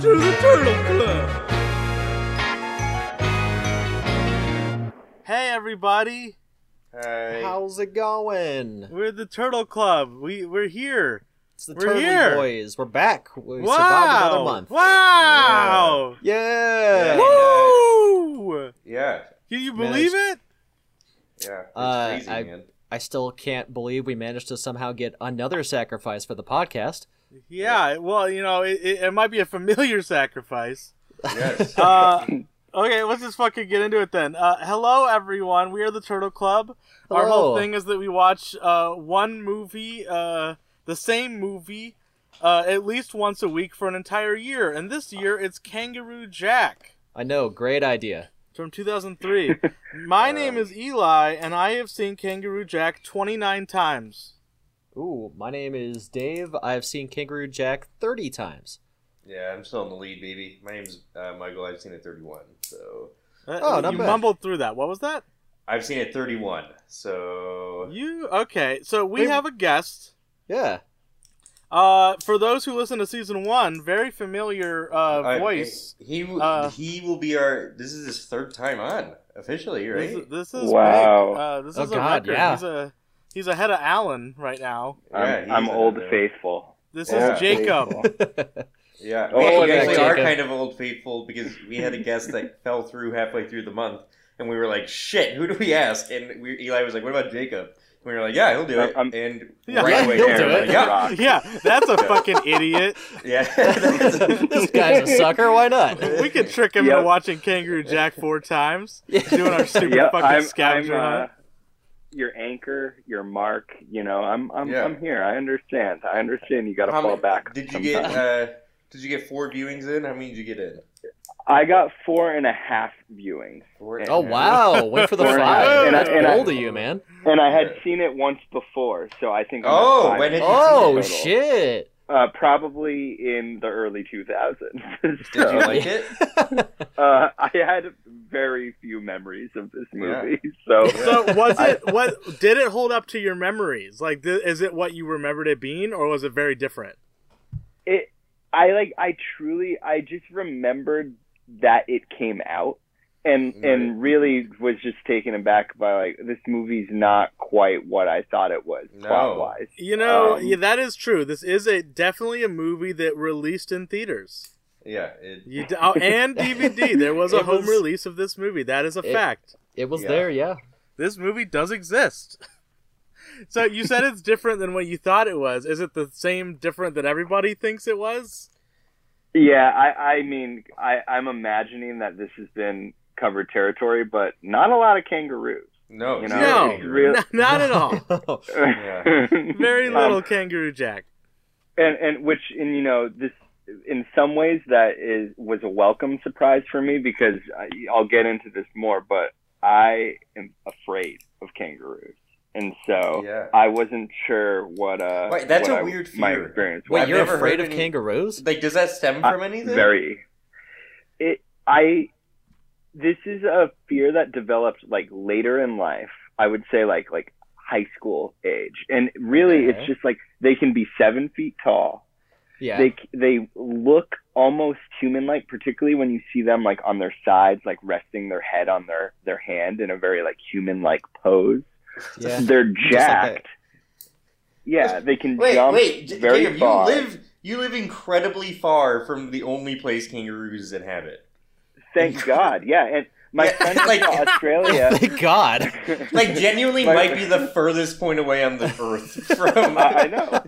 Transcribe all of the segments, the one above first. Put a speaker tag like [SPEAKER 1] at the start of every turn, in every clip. [SPEAKER 1] 这是个turtle club.
[SPEAKER 2] Hey everybody,
[SPEAKER 3] Hey.
[SPEAKER 4] How's it going?
[SPEAKER 2] we're the Turtle Club. We we're here.
[SPEAKER 4] It's the
[SPEAKER 2] We're
[SPEAKER 4] Turley
[SPEAKER 2] here.
[SPEAKER 4] Boys. We're back. We
[SPEAKER 2] wow!
[SPEAKER 4] survived another month.
[SPEAKER 2] Wow!
[SPEAKER 3] Yeah.
[SPEAKER 4] Yeah.
[SPEAKER 2] Woo!
[SPEAKER 3] Yeah.
[SPEAKER 2] Can you
[SPEAKER 4] Man,
[SPEAKER 2] believe it?
[SPEAKER 3] Yeah. It's
[SPEAKER 4] Uh,
[SPEAKER 3] crazy,
[SPEAKER 4] I-
[SPEAKER 3] man.
[SPEAKER 4] I still can't believe we managed to somehow get another sacrifice for the podcast.
[SPEAKER 2] Yeah. Well, you know, it, it, it might be a familiar sacrifice.
[SPEAKER 3] Yes.
[SPEAKER 2] Uh, okay, let's just fucking get into it then. Uh, hello everyone. We are the Turtle Club. Our whole
[SPEAKER 4] Hello.
[SPEAKER 2] thing is that we watch uh, one movie, uh, the same movie, uh, at least once a week for an entire year. And this year, it's Kangaroo Jack.
[SPEAKER 4] I know, great idea.
[SPEAKER 2] from 2003. My name
[SPEAKER 4] Uh.
[SPEAKER 2] is Eli, and I have seen Kangaroo Jack 29 times.
[SPEAKER 4] Ooh, my name is Dave. I've seen Kangaroo Jack 30 times.
[SPEAKER 3] yeah, I'm still in the lead, baby. My name's uh, Michael. I've seen it 31. So
[SPEAKER 2] Uh,
[SPEAKER 4] Oh, not
[SPEAKER 2] you
[SPEAKER 4] bad.
[SPEAKER 2] mumbled through that. What was that?
[SPEAKER 3] I've seen it 31. So
[SPEAKER 2] You okay? So we
[SPEAKER 4] Wait.
[SPEAKER 2] have a guest.
[SPEAKER 4] Yeah.
[SPEAKER 2] Uh, for those who listen to season one, very familiar uh,
[SPEAKER 3] I-
[SPEAKER 2] voice.
[SPEAKER 3] he w-
[SPEAKER 2] Uh,
[SPEAKER 3] he will be our. This is his third time on officially, right?
[SPEAKER 2] This, is- this is
[SPEAKER 5] Wow.
[SPEAKER 2] Big. Uh, this
[SPEAKER 4] Oh,
[SPEAKER 2] is a
[SPEAKER 4] God,
[SPEAKER 2] record.
[SPEAKER 4] yeah.
[SPEAKER 2] He's a he's ahead of Alan right now.
[SPEAKER 3] Yeah,
[SPEAKER 5] I'm,
[SPEAKER 3] he's
[SPEAKER 5] I'm
[SPEAKER 3] in
[SPEAKER 5] old
[SPEAKER 3] there.
[SPEAKER 5] faithful.
[SPEAKER 2] This
[SPEAKER 3] Yeah.
[SPEAKER 2] is Jacob.
[SPEAKER 5] Faithful.
[SPEAKER 3] Yeah,
[SPEAKER 5] Oh,
[SPEAKER 3] we,
[SPEAKER 5] welcome
[SPEAKER 3] we
[SPEAKER 5] back,
[SPEAKER 3] actually are
[SPEAKER 4] Jacob.
[SPEAKER 3] kind of old faithful because we had a guest that fell through halfway through the month, and we were like, "Shit, who do we ask?" And we, Eli was like, "What about Jacob?" And we were like, "Yeah, he'll do it."
[SPEAKER 5] I'm-
[SPEAKER 3] and
[SPEAKER 2] Yeah,
[SPEAKER 3] right
[SPEAKER 4] yeah,
[SPEAKER 3] away,
[SPEAKER 4] he'll
[SPEAKER 3] we
[SPEAKER 4] do
[SPEAKER 3] were
[SPEAKER 4] it.
[SPEAKER 3] like, "Yeah,
[SPEAKER 5] Rock.
[SPEAKER 2] yeah, that's a fucking idiot.
[SPEAKER 3] yeah."
[SPEAKER 4] this guy's a sucker. Why not?
[SPEAKER 2] We could trick him into
[SPEAKER 5] Yep.
[SPEAKER 2] watching Kangaroo Jack four times, doing our stupid
[SPEAKER 5] Yep,
[SPEAKER 2] fucking
[SPEAKER 5] I'm,
[SPEAKER 2] scavenger
[SPEAKER 5] I'm,
[SPEAKER 2] hunt.
[SPEAKER 5] uh, your anchor, your mark. You know, I'm I'm
[SPEAKER 3] Yeah.
[SPEAKER 5] I'm here. I understand. I understand. You got to
[SPEAKER 3] How
[SPEAKER 5] fall
[SPEAKER 3] many-
[SPEAKER 5] back.
[SPEAKER 3] Did you
[SPEAKER 5] sometimes.
[SPEAKER 3] get? Uh, did you get four viewings in? How many did you get in?
[SPEAKER 5] I got four and a half viewings,
[SPEAKER 3] Four.
[SPEAKER 4] Oh, wow. Went for the
[SPEAKER 5] Word.
[SPEAKER 4] five.
[SPEAKER 2] And I-
[SPEAKER 4] That's
[SPEAKER 2] and I-
[SPEAKER 4] bold of you, man.
[SPEAKER 5] and I had
[SPEAKER 3] Yeah.
[SPEAKER 5] seen it once before, so I think. I'm
[SPEAKER 3] Oh,
[SPEAKER 5] at five
[SPEAKER 3] when did you see
[SPEAKER 5] total.
[SPEAKER 4] Oh, shit.
[SPEAKER 5] Uh, probably in the early 2000s.
[SPEAKER 3] Did you
[SPEAKER 5] So,
[SPEAKER 3] like it?
[SPEAKER 5] uh, I had very few memories of this
[SPEAKER 3] Yeah.
[SPEAKER 5] movie, so
[SPEAKER 2] So was it what did it hold up to your memories? Like, th- is it what you remembered it being, or was it very different?
[SPEAKER 5] it i like i truly i just remembered that it came out and and really was just taken aback by like this movie's not quite what i thought it was
[SPEAKER 3] No.
[SPEAKER 5] plot wise
[SPEAKER 2] You know,
[SPEAKER 5] Um,
[SPEAKER 2] yeah, that is true. This is a definitely a movie that released in theaters.
[SPEAKER 3] Yeah. It,
[SPEAKER 2] You d- oh, and DVD. There was a
[SPEAKER 4] It
[SPEAKER 2] home
[SPEAKER 4] was-
[SPEAKER 2] release of this movie. That is a
[SPEAKER 4] It-
[SPEAKER 2] fact.
[SPEAKER 4] It was
[SPEAKER 3] Yeah.
[SPEAKER 4] there, yeah.
[SPEAKER 2] This movie does exist. So you said it's different than what you thought it was. Is it the same different that everybody thinks it was?
[SPEAKER 5] yeah i i mean i i'm imagining that this has been covered territory but not a lot of kangaroos
[SPEAKER 3] no.
[SPEAKER 5] You
[SPEAKER 3] it's
[SPEAKER 5] know,
[SPEAKER 3] not
[SPEAKER 2] No.
[SPEAKER 3] angry.
[SPEAKER 5] really-
[SPEAKER 2] N- not at all. Very
[SPEAKER 5] Um,
[SPEAKER 2] little Kangaroo Jack.
[SPEAKER 5] and and which and you know this in some ways that is was a welcome surprise for me because I, I'll get into this more, but I am afraid of kangaroos, and so
[SPEAKER 3] Yeah.
[SPEAKER 5] I wasn't sure what uh
[SPEAKER 3] Wait, that's
[SPEAKER 5] what
[SPEAKER 3] a
[SPEAKER 5] I-
[SPEAKER 3] weird
[SPEAKER 5] my
[SPEAKER 3] fear.
[SPEAKER 5] experience
[SPEAKER 3] Wait,
[SPEAKER 5] was.
[SPEAKER 4] Wait,
[SPEAKER 3] I've
[SPEAKER 4] you're
[SPEAKER 3] never
[SPEAKER 4] afraid
[SPEAKER 3] heard
[SPEAKER 4] of
[SPEAKER 3] any-
[SPEAKER 4] kangaroos?
[SPEAKER 3] Like, does that stem from anything?
[SPEAKER 5] Very. It I this is a fear that developed like later in life. I would say like like high school age. And really
[SPEAKER 4] Okay.
[SPEAKER 5] it's just like they can be 7 feet tall.
[SPEAKER 4] Yeah.
[SPEAKER 5] They they look almost human like, particularly when you see them like on their sides, like resting their head on their their hand in a very like human like pose.
[SPEAKER 4] yeah.
[SPEAKER 5] They're
[SPEAKER 4] that.
[SPEAKER 5] jacked. yeah, they can
[SPEAKER 3] Wait,
[SPEAKER 5] jump
[SPEAKER 3] wait, J-
[SPEAKER 5] very
[SPEAKER 3] Jacob,
[SPEAKER 5] far.
[SPEAKER 3] you live you live incredibly far from the only place kangaroos inhabit.
[SPEAKER 5] Thank God. Yeah, and my
[SPEAKER 3] Yeah,
[SPEAKER 5] friend
[SPEAKER 3] like-
[SPEAKER 5] from Australia.
[SPEAKER 4] Thank God.
[SPEAKER 3] Like, genuinely,
[SPEAKER 5] My-
[SPEAKER 3] might be the furthest point away on the earth from.
[SPEAKER 5] I, I know.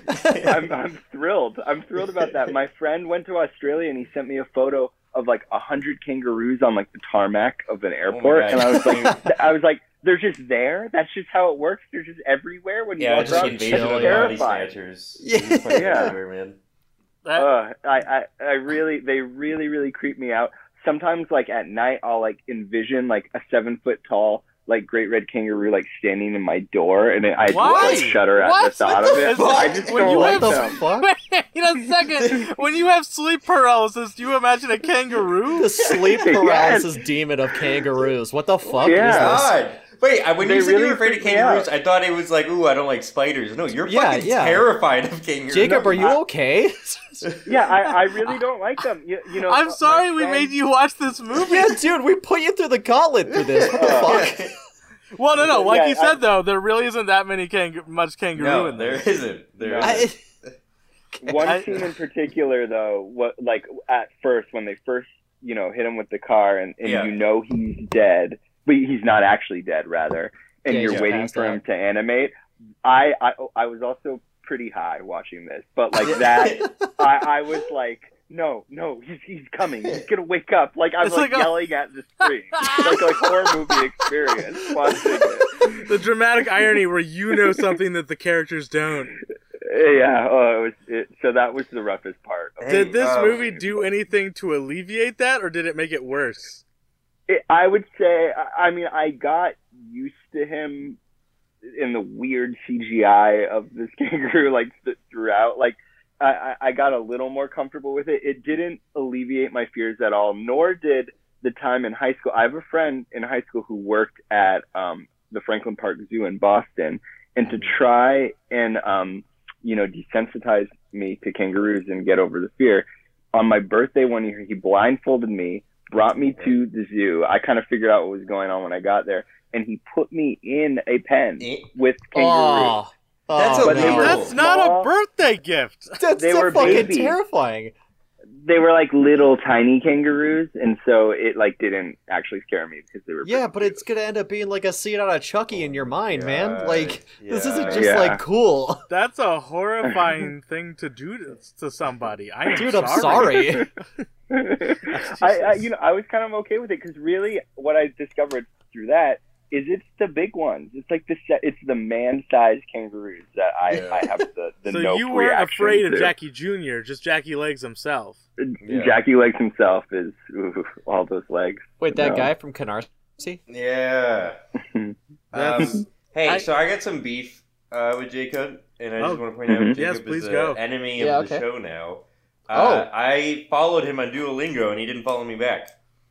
[SPEAKER 5] I'm, I'm thrilled. I'm thrilled about that. My friend went to Australia and he sent me a photo of like a hundred kangaroos on like the tarmac of
[SPEAKER 4] Oh
[SPEAKER 5] an airport,
[SPEAKER 3] God.
[SPEAKER 5] and I was like, I was like, they're just there. That's just how it works. They're just everywhere when you
[SPEAKER 3] yeah,
[SPEAKER 5] walk
[SPEAKER 3] just
[SPEAKER 5] around.
[SPEAKER 3] invasion of
[SPEAKER 4] chilling.
[SPEAKER 3] the body
[SPEAKER 5] Terrified.
[SPEAKER 3] snatchers.
[SPEAKER 4] Yeah.
[SPEAKER 3] They're just fucking
[SPEAKER 5] Yeah.
[SPEAKER 3] everywhere, man.
[SPEAKER 2] That-
[SPEAKER 5] Uh, I, I, I really, they really, really creep me out. Sometimes, like at night, I'll like envision like a seven foot tall, like great red kangaroo, like standing in my door, and I just
[SPEAKER 2] Why?
[SPEAKER 5] like shudder at
[SPEAKER 2] What?
[SPEAKER 5] the thought
[SPEAKER 2] What
[SPEAKER 5] of
[SPEAKER 2] the
[SPEAKER 5] it.
[SPEAKER 2] fuck?
[SPEAKER 5] I just
[SPEAKER 2] When
[SPEAKER 5] don't
[SPEAKER 2] you
[SPEAKER 5] like
[SPEAKER 2] have-
[SPEAKER 5] them.
[SPEAKER 4] fuck?
[SPEAKER 2] Wait a second. When you have sleep paralysis, do you imagine a kangaroo?
[SPEAKER 4] The sleep paralysis demon of kangaroos. What the fuck
[SPEAKER 5] Yeah.
[SPEAKER 4] is this?
[SPEAKER 3] God, Wait, I- when
[SPEAKER 5] They
[SPEAKER 3] you said you
[SPEAKER 5] really
[SPEAKER 3] were afraid of
[SPEAKER 5] freaked me out.
[SPEAKER 3] kangaroos, I thought it was like, ooh, I don't like spiders. No, you're
[SPEAKER 4] Yeah,
[SPEAKER 3] fucking
[SPEAKER 4] yeah.
[SPEAKER 3] terrified of kangaroos.
[SPEAKER 4] Jacob,
[SPEAKER 5] No,
[SPEAKER 4] are you
[SPEAKER 5] I-
[SPEAKER 4] okay?
[SPEAKER 5] Yeah, I, I really don't like them. You, you know,
[SPEAKER 2] I'm
[SPEAKER 5] my
[SPEAKER 2] sorry we
[SPEAKER 5] friend-
[SPEAKER 2] made you watch this movie.
[SPEAKER 4] yeah, dude, we put you through the gauntlet through this. What the
[SPEAKER 3] Yeah.
[SPEAKER 4] fuck?
[SPEAKER 2] Well, no, no. Like
[SPEAKER 5] Yeah,
[SPEAKER 2] you
[SPEAKER 5] I-
[SPEAKER 2] said, though, there really isn't that many kang- much kangaroo
[SPEAKER 3] no,
[SPEAKER 2] in
[SPEAKER 3] there
[SPEAKER 2] there.
[SPEAKER 3] isn't. There
[SPEAKER 5] No.
[SPEAKER 3] isn't.
[SPEAKER 4] I,
[SPEAKER 5] One
[SPEAKER 2] I-
[SPEAKER 5] scene in particular, though, what like at first when they first you know hit him with the car, and, and
[SPEAKER 3] Yeah.
[SPEAKER 5] you know he's dead, but he's not actually dead, rather, and
[SPEAKER 4] Yeah, he's
[SPEAKER 5] you're
[SPEAKER 4] just
[SPEAKER 5] waiting
[SPEAKER 4] passed
[SPEAKER 5] for him
[SPEAKER 4] out.
[SPEAKER 5] to animate. I, I I was also pretty high watching this, but like that, I, I was like. No, no, he's he's coming. He's gonna wake up. Like I was
[SPEAKER 2] It's
[SPEAKER 5] like,
[SPEAKER 2] like a-
[SPEAKER 5] yelling at the screen. It's like a horror movie experience watching it.
[SPEAKER 2] The dramatic irony where you know something that the characters don't.
[SPEAKER 5] Yeah, oh, it was. It, so that was the roughest part. of
[SPEAKER 3] Hey,
[SPEAKER 2] Did this
[SPEAKER 3] uh,
[SPEAKER 2] movie do anything to alleviate that, or did it make it worse?
[SPEAKER 5] it, I would say, I I mean, I got used to him in the weird CGI of this kangaroo, like th- throughout. Like, I, I I got a little more comfortable with it. It didn't alleviate my fears at all, nor did the time in high school. I have a friend in high school who worked at um, the Franklin Park Zoo in Boston, and to try and um, you know desensitize me to kangaroos and get over the fear. On my birthday one year, he blindfolded me brought me to the zoo. I kind of figured out what was going on when I got there, and he put me in a pen
[SPEAKER 3] Eh,
[SPEAKER 5] with kangaroos.
[SPEAKER 4] Aw.
[SPEAKER 3] That's
[SPEAKER 4] Aw,
[SPEAKER 5] But they
[SPEAKER 4] no.
[SPEAKER 5] were-
[SPEAKER 2] That's not
[SPEAKER 5] Small.
[SPEAKER 2] a birthday gift.
[SPEAKER 4] That's
[SPEAKER 5] they
[SPEAKER 4] so
[SPEAKER 5] were
[SPEAKER 4] fucking
[SPEAKER 5] babies.
[SPEAKER 4] terrifying.
[SPEAKER 5] They were like little tiny kangaroos, and so it like didn't actually scare me because they were.
[SPEAKER 4] Yeah,
[SPEAKER 5] pretty
[SPEAKER 4] but it's gonna end up being like a scene out of Chucky in your mind, man.
[SPEAKER 3] God.
[SPEAKER 4] Like this
[SPEAKER 3] Yeah.
[SPEAKER 4] isn't just
[SPEAKER 5] Yeah.
[SPEAKER 4] like cool,
[SPEAKER 2] That's a horrifying thing to do to, to somebody. I'm
[SPEAKER 4] dude.
[SPEAKER 2] sorry.
[SPEAKER 4] I'm sorry.
[SPEAKER 5] I, I you know I was kind of okay with it because really what I discovered through that is it's the big ones. It's like the se- it's the man-sized kangaroos that I,
[SPEAKER 3] Yeah.
[SPEAKER 5] I have the, the
[SPEAKER 2] So
[SPEAKER 5] no
[SPEAKER 2] you weren't afraid of
[SPEAKER 5] Jackie.
[SPEAKER 2] Jackie Jr., just Jackie Legs himself.
[SPEAKER 3] Yeah.
[SPEAKER 5] Jackie legs himself is ooh, all those legs.
[SPEAKER 4] Wait, that
[SPEAKER 5] No.
[SPEAKER 4] guy from Canarsie?
[SPEAKER 3] Yeah.
[SPEAKER 2] That's-
[SPEAKER 3] Um, hey,
[SPEAKER 2] I-
[SPEAKER 3] so I got some beef uh, with Jacob, and I
[SPEAKER 2] Oh,
[SPEAKER 3] just want to point out
[SPEAKER 5] mhm.
[SPEAKER 3] Jacob
[SPEAKER 2] Yes,
[SPEAKER 3] is
[SPEAKER 2] please
[SPEAKER 3] the
[SPEAKER 2] go.
[SPEAKER 3] enemy
[SPEAKER 4] Yeah,
[SPEAKER 3] of the
[SPEAKER 4] okay. Oh.
[SPEAKER 3] show now. Uh, I followed him on Duolingo, and he didn't follow me back.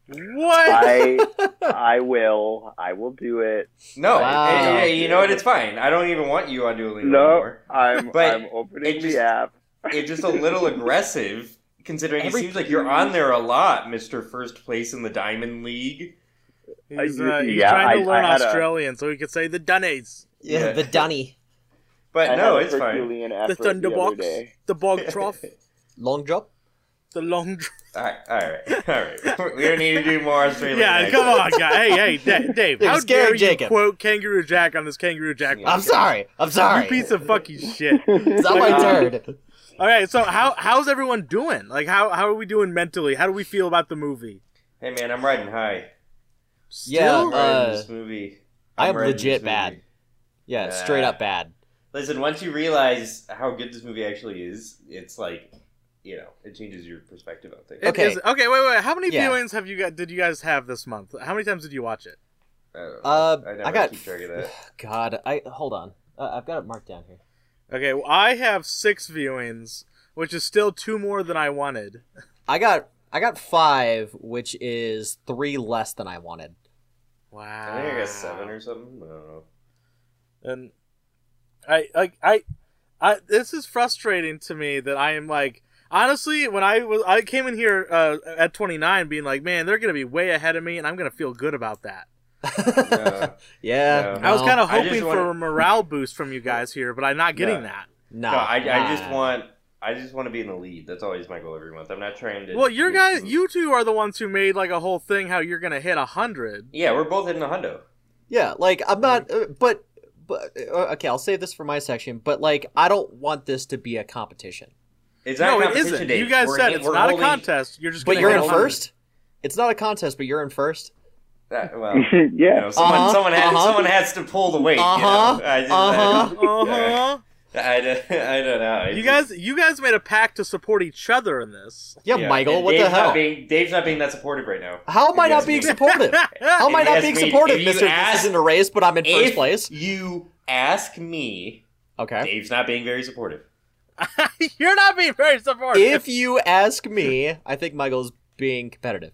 [SPEAKER 2] What?
[SPEAKER 5] I I will I will do it.
[SPEAKER 3] No,
[SPEAKER 4] Wow.
[SPEAKER 3] eh, eh, you know what? It's fine. I don't even want you on Duolingo
[SPEAKER 5] No,
[SPEAKER 3] anymore.
[SPEAKER 5] I'm
[SPEAKER 3] But
[SPEAKER 5] I'm opening
[SPEAKER 3] it just-
[SPEAKER 5] the app.
[SPEAKER 3] It's just a little aggressive, considering
[SPEAKER 4] Every-
[SPEAKER 3] it seems like you're on there a lot, Mister First Place in the Diamond League.
[SPEAKER 2] He's,
[SPEAKER 5] I-
[SPEAKER 2] uh, he's
[SPEAKER 5] yeah,
[SPEAKER 2] trying to
[SPEAKER 5] I-
[SPEAKER 2] learn
[SPEAKER 5] I had a-
[SPEAKER 2] Australian so he could say the Dunnies,
[SPEAKER 3] Yeah. the
[SPEAKER 4] Dunny.
[SPEAKER 3] But
[SPEAKER 5] I
[SPEAKER 3] no,
[SPEAKER 5] had a
[SPEAKER 3] it's fine.
[SPEAKER 5] Herculean
[SPEAKER 2] the
[SPEAKER 5] effort the other
[SPEAKER 2] Thunderbox,
[SPEAKER 5] day.
[SPEAKER 2] the Bog Trough,
[SPEAKER 4] Long drop.
[SPEAKER 2] the Long Trough.
[SPEAKER 3] All right, all right, all right. We don't need to do more Australian.
[SPEAKER 2] Yeah,
[SPEAKER 3] accents.
[SPEAKER 2] come on, guy. Hey, hey, Da- Dave.
[SPEAKER 4] You're
[SPEAKER 2] How
[SPEAKER 4] scaring
[SPEAKER 2] dare you
[SPEAKER 4] Jacob.
[SPEAKER 2] quote Kangaroo Jack on this Kangaroo Jack?
[SPEAKER 3] Yeah.
[SPEAKER 4] I'm sorry. I'm sorry.
[SPEAKER 2] You piece of fucking shit.
[SPEAKER 4] it's not my turn.
[SPEAKER 2] All right, so how how's everyone doing? Like, how how are we doing mentally? How do we feel about the movie?
[SPEAKER 3] Hey man, I'm riding high.
[SPEAKER 4] Yeah,
[SPEAKER 2] Still?
[SPEAKER 3] I'm riding
[SPEAKER 4] uh,
[SPEAKER 3] this movie.
[SPEAKER 4] I am
[SPEAKER 3] riding this
[SPEAKER 4] legit
[SPEAKER 3] movie.
[SPEAKER 4] bad. Yeah, straight up bad.
[SPEAKER 3] Listen, once you realize how good this movie actually is, it's like, you know, it changes your perspective on things.
[SPEAKER 2] It
[SPEAKER 4] okay.
[SPEAKER 2] is- okay. Wait. Wait. How many
[SPEAKER 4] Yeah.
[SPEAKER 2] viewings have you got? Did you guys have this month? How many times did you watch it?
[SPEAKER 3] I, don't know.
[SPEAKER 4] Uh,
[SPEAKER 3] I
[SPEAKER 4] I,
[SPEAKER 3] never
[SPEAKER 4] got.
[SPEAKER 3] keep track of that.
[SPEAKER 4] God, I hold on. Uh, I've got it marked down here.
[SPEAKER 2] Okay. Well, I have six viewings, which is still two more than I wanted.
[SPEAKER 4] I got. I got five, which is three less than I wanted.
[SPEAKER 2] Wow.
[SPEAKER 3] I think I got seven or something. I don't know.
[SPEAKER 2] and I like I, I this is frustrating to me that I am like honestly when I was I came in here uh, at 29 being like man they're gonna be way ahead of me and I'm gonna feel good about that.
[SPEAKER 4] yeah.
[SPEAKER 3] Yeah. No.
[SPEAKER 2] I was
[SPEAKER 4] no,
[SPEAKER 2] kind of
[SPEAKER 3] I
[SPEAKER 2] hoping
[SPEAKER 3] just
[SPEAKER 2] for
[SPEAKER 3] wanna-
[SPEAKER 2] a morale boost from you guys here, but I'm not getting
[SPEAKER 3] No.
[SPEAKER 2] that.
[SPEAKER 4] Nah,
[SPEAKER 3] No, I, I just
[SPEAKER 4] nah.
[SPEAKER 3] want. I just want to be in the lead. That's always my goal every month. I'm not trying to.
[SPEAKER 2] Well, your guys, you two are the ones who made like a whole thing how you're gonna hit a hundred.
[SPEAKER 3] Yeah, we're both hitting the hundo.
[SPEAKER 4] Yeah, like I'm not,
[SPEAKER 3] Mm.
[SPEAKER 4] uh, but but uh, okay, I'll save this for my section. But like, I don't want this to be a competition.
[SPEAKER 3] It's not
[SPEAKER 2] No,
[SPEAKER 3] a
[SPEAKER 2] it
[SPEAKER 3] competition,
[SPEAKER 2] isn't.
[SPEAKER 3] Dave.
[SPEAKER 2] You guys
[SPEAKER 3] We're
[SPEAKER 2] said
[SPEAKER 3] hit-
[SPEAKER 2] it's
[SPEAKER 3] we're
[SPEAKER 2] not a
[SPEAKER 3] holding-
[SPEAKER 2] contest. You're just
[SPEAKER 4] But
[SPEAKER 2] gonna
[SPEAKER 4] you're
[SPEAKER 2] hit
[SPEAKER 4] in
[SPEAKER 2] a
[SPEAKER 3] hold on.
[SPEAKER 2] hundred.
[SPEAKER 4] first. It's not a contest, but you're in first.
[SPEAKER 3] Uh, well, you
[SPEAKER 5] yeah.
[SPEAKER 3] know, someone,
[SPEAKER 4] Uh-huh,
[SPEAKER 3] someone, has,
[SPEAKER 4] uh-huh.
[SPEAKER 3] someone has to pull the weight. you know?
[SPEAKER 4] Uh-huh,
[SPEAKER 3] I just-
[SPEAKER 4] uh-huh.
[SPEAKER 2] Uh huh.
[SPEAKER 3] I, I, don't- I don't know. It's
[SPEAKER 2] You
[SPEAKER 3] just-
[SPEAKER 2] guys, you guys made a pact to support each other in this.
[SPEAKER 4] Yeah, Michael,
[SPEAKER 3] and
[SPEAKER 4] what the
[SPEAKER 3] Dave's
[SPEAKER 4] hell?
[SPEAKER 3] Not being, Dave's not being that supportive right now.
[SPEAKER 4] How am I
[SPEAKER 3] If you
[SPEAKER 4] not
[SPEAKER 3] ask
[SPEAKER 4] being
[SPEAKER 3] me.
[SPEAKER 4] supportive? How Oh, am I
[SPEAKER 3] If you
[SPEAKER 4] not
[SPEAKER 3] ask
[SPEAKER 4] being
[SPEAKER 3] me-
[SPEAKER 4] supportive,
[SPEAKER 3] if you
[SPEAKER 4] Mister? This
[SPEAKER 3] ask-
[SPEAKER 4] isn't a race, but I'm in
[SPEAKER 3] If
[SPEAKER 4] first place.
[SPEAKER 3] You ask me.
[SPEAKER 4] Okay.
[SPEAKER 3] Dave's not being very supportive.
[SPEAKER 2] you're not being very supportive.
[SPEAKER 4] If you ask me, I think Michael's being competitive.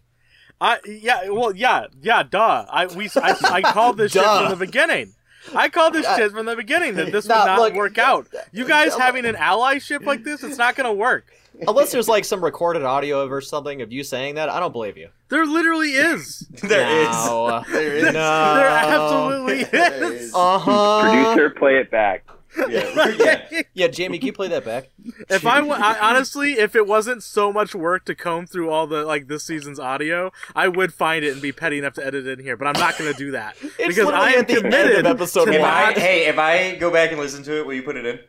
[SPEAKER 2] I yeah, well yeah, yeah, duh. I we I, I called this shit
[SPEAKER 4] Duh.
[SPEAKER 2] from the beginning. I called this
[SPEAKER 4] Uh,
[SPEAKER 2] shit from the beginning that this
[SPEAKER 4] nah,
[SPEAKER 2] would not
[SPEAKER 4] look,
[SPEAKER 2] work out. You guys
[SPEAKER 4] uh,
[SPEAKER 2] having an allyship like this, it's not gonna work.
[SPEAKER 4] Unless there's like some recorded audio of or something of you saying that, I don't believe you.
[SPEAKER 2] There literally is.
[SPEAKER 3] There is.
[SPEAKER 4] no.
[SPEAKER 3] There is.
[SPEAKER 4] No.
[SPEAKER 2] there absolutely
[SPEAKER 3] There
[SPEAKER 2] is.
[SPEAKER 3] is.
[SPEAKER 4] Uh huh.
[SPEAKER 5] Producer, play it back.
[SPEAKER 3] Yeah. yeah.
[SPEAKER 4] Yeah, Jamie, can you play that back?
[SPEAKER 2] If I, wa- I honestly, if it wasn't so much work to comb through all the like this season's audio, I would find it and be petty enough to edit it in here. But I'm not going to do that because
[SPEAKER 4] literally
[SPEAKER 2] I am
[SPEAKER 4] at the end of
[SPEAKER 2] committed.
[SPEAKER 4] episode
[SPEAKER 2] to
[SPEAKER 4] one.
[SPEAKER 3] If I,
[SPEAKER 2] not-
[SPEAKER 3] hey, if I go back and listen to it, will you put it in?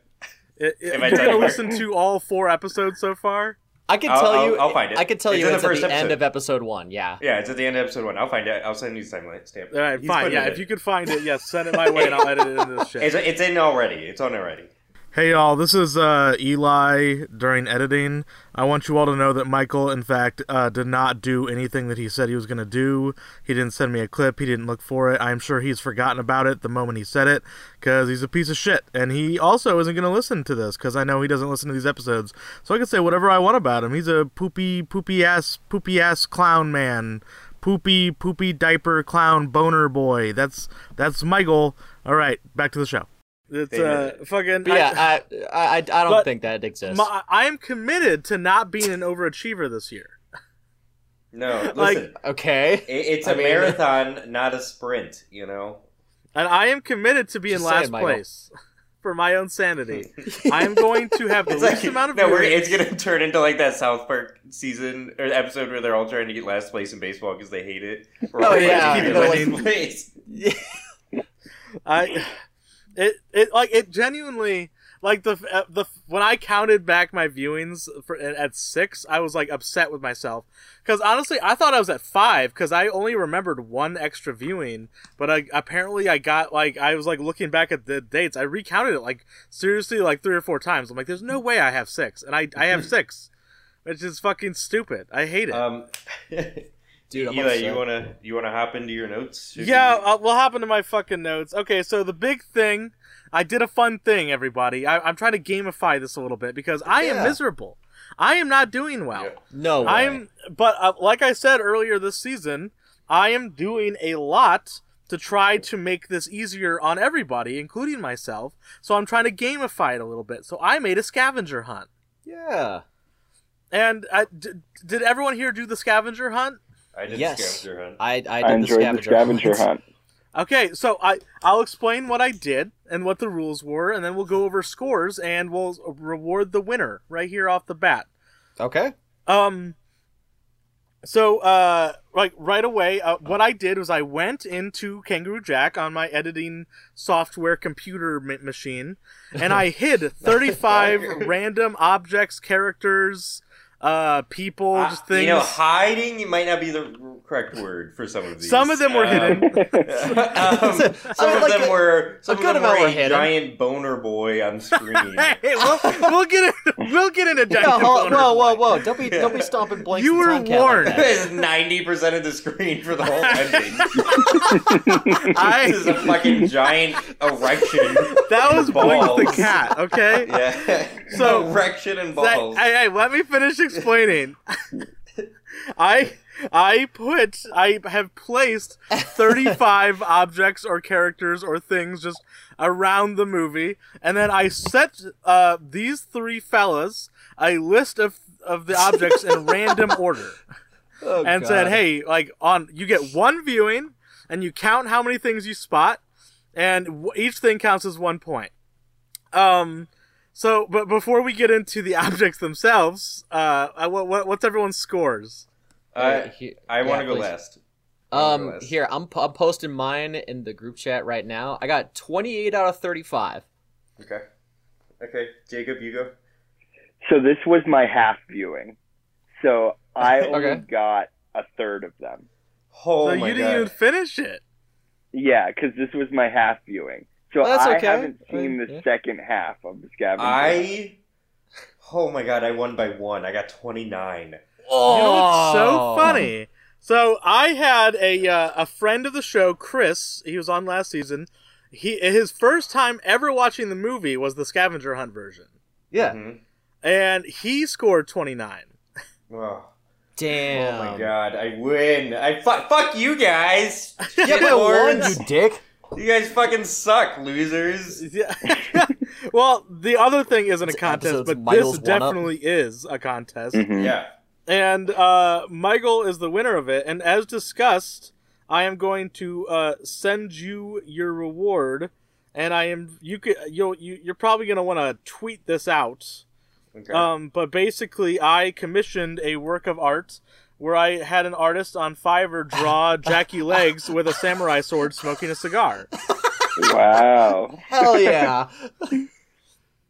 [SPEAKER 2] It- it-
[SPEAKER 3] If I
[SPEAKER 2] you're
[SPEAKER 3] tell
[SPEAKER 2] going to
[SPEAKER 3] you-
[SPEAKER 2] listen to all four episodes so far.
[SPEAKER 4] I could
[SPEAKER 3] I'll-
[SPEAKER 4] tell
[SPEAKER 3] I'll-
[SPEAKER 4] you.
[SPEAKER 3] I'll find it.
[SPEAKER 4] I could tell
[SPEAKER 3] It's
[SPEAKER 4] you
[SPEAKER 3] in the
[SPEAKER 4] it's at
[SPEAKER 3] first
[SPEAKER 4] the
[SPEAKER 3] episode.
[SPEAKER 4] end of episode one. Yeah.
[SPEAKER 3] Yeah, it's at the end of episode one. I'll find it. I'll send you the time stamp.
[SPEAKER 2] All right,
[SPEAKER 3] He's
[SPEAKER 2] fine.
[SPEAKER 3] putting
[SPEAKER 2] Yeah,
[SPEAKER 3] it
[SPEAKER 2] if
[SPEAKER 3] in.
[SPEAKER 2] you could find it, yes, send it my way and I'll edit it into this shit.
[SPEAKER 3] It's, it's in already. It's on already.
[SPEAKER 2] Hey y'all, this is uh, Eli during editing. I want you all to know that Michael, in fact, uh, did not do anything that he said he was going to do. He didn't send me a clip. He didn't look for it. I'm sure he's forgotten about it the moment he said it because he's a piece of shit. And he also isn't going to listen to this because I know he doesn't listen to these episodes. So I can say whatever I want about him. He's a poopy, poopy ass, poopy ass clown man. Poopy, poopy diaper clown boner boy. That's that's Michael. All right, back to the show. It's
[SPEAKER 3] uh,
[SPEAKER 2] fucking
[SPEAKER 4] But yeah, I, I, I, I don't
[SPEAKER 2] But-
[SPEAKER 4] think that exists.
[SPEAKER 2] my, I am committed to not being an overachiever this year.
[SPEAKER 3] No, listen.
[SPEAKER 2] Like-
[SPEAKER 4] okay.
[SPEAKER 3] it, it's
[SPEAKER 4] I
[SPEAKER 3] a
[SPEAKER 4] mean-
[SPEAKER 3] marathon, not a sprint. You know.
[SPEAKER 2] And I am committed to be in
[SPEAKER 4] Just
[SPEAKER 2] last
[SPEAKER 4] saying, Michael.
[SPEAKER 2] place for my own sanity. I am going to have the
[SPEAKER 3] It's
[SPEAKER 2] least
[SPEAKER 3] like
[SPEAKER 2] amount of
[SPEAKER 3] no, we're,
[SPEAKER 2] viewers.
[SPEAKER 3] it's gonna turn into like that South Park season or episode where they're all trying to get last place in baseball because they hate it. We're
[SPEAKER 4] Oh,
[SPEAKER 3] all trying to
[SPEAKER 4] yeah,
[SPEAKER 3] keep it
[SPEAKER 4] no,
[SPEAKER 3] last
[SPEAKER 4] like-
[SPEAKER 3] place.
[SPEAKER 2] I it it like it genuinely like the uh, the when I counted back my viewings for, at- at 6, I was like upset with myself cuz honestly, I thought I was at 5 cuz I only remembered one extra viewing, but I apparently I got like I was like looking back at the dates. I recounted it like seriously like 3 or 4 times. I'm like there's no way I have 6 and I I have 6. Which is fucking stupid. I hate it.
[SPEAKER 3] Um,
[SPEAKER 4] Dude, I'm
[SPEAKER 3] Eli,
[SPEAKER 4] upset.
[SPEAKER 3] you wanna you wanna hop into your notes? Should
[SPEAKER 2] Yeah,
[SPEAKER 3] we-
[SPEAKER 2] uh, we'll hop into my fucking notes. Okay, so the big thing, I did a fun thing, everybody. I, I'm trying to gamify this a little bit because I am
[SPEAKER 4] Yeah.
[SPEAKER 2] miserable. I am not doing well.
[SPEAKER 3] Yeah.
[SPEAKER 4] No. Way.
[SPEAKER 2] I'm, but uh, like I said earlier this season, I am doing a lot to try to make this easier on everybody, including myself. So I'm trying to gamify it a little bit. So I made a scavenger hunt.
[SPEAKER 4] Yeah.
[SPEAKER 2] And I, d- did everyone here do the scavenger hunt?
[SPEAKER 3] I did
[SPEAKER 4] yes.
[SPEAKER 3] scavenger hunt.
[SPEAKER 4] I, I, did
[SPEAKER 5] I enjoyed
[SPEAKER 4] the scavenger, hunt.
[SPEAKER 2] Okay, so I I'll explain what I did and what the rules were, and then we'll go over scores and we'll reward the winner right here off the bat.
[SPEAKER 4] Okay.
[SPEAKER 2] Um. So, uh, like right away, uh, what I did was I went into Kangaroo Jack on my editing software computer ma- machine, and I hid thirty-five random objects, characters, uh, people,
[SPEAKER 3] Uh,
[SPEAKER 2] just things.
[SPEAKER 3] You know, hiding might not be the correct word for some of these.
[SPEAKER 2] Some of them were
[SPEAKER 3] Um,
[SPEAKER 2] hidden.
[SPEAKER 3] um, some
[SPEAKER 4] I mean,
[SPEAKER 3] of
[SPEAKER 4] like
[SPEAKER 3] them
[SPEAKER 4] a-
[SPEAKER 3] were some
[SPEAKER 4] a
[SPEAKER 3] of
[SPEAKER 4] good
[SPEAKER 3] them were
[SPEAKER 4] amount were
[SPEAKER 3] a
[SPEAKER 4] hidden.
[SPEAKER 3] giant boner boy on screen.
[SPEAKER 2] hey, we'll, we'll get in, we'll get into Jack.
[SPEAKER 4] Yeah,
[SPEAKER 2] the
[SPEAKER 4] hold-
[SPEAKER 2] Boner
[SPEAKER 4] whoa,
[SPEAKER 2] Boy.
[SPEAKER 4] whoa, whoa! Don't be, don't be stomping blanks.
[SPEAKER 2] You
[SPEAKER 4] and
[SPEAKER 2] were
[SPEAKER 4] Tomcat like
[SPEAKER 2] warned.
[SPEAKER 4] that.
[SPEAKER 3] This is ninety percent of the screen for the whole ending. this is
[SPEAKER 2] I
[SPEAKER 3] a fucking giant erection.
[SPEAKER 2] that was
[SPEAKER 3] Balls.
[SPEAKER 2] Blink the cat. Okay.
[SPEAKER 3] Yeah.
[SPEAKER 2] So-
[SPEAKER 3] erection and
[SPEAKER 2] That-
[SPEAKER 3] balls.
[SPEAKER 2] hey, hey, let me finish explaining. I I put I have placed 35 objects or characters or things just around the movie and then I set uh, these three fellas a list of of the objects in random order
[SPEAKER 4] Oh,
[SPEAKER 2] and
[SPEAKER 4] God.
[SPEAKER 2] said, "Hey, like on you get one viewing and you count how many things you spot, and w- each thing counts as one point." Um, so but before we get into the objects themselves, uh, I, what, what, what's everyone's scores?
[SPEAKER 3] uh,
[SPEAKER 4] He-
[SPEAKER 3] I want to
[SPEAKER 4] yeah,
[SPEAKER 3] go
[SPEAKER 4] please.
[SPEAKER 3] last. I wanna go
[SPEAKER 4] Um,
[SPEAKER 3] last.
[SPEAKER 4] here I'm, po- I'm posting mine in the group chat right now. I got 28 out of 35.
[SPEAKER 3] Okay. Okay, Jacob, you go.
[SPEAKER 5] So this was my half viewing. So I only
[SPEAKER 4] Okay.
[SPEAKER 5] got a third of them.
[SPEAKER 3] Oh
[SPEAKER 2] so
[SPEAKER 3] my
[SPEAKER 2] you
[SPEAKER 3] god.
[SPEAKER 2] didn't even finish it.
[SPEAKER 5] Yeah, because this was my half viewing. So
[SPEAKER 4] Well, that's
[SPEAKER 5] I
[SPEAKER 4] okay.
[SPEAKER 5] haven't
[SPEAKER 4] I mean,
[SPEAKER 5] seen the
[SPEAKER 4] yeah.
[SPEAKER 5] second half of the scavenger. hunt.
[SPEAKER 3] I. Oh my god, I won by one. I got 29.
[SPEAKER 4] Oh,
[SPEAKER 2] You know what's so funny? So I had a uh, a friend of the show, Chris. He was on last season. He his first time ever watching the movie was the scavenger hunt version,
[SPEAKER 4] Yeah.
[SPEAKER 3] Mhm.
[SPEAKER 2] and he scored twenty nine.
[SPEAKER 3] Wow.
[SPEAKER 4] Damn.
[SPEAKER 3] Oh my god, I win. I fu- fuck you guys.
[SPEAKER 4] Yeah, but I won,
[SPEAKER 3] Shitboards.
[SPEAKER 4] you dick.
[SPEAKER 3] You guys fucking suck, losers.
[SPEAKER 2] Yeah. well, the other thing isn't a
[SPEAKER 4] This
[SPEAKER 2] contest,
[SPEAKER 4] episode's
[SPEAKER 2] but
[SPEAKER 4] Michael's
[SPEAKER 2] this
[SPEAKER 4] one-up.
[SPEAKER 2] definitely is a contest.
[SPEAKER 5] Mhm.
[SPEAKER 3] Yeah.
[SPEAKER 2] And uh, Michael is the winner of it. And as discussed, I am going to uh, send you your reward. And I am you could you'll, you you're probably gonna want to tweet this out.
[SPEAKER 3] Okay.
[SPEAKER 2] Um, but basically, I commissioned a work of art where I had an artist on Fiverr draw Jackie Legs with a samurai sword smoking a cigar.
[SPEAKER 5] Wow.
[SPEAKER 4] Hell yeah.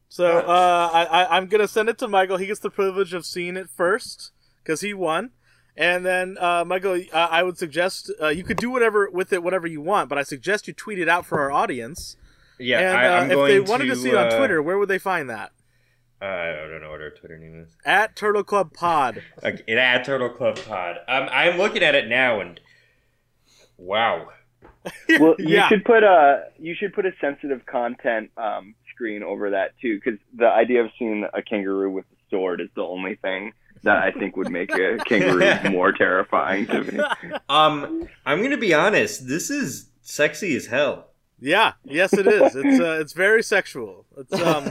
[SPEAKER 2] So uh, I, I, I'm gonna send it to Michael. He gets the privilege of seeing it first because he won. And then uh, Michael, uh, I would suggest uh, you could do whatever with it, whatever you want. But I suggest you tweet it out for our audience.
[SPEAKER 3] yeah,
[SPEAKER 2] and
[SPEAKER 3] I,
[SPEAKER 2] uh,
[SPEAKER 3] I'm
[SPEAKER 2] if
[SPEAKER 3] going
[SPEAKER 2] they wanted to see it on
[SPEAKER 3] uh,
[SPEAKER 2] Twitter, where would they find that?
[SPEAKER 3] Uh, I don't know what our Twitter name is.
[SPEAKER 2] At Turtle Club Pod.
[SPEAKER 3] Okay, it at Turtle Club Pod. Um, I'm looking at it now and wow.
[SPEAKER 5] Well, you
[SPEAKER 2] yeah.
[SPEAKER 5] should put a you should put a sensitive content um, screen over that too, because the idea of seeing a kangaroo with a sword is the only thing that I think would make a kangaroo more terrifying to me.
[SPEAKER 3] Um, I'm gonna be honest. This is sexy as hell.
[SPEAKER 2] yeah. Yes, it is. It's uh, it's very sexual. It's um,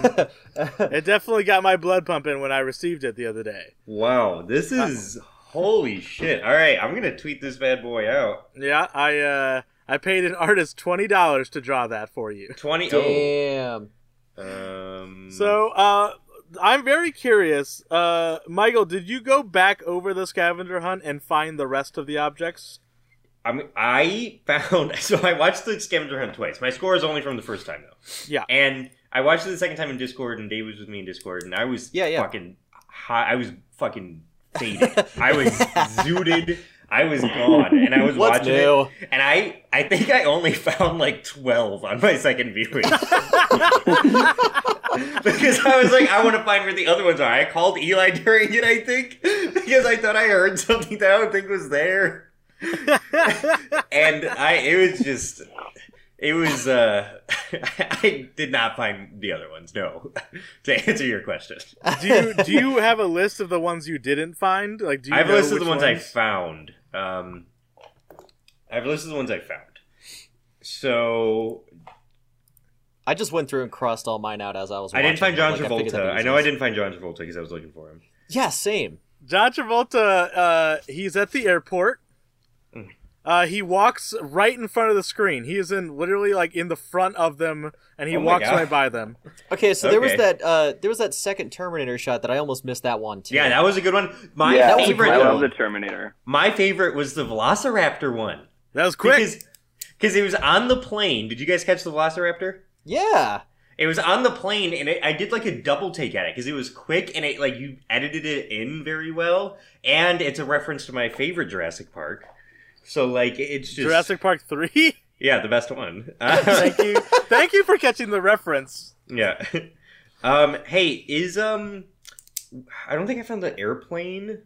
[SPEAKER 2] it definitely got my blood pumping when I received it the other day.
[SPEAKER 3] Wow, this is holy shit. All right, I'm gonna tweet this bad boy out.
[SPEAKER 2] Yeah. I uh, I paid an artist twenty dollars to draw that for you.
[SPEAKER 3] Twenty.
[SPEAKER 4] Damn.
[SPEAKER 3] Oh, um.
[SPEAKER 2] So, uh, I'm very curious. Uh, Michael, did you go back over the scavenger hunt and find the rest of the objects?
[SPEAKER 3] I'm, I found so I watched the scavenger hunt twice. My score is only from the first time though.
[SPEAKER 2] Yeah.
[SPEAKER 3] And I watched it the second time in Discord, and Dave was with me in Discord, and I was
[SPEAKER 4] Yeah, yeah.
[SPEAKER 3] fucking high. I was fucking faded. I was zooted. I was gone, and I was
[SPEAKER 4] What's
[SPEAKER 3] watching
[SPEAKER 4] new?
[SPEAKER 3] it, and I I think I only found like twelve on my second viewing. because I was like, I want to find where the other ones are. I called Eli during it, I think, because I thought I heard something that I don't think was there and I it was just it was uh I did not find the other ones, no. to answer your question.
[SPEAKER 2] Do you do you have a list of the ones you didn't find? Like, do you
[SPEAKER 3] I've
[SPEAKER 2] know
[SPEAKER 3] listed
[SPEAKER 2] which
[SPEAKER 3] the ones, I found. Um I've listed the ones I found. So
[SPEAKER 4] I just went through and crossed all mine out as I was.
[SPEAKER 3] I didn't
[SPEAKER 4] watching
[SPEAKER 3] find
[SPEAKER 4] it,
[SPEAKER 3] John
[SPEAKER 4] like, figured that'd
[SPEAKER 3] Travolta.
[SPEAKER 4] be
[SPEAKER 3] I know I
[SPEAKER 4] easy.
[SPEAKER 3] didn't find John Travolta because I was looking for him.
[SPEAKER 4] Yeah, same.
[SPEAKER 2] John Travolta. Uh, he's at the airport.
[SPEAKER 3] Mm.
[SPEAKER 2] Uh, he walks right in front of the screen. He is in literally like in the front of them, and he
[SPEAKER 3] Oh my
[SPEAKER 2] walks
[SPEAKER 3] God.
[SPEAKER 2] right by them.
[SPEAKER 4] Okay, so there was
[SPEAKER 3] Okay.
[SPEAKER 4] that uh there was that second Terminator shot that I almost missed that one too.
[SPEAKER 3] Yeah, that was a good one. My
[SPEAKER 5] yeah,
[SPEAKER 4] that was a
[SPEAKER 3] favorite
[SPEAKER 5] I
[SPEAKER 4] great
[SPEAKER 5] love
[SPEAKER 4] one.
[SPEAKER 5] the Terminator.
[SPEAKER 3] my favorite was the Velociraptor one.
[SPEAKER 2] That was quick.
[SPEAKER 3] Because because it was on the plane. Did you guys catch the Velociraptor?
[SPEAKER 4] yeah.
[SPEAKER 3] It was on the plane, and it, I did like a double take at it because it was quick, and it like you edited it in very well, and it's a reference to my favorite Jurassic Park. So like it's just
[SPEAKER 2] Jurassic Park three.
[SPEAKER 3] yeah, the best one.
[SPEAKER 2] Thank you. Thank you for catching the reference.
[SPEAKER 3] yeah. Um. Hey, is um. I don't think I found the airplane.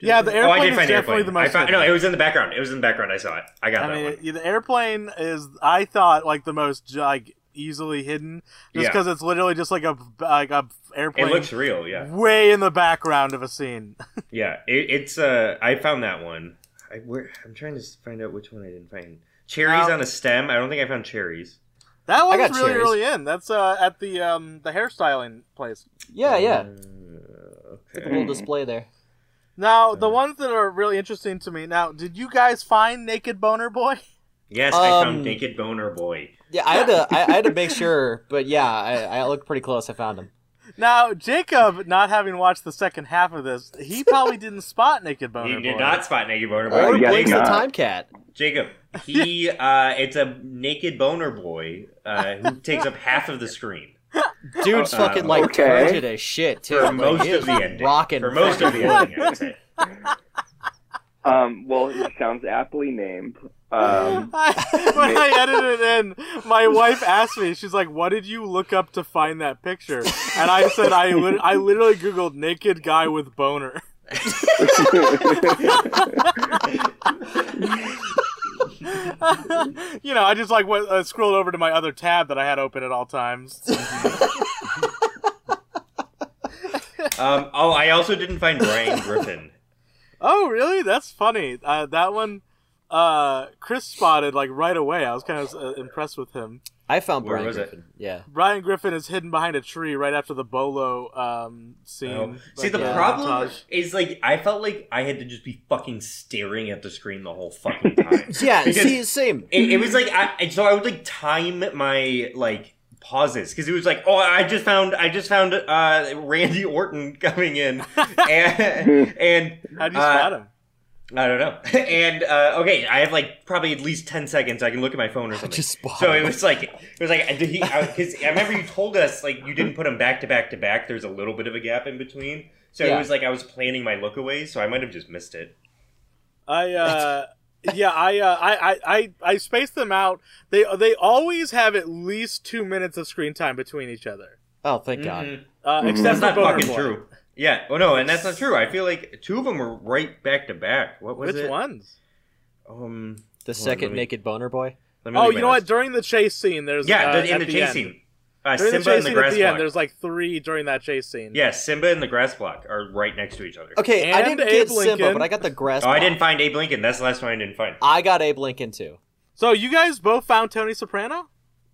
[SPEAKER 2] Yeah, the
[SPEAKER 3] oh, I
[SPEAKER 2] airplane
[SPEAKER 3] did
[SPEAKER 2] is
[SPEAKER 3] find
[SPEAKER 2] definitely
[SPEAKER 3] the airplane.
[SPEAKER 2] the most.
[SPEAKER 3] I found,
[SPEAKER 2] hidden.
[SPEAKER 3] no, it was in the background. It was in the background. I saw it. I got
[SPEAKER 2] I
[SPEAKER 3] that
[SPEAKER 2] mean,
[SPEAKER 3] one.
[SPEAKER 2] yeah, the airplane is I thought like the most like easily hidden, just
[SPEAKER 3] Yeah.
[SPEAKER 2] because it's literally just like a like a airplane
[SPEAKER 3] It looks real. Yeah.
[SPEAKER 2] way in the background of a scene.
[SPEAKER 3] Yeah, it, it's uh, I found that one. I where, I'm trying to s- find out which one I didn't find. Cherries
[SPEAKER 2] Ow.
[SPEAKER 3] on a stem. I don't think I found cherries.
[SPEAKER 2] That one's
[SPEAKER 4] got
[SPEAKER 2] really
[SPEAKER 4] cherries.
[SPEAKER 2] really in. That's uh at the um the hairstyling place.
[SPEAKER 4] Yeah, yeah.
[SPEAKER 3] Uh,
[SPEAKER 4] Like a
[SPEAKER 3] okay.
[SPEAKER 4] little display there.
[SPEAKER 2] Now the ones that are really interesting to me. Now, did you guys find Naked Boner Boy?
[SPEAKER 3] Yes, I
[SPEAKER 4] Um,
[SPEAKER 3] found naked boner boy.
[SPEAKER 4] Yeah, I had to I, I had to make sure, but yeah, I, I looked pretty close. I found him.
[SPEAKER 2] Now Jacob, not having watched the second half of this, he probably didn't spot Naked Boner
[SPEAKER 3] You
[SPEAKER 2] Boy.
[SPEAKER 3] did not spot naked boner boy.
[SPEAKER 4] Or
[SPEAKER 5] guess
[SPEAKER 4] Blake's the
[SPEAKER 5] not.
[SPEAKER 4] Time Cat.
[SPEAKER 3] Jacob, he uh, it's a naked boner boy uh, who takes up half of the screen
[SPEAKER 4] Dude's
[SPEAKER 3] Uh,
[SPEAKER 4] fucking like
[SPEAKER 5] okay.
[SPEAKER 4] turgid as shit too.
[SPEAKER 3] for
[SPEAKER 4] Like,
[SPEAKER 3] most
[SPEAKER 4] he
[SPEAKER 3] of
[SPEAKER 4] is
[SPEAKER 3] the ending.
[SPEAKER 4] rocking
[SPEAKER 3] for most of the ending, I would say.
[SPEAKER 5] Um, well, it sounds aptly named. Um,
[SPEAKER 2] I- when I edited it in, my wife asked me, she's like, "What did you look up to find that picture?" And I said, "I lit- I literally googled naked guy with boner." you know, I just like went, uh, scrolled over to my other tab that I had open at all times.
[SPEAKER 3] Um, oh, I also didn't find Brian Griffin.
[SPEAKER 2] Oh, really? That's funny. Uh, that one, uh, Chris spotted like right away. I was kind of uh, impressed with him.
[SPEAKER 4] I found
[SPEAKER 3] Where
[SPEAKER 4] Oh, Brian
[SPEAKER 3] was it?
[SPEAKER 4] Griffin. Yeah.
[SPEAKER 2] Brian Griffin is hidden behind a tree right after the Bolo um, scene.
[SPEAKER 3] Oh. See,
[SPEAKER 2] Like,
[SPEAKER 3] the
[SPEAKER 2] uh,
[SPEAKER 3] problem
[SPEAKER 2] montage.
[SPEAKER 3] is like I felt like I had to just be fucking staring at the screen the whole fucking time.
[SPEAKER 4] Yeah,
[SPEAKER 3] Because-
[SPEAKER 4] see, same.
[SPEAKER 3] it, it was like I and so I would like time my like pauses because it was like oh I just found I just found uh Randy Orton coming in and and
[SPEAKER 2] How do you
[SPEAKER 3] uh,
[SPEAKER 2] spot him?
[SPEAKER 3] I don't know and uh, okay I have like probably at least ten seconds I can look at my phone or something
[SPEAKER 4] Just spot
[SPEAKER 3] so it
[SPEAKER 4] him.
[SPEAKER 3] was like it was like did he because I, remember you told us like you didn't put them back to back to back there's a little bit of a gap in between so
[SPEAKER 4] Yeah.
[SPEAKER 3] it was like I was planning my lookaways so I might have just missed it
[SPEAKER 2] I uh yeah, I, uh, I I I I space them out. They they always have at least two minutes of screen time between each other.
[SPEAKER 4] Oh, thank God.
[SPEAKER 3] Mhm.
[SPEAKER 2] Uh,
[SPEAKER 3] That's
[SPEAKER 2] Except
[SPEAKER 3] not
[SPEAKER 2] for Boner
[SPEAKER 3] fucking
[SPEAKER 2] Boy.
[SPEAKER 3] true. Yeah. Oh no, and that's not true. I feel like two of them were right back to back. What was
[SPEAKER 2] Which
[SPEAKER 3] it?
[SPEAKER 2] ones?
[SPEAKER 3] Um,
[SPEAKER 4] The
[SPEAKER 3] hold on,
[SPEAKER 4] second
[SPEAKER 3] let me-
[SPEAKER 4] naked boner boy.
[SPEAKER 3] let me
[SPEAKER 2] Oh,
[SPEAKER 3] look
[SPEAKER 2] you
[SPEAKER 3] at my
[SPEAKER 2] know what?
[SPEAKER 3] list.
[SPEAKER 2] During the chase scene, there's
[SPEAKER 3] Yeah,
[SPEAKER 2] uh,
[SPEAKER 3] the- in
[SPEAKER 2] at
[SPEAKER 3] the chase
[SPEAKER 2] end.
[SPEAKER 3] scene, uh,
[SPEAKER 2] During
[SPEAKER 3] Simba
[SPEAKER 2] the chase
[SPEAKER 3] and the
[SPEAKER 2] scene at
[SPEAKER 3] grass
[SPEAKER 2] the end,
[SPEAKER 3] block.
[SPEAKER 2] there's like three during that chase scene.
[SPEAKER 3] yeah, Simba and the grass block are right next to each other.
[SPEAKER 4] Okay, I
[SPEAKER 2] And
[SPEAKER 4] didn't
[SPEAKER 2] Abe
[SPEAKER 4] get Simba,
[SPEAKER 2] Lincoln.
[SPEAKER 4] but I got the grass.
[SPEAKER 3] Oh, I
[SPEAKER 4] block.
[SPEAKER 3] didn't find Abe Lincoln. That's the last one I didn't find.
[SPEAKER 4] I got Abe Lincoln too.
[SPEAKER 2] So you guys both found Tony Soprano?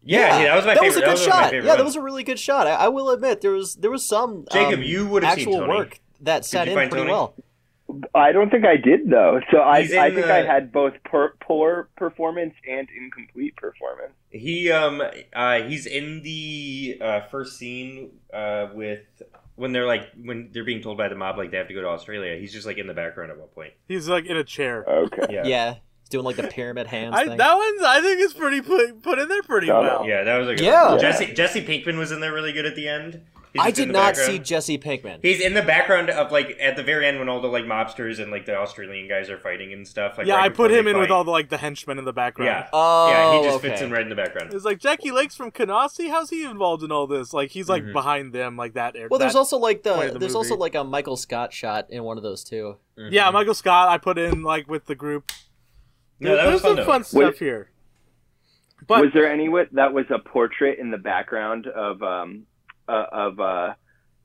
[SPEAKER 3] Yeah, yeah, that was my favorite.
[SPEAKER 4] a good
[SPEAKER 3] that was one of my
[SPEAKER 4] shot.
[SPEAKER 3] favorite
[SPEAKER 4] Yeah, that
[SPEAKER 3] ones.
[SPEAKER 4] was a really good shot. I, I will admit there was there was some
[SPEAKER 3] Jacob,
[SPEAKER 4] um,
[SPEAKER 3] you would have seen
[SPEAKER 4] actual
[SPEAKER 3] Tony.
[SPEAKER 4] work that sat
[SPEAKER 3] you
[SPEAKER 4] in
[SPEAKER 3] find
[SPEAKER 4] pretty
[SPEAKER 3] Tony?
[SPEAKER 4] well.
[SPEAKER 5] I don't think I did though. So I, I
[SPEAKER 3] He's in
[SPEAKER 5] think
[SPEAKER 3] the-
[SPEAKER 5] I had both per, poor performance and incomplete performance.
[SPEAKER 3] He um uh he's in the uh, first scene uh with when they're like when they're being told by the mob like they have to go to Australia. He's just like in the background at one point.
[SPEAKER 2] He's like in a chair.
[SPEAKER 5] Okay.
[SPEAKER 3] Yeah.
[SPEAKER 4] Yeah. he's doing like the pyramid hands
[SPEAKER 2] I,
[SPEAKER 4] thing.
[SPEAKER 2] that one's I think it's pretty put, put in there pretty
[SPEAKER 5] Got it.
[SPEAKER 2] well.
[SPEAKER 3] Yeah, that was a good
[SPEAKER 4] Yeah.
[SPEAKER 3] one. Jesse Jesse Pinkman was in there really good at the end. He's
[SPEAKER 4] I
[SPEAKER 3] just in
[SPEAKER 4] did
[SPEAKER 3] the
[SPEAKER 4] not
[SPEAKER 3] background.
[SPEAKER 4] see Jesse Pinkman.
[SPEAKER 3] He's in the background of like at the very end when all the like mobsters and like the Australian guys are fighting and stuff. Like
[SPEAKER 2] Yeah,
[SPEAKER 3] right
[SPEAKER 2] I put
[SPEAKER 3] before
[SPEAKER 2] him
[SPEAKER 3] they
[SPEAKER 2] in with
[SPEAKER 3] fight.
[SPEAKER 2] all the like the henchmen in the background.
[SPEAKER 3] Yeah.
[SPEAKER 4] oh,
[SPEAKER 3] yeah, he just fits
[SPEAKER 4] okay.
[SPEAKER 3] in right in the background.
[SPEAKER 2] It's like Jackie Lake's from Canasi. How's he involved in all this? Like he's
[SPEAKER 3] Mm-hmm.
[SPEAKER 2] like behind them, like that. air-
[SPEAKER 4] Well, there's
[SPEAKER 2] that-
[SPEAKER 4] also like the,
[SPEAKER 2] point of the
[SPEAKER 4] there's also
[SPEAKER 2] movie.
[SPEAKER 4] like a Michael Scott shot in one of those too.
[SPEAKER 3] Mm-hmm.
[SPEAKER 2] yeah, Michael Scott. I put in like with the group.
[SPEAKER 3] No, that
[SPEAKER 2] there's
[SPEAKER 3] was
[SPEAKER 2] some
[SPEAKER 3] fun. though.
[SPEAKER 2] fun stuff
[SPEAKER 5] Wait.
[SPEAKER 2] here. But
[SPEAKER 5] was there any wit that was a portrait in the background of um uh, of uh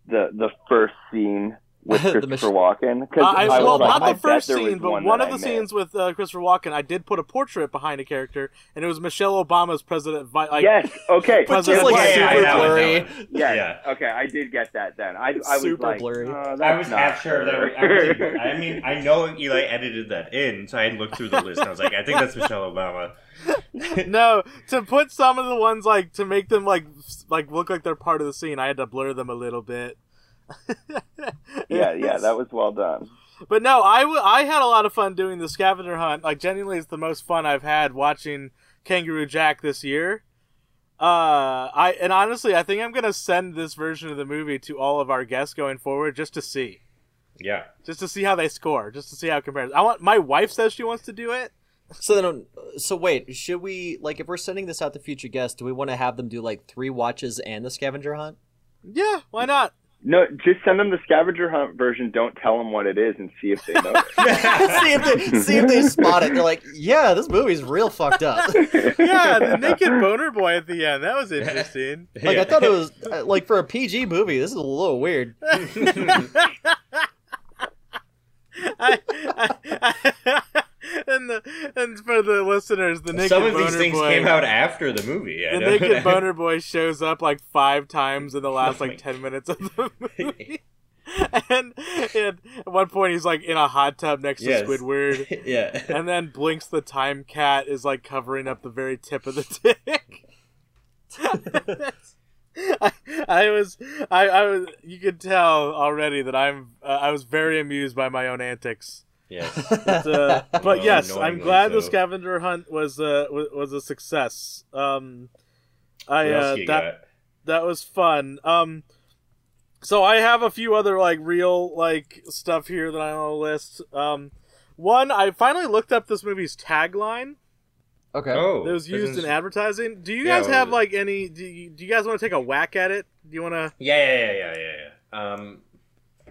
[SPEAKER 5] the the first scene with
[SPEAKER 4] The
[SPEAKER 5] Christopher
[SPEAKER 4] mach-
[SPEAKER 5] Walken?
[SPEAKER 2] uh,
[SPEAKER 5] Because
[SPEAKER 2] I,
[SPEAKER 4] I
[SPEAKER 2] well,
[SPEAKER 4] was like,
[SPEAKER 2] not
[SPEAKER 4] I
[SPEAKER 2] the first
[SPEAKER 5] there was
[SPEAKER 2] scene, but one,
[SPEAKER 5] one that
[SPEAKER 2] of the
[SPEAKER 5] I missed.
[SPEAKER 2] scenes with uh, Christopher Walken, I did put a portrait behind a character, and it was Michelle Obama's president. Vi- like,
[SPEAKER 5] yes. Okay.
[SPEAKER 4] But
[SPEAKER 2] President
[SPEAKER 4] just like
[SPEAKER 2] White.
[SPEAKER 3] yeah,
[SPEAKER 4] super
[SPEAKER 3] that one,
[SPEAKER 4] blurry.
[SPEAKER 3] that one.
[SPEAKER 5] Yes.
[SPEAKER 3] Yeah.
[SPEAKER 5] Okay. I did get that then. I, I was
[SPEAKER 4] Super
[SPEAKER 5] like,
[SPEAKER 4] blurry.
[SPEAKER 5] uh, that's
[SPEAKER 3] I was
[SPEAKER 5] not
[SPEAKER 3] half sure that I,
[SPEAKER 5] her.
[SPEAKER 3] was, I mean I know Eli edited that in, so I had looked through the list and I was like, I think that's Michelle Obama.
[SPEAKER 2] no, to put some of the ones like to make them like s- like look like they're part of the scene, I had to blur them a little bit.
[SPEAKER 5] yeah. Yeah. That was well done.
[SPEAKER 2] But no, I w- I had a lot of fun doing the scavenger hunt. Like genuinely, it's the most fun I've had watching Kangaroo Jack this year. Uh, I and honestly, I think I'm gonna send this version of the movie to all of our guests going forward just to see,
[SPEAKER 3] Yeah.
[SPEAKER 2] just to see how they score, just to see how it compares. I want my wife says she wants to do it.
[SPEAKER 4] So then, so wait, should we like if we're sending this out to future guests, do we want to have them do like three watches and the scavenger hunt?
[SPEAKER 2] Yeah, why not?
[SPEAKER 5] No, just send them the scavenger hunt version. Don't tell them what it is and see if they know.
[SPEAKER 4] see if they see if they spot it. They're like, yeah, this movie's real fucked up.
[SPEAKER 2] Yeah, the naked boner boy at the end. That was interesting.
[SPEAKER 4] Like
[SPEAKER 3] Yeah.
[SPEAKER 4] I thought it was uh, like for a PG movie, this is a little weird.
[SPEAKER 2] I, I, and the and for the listeners, the naked
[SPEAKER 3] Some of
[SPEAKER 2] boner
[SPEAKER 3] these things
[SPEAKER 2] boy
[SPEAKER 3] came out after the movie. I
[SPEAKER 2] The
[SPEAKER 3] know.
[SPEAKER 2] naked boner boy shows up like five times in the last like ten minutes of the movie. And, and at one point he's like in a hot tub next
[SPEAKER 3] Yes.
[SPEAKER 2] to Squidward,
[SPEAKER 3] yeah.
[SPEAKER 2] and then Blinks the time cat is like covering up the very tip of the dick. I, I was, I, I was. You could tell already that I'm. Uh, I was very amused by my own antics.
[SPEAKER 3] Yes.
[SPEAKER 2] But, uh, but
[SPEAKER 3] No,
[SPEAKER 2] yes, I'm
[SPEAKER 3] annoyingly
[SPEAKER 2] glad the
[SPEAKER 3] so.
[SPEAKER 2] scavenger hunt was uh, was, was a success. Um,
[SPEAKER 3] What
[SPEAKER 2] I uh,
[SPEAKER 3] else you
[SPEAKER 2] that
[SPEAKER 3] got?
[SPEAKER 2] that was fun. Um, so I have a few other like real like stuff here that I on the list. Um, one, I finally looked up this movie's tagline
[SPEAKER 4] Okay.
[SPEAKER 3] Oh,
[SPEAKER 2] that was used in
[SPEAKER 3] ad-
[SPEAKER 2] advertising. Do you
[SPEAKER 3] Yeah,
[SPEAKER 2] guys
[SPEAKER 3] what
[SPEAKER 2] have
[SPEAKER 3] was it?
[SPEAKER 2] like any? Do you, do you guys want to take a whack at it? Do you want to?
[SPEAKER 3] yeah, yeah, yeah, yeah, yeah, yeah. Um,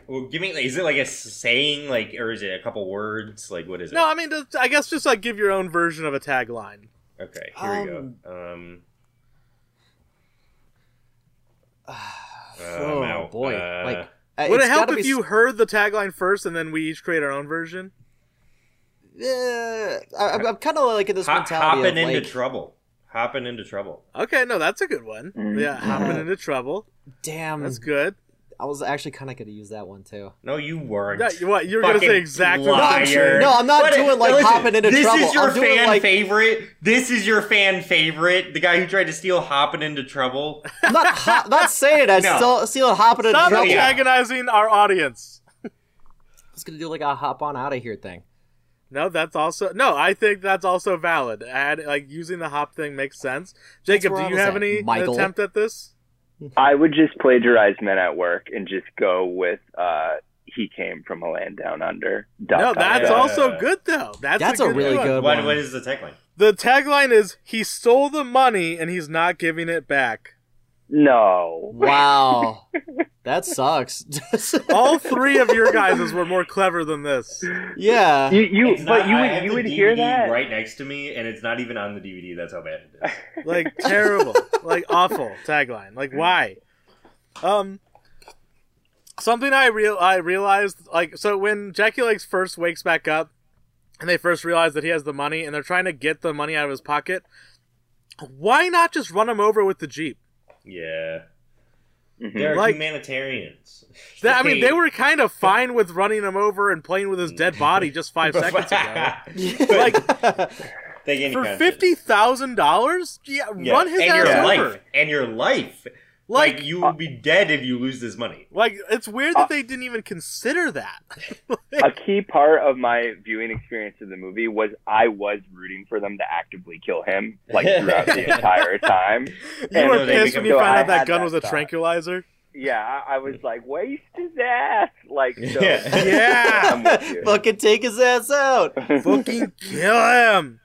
[SPEAKER 3] well, give me. Is it like a s- saying, like, or is it a couple words? Like, what is it?
[SPEAKER 2] No, I mean, just, I guess just like give your own version of a tagline.
[SPEAKER 3] Okay, here
[SPEAKER 4] Um,
[SPEAKER 3] we go. Um,
[SPEAKER 4] oh
[SPEAKER 3] uh, I'm out.
[SPEAKER 4] Oh, boy,
[SPEAKER 3] Uh,
[SPEAKER 4] like Uh,
[SPEAKER 2] Would
[SPEAKER 4] it's
[SPEAKER 2] it help
[SPEAKER 4] gotta
[SPEAKER 2] if
[SPEAKER 4] be
[SPEAKER 2] you heard the tagline first and then we each create our own version?
[SPEAKER 4] Uh, I, I'm kind of like in this
[SPEAKER 3] Hop,
[SPEAKER 4] mentality of,
[SPEAKER 3] hopping into
[SPEAKER 4] like,
[SPEAKER 3] trouble. Hopping into trouble.
[SPEAKER 2] Okay, no, that's a good one.
[SPEAKER 4] Mm-hmm.
[SPEAKER 5] Mm.
[SPEAKER 2] Yeah, hopping into trouble.
[SPEAKER 4] damn.
[SPEAKER 2] That's good.
[SPEAKER 4] I was actually kind of going to use that one too.
[SPEAKER 3] No, you weren't.
[SPEAKER 2] That- what you were gonna
[SPEAKER 3] Fucking
[SPEAKER 2] say exactly? what
[SPEAKER 4] I'm
[SPEAKER 2] I'm
[SPEAKER 4] sure-
[SPEAKER 2] saying.
[SPEAKER 3] liar.
[SPEAKER 4] no, I'm not
[SPEAKER 3] What-
[SPEAKER 4] doing, like, hopping into
[SPEAKER 3] this
[SPEAKER 4] trouble.
[SPEAKER 3] is your
[SPEAKER 4] I'm doing,
[SPEAKER 3] fan
[SPEAKER 4] like-
[SPEAKER 3] favorite. This is your fan favorite. The guy who tried to steal hopping into trouble.
[SPEAKER 4] I'm not hop, not saying it. I
[SPEAKER 3] No.
[SPEAKER 4] still still hopping into
[SPEAKER 2] Stop
[SPEAKER 4] trouble.
[SPEAKER 3] yeah.
[SPEAKER 2] antagonizing our audience.
[SPEAKER 4] I was going to do like a hop on out of here thing.
[SPEAKER 2] No, that's also no. I think that's also valid. Add like using the hop thing makes sense. Jacob,
[SPEAKER 4] where
[SPEAKER 2] do
[SPEAKER 4] I
[SPEAKER 2] you
[SPEAKER 4] was
[SPEAKER 2] have
[SPEAKER 4] at,
[SPEAKER 2] any
[SPEAKER 4] Michael.
[SPEAKER 2] attempt at this?
[SPEAKER 5] I would just plagiarize Men at Work and just go with uh, he came from a land down under. Dot,
[SPEAKER 2] no,
[SPEAKER 5] dot,
[SPEAKER 2] that's
[SPEAKER 5] dot.
[SPEAKER 2] also good though. That's,
[SPEAKER 4] That's
[SPEAKER 2] a,
[SPEAKER 4] a
[SPEAKER 2] good
[SPEAKER 4] really
[SPEAKER 2] one.
[SPEAKER 4] good-
[SPEAKER 3] What,
[SPEAKER 4] one.
[SPEAKER 3] what is the tagline?
[SPEAKER 2] The tagline is he stole the money and he's not giving it back.
[SPEAKER 5] No.
[SPEAKER 4] Wow, that sucks.
[SPEAKER 3] Oh.
[SPEAKER 2] All three of your guys were more clever than this.
[SPEAKER 4] yeah,
[SPEAKER 5] You, you
[SPEAKER 3] It's
[SPEAKER 5] but
[SPEAKER 3] not-
[SPEAKER 5] you
[SPEAKER 3] I
[SPEAKER 5] would
[SPEAKER 3] have
[SPEAKER 5] you
[SPEAKER 3] the
[SPEAKER 5] would hear
[SPEAKER 3] DVD
[SPEAKER 5] that
[SPEAKER 3] right next to me, and it's not even on the DVD. That's how bad it is.
[SPEAKER 2] Like terrible. like awful tagline. Like why? Um something I real I realized like so when Jackie Legs first wakes back up and they first realize that he has the money and they're trying to get the money out of his pocket, why not just run him over with the Jeep?
[SPEAKER 3] Yeah,
[SPEAKER 5] Mhm.
[SPEAKER 3] they're
[SPEAKER 2] Like-
[SPEAKER 3] humanitarians.
[SPEAKER 2] That, I mean, they were kind of fine with running him over and playing with his dead body just five seconds ago. Like
[SPEAKER 3] they gained
[SPEAKER 2] for
[SPEAKER 3] conscience.
[SPEAKER 2] fifty thousand dollars, yeah,
[SPEAKER 3] Yeah.
[SPEAKER 2] run his
[SPEAKER 3] and
[SPEAKER 2] ass
[SPEAKER 3] your
[SPEAKER 2] over.
[SPEAKER 3] life and your life.
[SPEAKER 2] Like,
[SPEAKER 3] Like, uh, you will be dead if you lose this money.
[SPEAKER 2] Like it's weird that they didn't even consider that.
[SPEAKER 5] a key part of my viewing experience of the movie was I was rooting for them to actively kill him like throughout the entire time.
[SPEAKER 2] you
[SPEAKER 5] and
[SPEAKER 2] were
[SPEAKER 3] then they
[SPEAKER 2] pissed
[SPEAKER 3] become-
[SPEAKER 2] when you
[SPEAKER 5] so
[SPEAKER 2] found
[SPEAKER 5] I
[SPEAKER 2] out that
[SPEAKER 5] had
[SPEAKER 2] gun
[SPEAKER 5] that
[SPEAKER 2] was a
[SPEAKER 5] thought.
[SPEAKER 2] tranquilizer.
[SPEAKER 5] Yeah, I, I was like, waste his ass. Like, so,
[SPEAKER 3] Yeah.
[SPEAKER 2] Yeah,
[SPEAKER 5] I'm with you.
[SPEAKER 4] fucking take his ass out.
[SPEAKER 2] fucking kill him.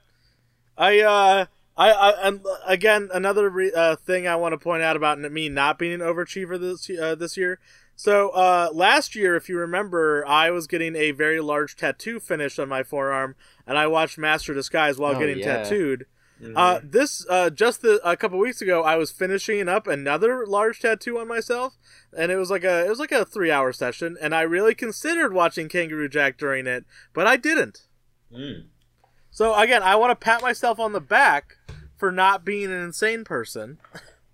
[SPEAKER 2] I uh. I, I and again another re- uh, thing I want to point out about me not being an overachiever this uh, this year. So uh, last year, if you remember, I was getting a very large tattoo finished on my forearm, and I watched Master Disguise while
[SPEAKER 4] Oh,
[SPEAKER 2] getting
[SPEAKER 4] yeah.
[SPEAKER 2] tattooed. Uh, this uh, just the, a couple weeks ago, I was finishing up another large tattoo on myself, and it was like a it was like a three hour session, and I really considered watching Kangaroo Jack during it, but I didn't.
[SPEAKER 3] Mm.
[SPEAKER 2] So again, I want to pat myself on the back for not being an insane person.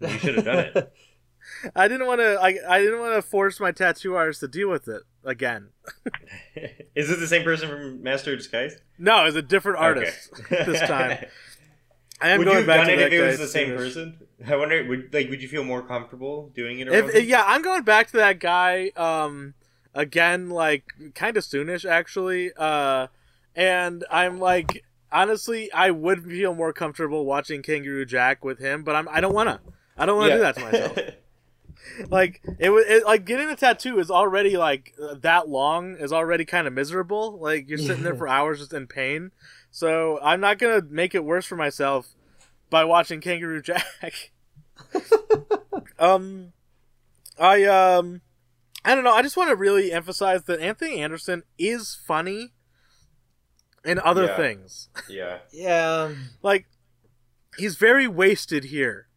[SPEAKER 3] You should have done it.
[SPEAKER 2] I didn't want to I, I didn't want to force my tattoo artist to deal with it again.
[SPEAKER 3] Is it the same person from Master of Disguise?
[SPEAKER 2] No, it's a different artist
[SPEAKER 3] Okay.
[SPEAKER 2] this time. I am
[SPEAKER 3] would you
[SPEAKER 2] going
[SPEAKER 3] have
[SPEAKER 2] back
[SPEAKER 3] done
[SPEAKER 2] to
[SPEAKER 3] it
[SPEAKER 2] that
[SPEAKER 3] if it was
[SPEAKER 2] guy's
[SPEAKER 3] the same
[SPEAKER 2] finish.
[SPEAKER 3] person? I wonder. Would like would you feel more comfortable doing it? around
[SPEAKER 2] If,
[SPEAKER 3] him?
[SPEAKER 2] yeah, I'm going back to that guy um again like kind of soonish actually uh and I'm like honestly I would feel more comfortable watching Kangaroo Jack with him but I'm I don't want to. I don't want to
[SPEAKER 3] Yeah.
[SPEAKER 2] do that to myself. like it was it, like getting a tattoo is already like uh, that long is already kind of miserable. Like you're sitting there for hours just in pain. So I'm not gonna make it worse for myself by watching Kangaroo Jack. um, I um, I don't know. I just want to really emphasize that Anthony Anderson is funny in other
[SPEAKER 3] Yeah.
[SPEAKER 2] things.
[SPEAKER 3] yeah.
[SPEAKER 4] Yeah,
[SPEAKER 2] Like he's very wasted here.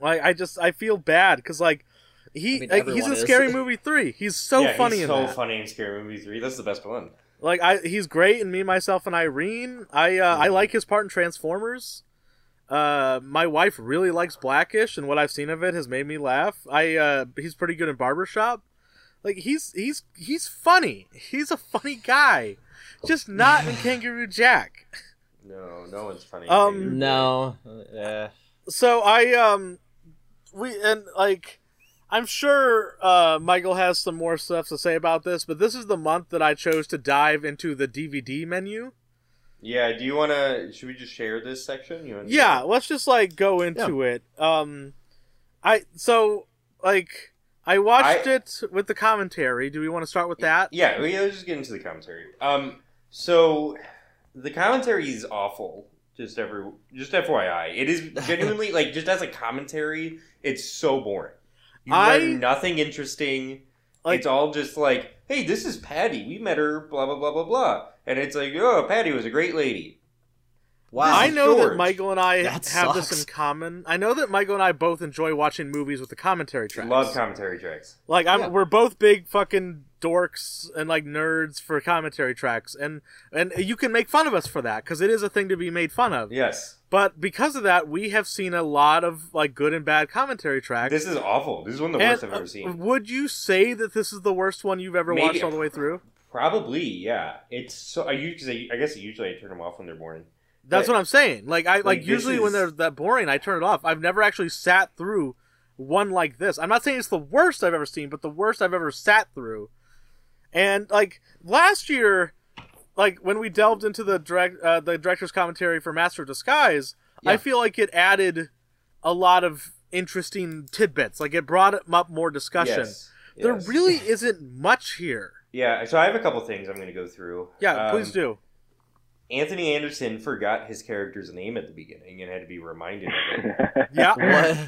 [SPEAKER 2] Like I just I feel bad because like he
[SPEAKER 4] I mean,
[SPEAKER 2] like, he's in
[SPEAKER 4] everyone is.
[SPEAKER 2] Scary Movie three. He's so
[SPEAKER 3] yeah,
[SPEAKER 2] funny
[SPEAKER 3] he's
[SPEAKER 2] in
[SPEAKER 3] so
[SPEAKER 2] that.
[SPEAKER 3] funny in Scary Movie Three. That's the best one.
[SPEAKER 2] Like I he's great in Me Myself and Irene. I uh,
[SPEAKER 3] Mm-hmm.
[SPEAKER 2] I like his part in Transformers. Uh, my wife really likes Blackish, and what I've seen of it has made me laugh. I uh, he's pretty good in Barbershop. Like he's he's he's funny. He's a funny guy, just not in Kangaroo Jack.
[SPEAKER 3] No, no one's funny. in
[SPEAKER 2] Um,
[SPEAKER 3] Scary Movie.
[SPEAKER 4] no, uh,
[SPEAKER 2] so I um we and like I'm sure uh, Michael has some more stuff to say about this, but this is the month that I chose to dive into the DVD menu.
[SPEAKER 3] Yeah. Do you want to? Should we just share this section? You wanna do
[SPEAKER 2] Yeah,
[SPEAKER 3] that?
[SPEAKER 2] let's just like go into it. Um, I so like I watched
[SPEAKER 3] I-
[SPEAKER 2] it with the commentary. Do we want to start with that?
[SPEAKER 3] Yeah. We, let's just get into the commentary. Um. So, the commentary is awful. Just every. Just FYI, it is genuinely like just as a commentary, it's so boring. You
[SPEAKER 2] I-
[SPEAKER 3] learn nothing interesting.
[SPEAKER 2] Like-
[SPEAKER 3] it's all just like, hey, this is Patty. We met her. Blah blah blah blah blah. And it's like, oh, Patty was a great lady.
[SPEAKER 4] Wow.
[SPEAKER 2] I
[SPEAKER 3] is
[SPEAKER 2] know that
[SPEAKER 3] George.
[SPEAKER 2] Michael and I
[SPEAKER 4] That
[SPEAKER 2] have this
[SPEAKER 4] sucks.
[SPEAKER 2] in common. I know that Michael and I both enjoy watching movies with the commentary tracks.
[SPEAKER 3] Love commentary tracks.
[SPEAKER 2] Like I'm,
[SPEAKER 4] Yeah.
[SPEAKER 2] we're both big fucking dorks and like nerds for commentary tracks, and and you can make fun of us for that because it is a thing to be made fun of.
[SPEAKER 3] Yes.
[SPEAKER 2] But because of that, we have seen a lot of like good and bad commentary tracks.
[SPEAKER 3] This is awful. This is one of the
[SPEAKER 2] And,
[SPEAKER 3] worst I've ever
[SPEAKER 2] uh,
[SPEAKER 3] seen.
[SPEAKER 2] Would you say that this is the worst one you've ever
[SPEAKER 3] Maybe.
[SPEAKER 2] watched all the way through?
[SPEAKER 3] Probably, yeah. It's so. I usually, I guess, usually I turn them off when they're boring.
[SPEAKER 2] That's
[SPEAKER 3] But-
[SPEAKER 2] what I'm saying. Like I like,
[SPEAKER 3] Like, this
[SPEAKER 2] usually
[SPEAKER 3] is-
[SPEAKER 2] when they're that boring, I turn it off. I've never actually sat through one like this. I'm not saying it's the worst I've ever seen, but the worst I've ever sat through. And like last year, like when we delved into the direct uh, the director's commentary for Master of Disguise, I
[SPEAKER 4] Yeah.
[SPEAKER 2] feel like it added a lot of interesting tidbits. Like it brought up more discussion.
[SPEAKER 3] Yes.
[SPEAKER 2] There
[SPEAKER 3] Yes.
[SPEAKER 2] really isn't much here.
[SPEAKER 3] Yeah. So I have a couple things I'm going to go through.
[SPEAKER 2] Yeah,
[SPEAKER 3] Um,
[SPEAKER 2] please do.
[SPEAKER 3] Anthony Anderson forgot his character's name at the beginning and had to be reminded of it.
[SPEAKER 2] Yeah.
[SPEAKER 4] What?
[SPEAKER 3] Uh,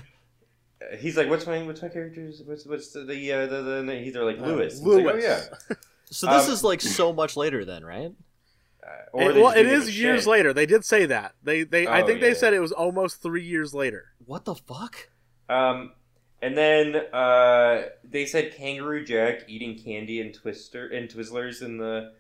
[SPEAKER 3] He's like, "What's my what's my character's what's what's the the, uh, the, the, the he's they're like Lewis." It's like, oh
[SPEAKER 2] Lewis.
[SPEAKER 3] yeah.
[SPEAKER 4] So this
[SPEAKER 3] Um,
[SPEAKER 4] is like so much later then, right?
[SPEAKER 3] Uh,
[SPEAKER 2] It-
[SPEAKER 3] they
[SPEAKER 2] well,
[SPEAKER 3] just
[SPEAKER 2] it
[SPEAKER 3] didn't
[SPEAKER 2] is
[SPEAKER 3] give a
[SPEAKER 2] years
[SPEAKER 3] shit.
[SPEAKER 2] later. They did say that. They, they. I
[SPEAKER 3] Oh,
[SPEAKER 2] think
[SPEAKER 3] yeah.
[SPEAKER 2] they said it was almost three years later.
[SPEAKER 4] What the fuck?
[SPEAKER 3] Um, and then uh, they said Kangaroo Jack eating candy and Twister and Twizzlers in the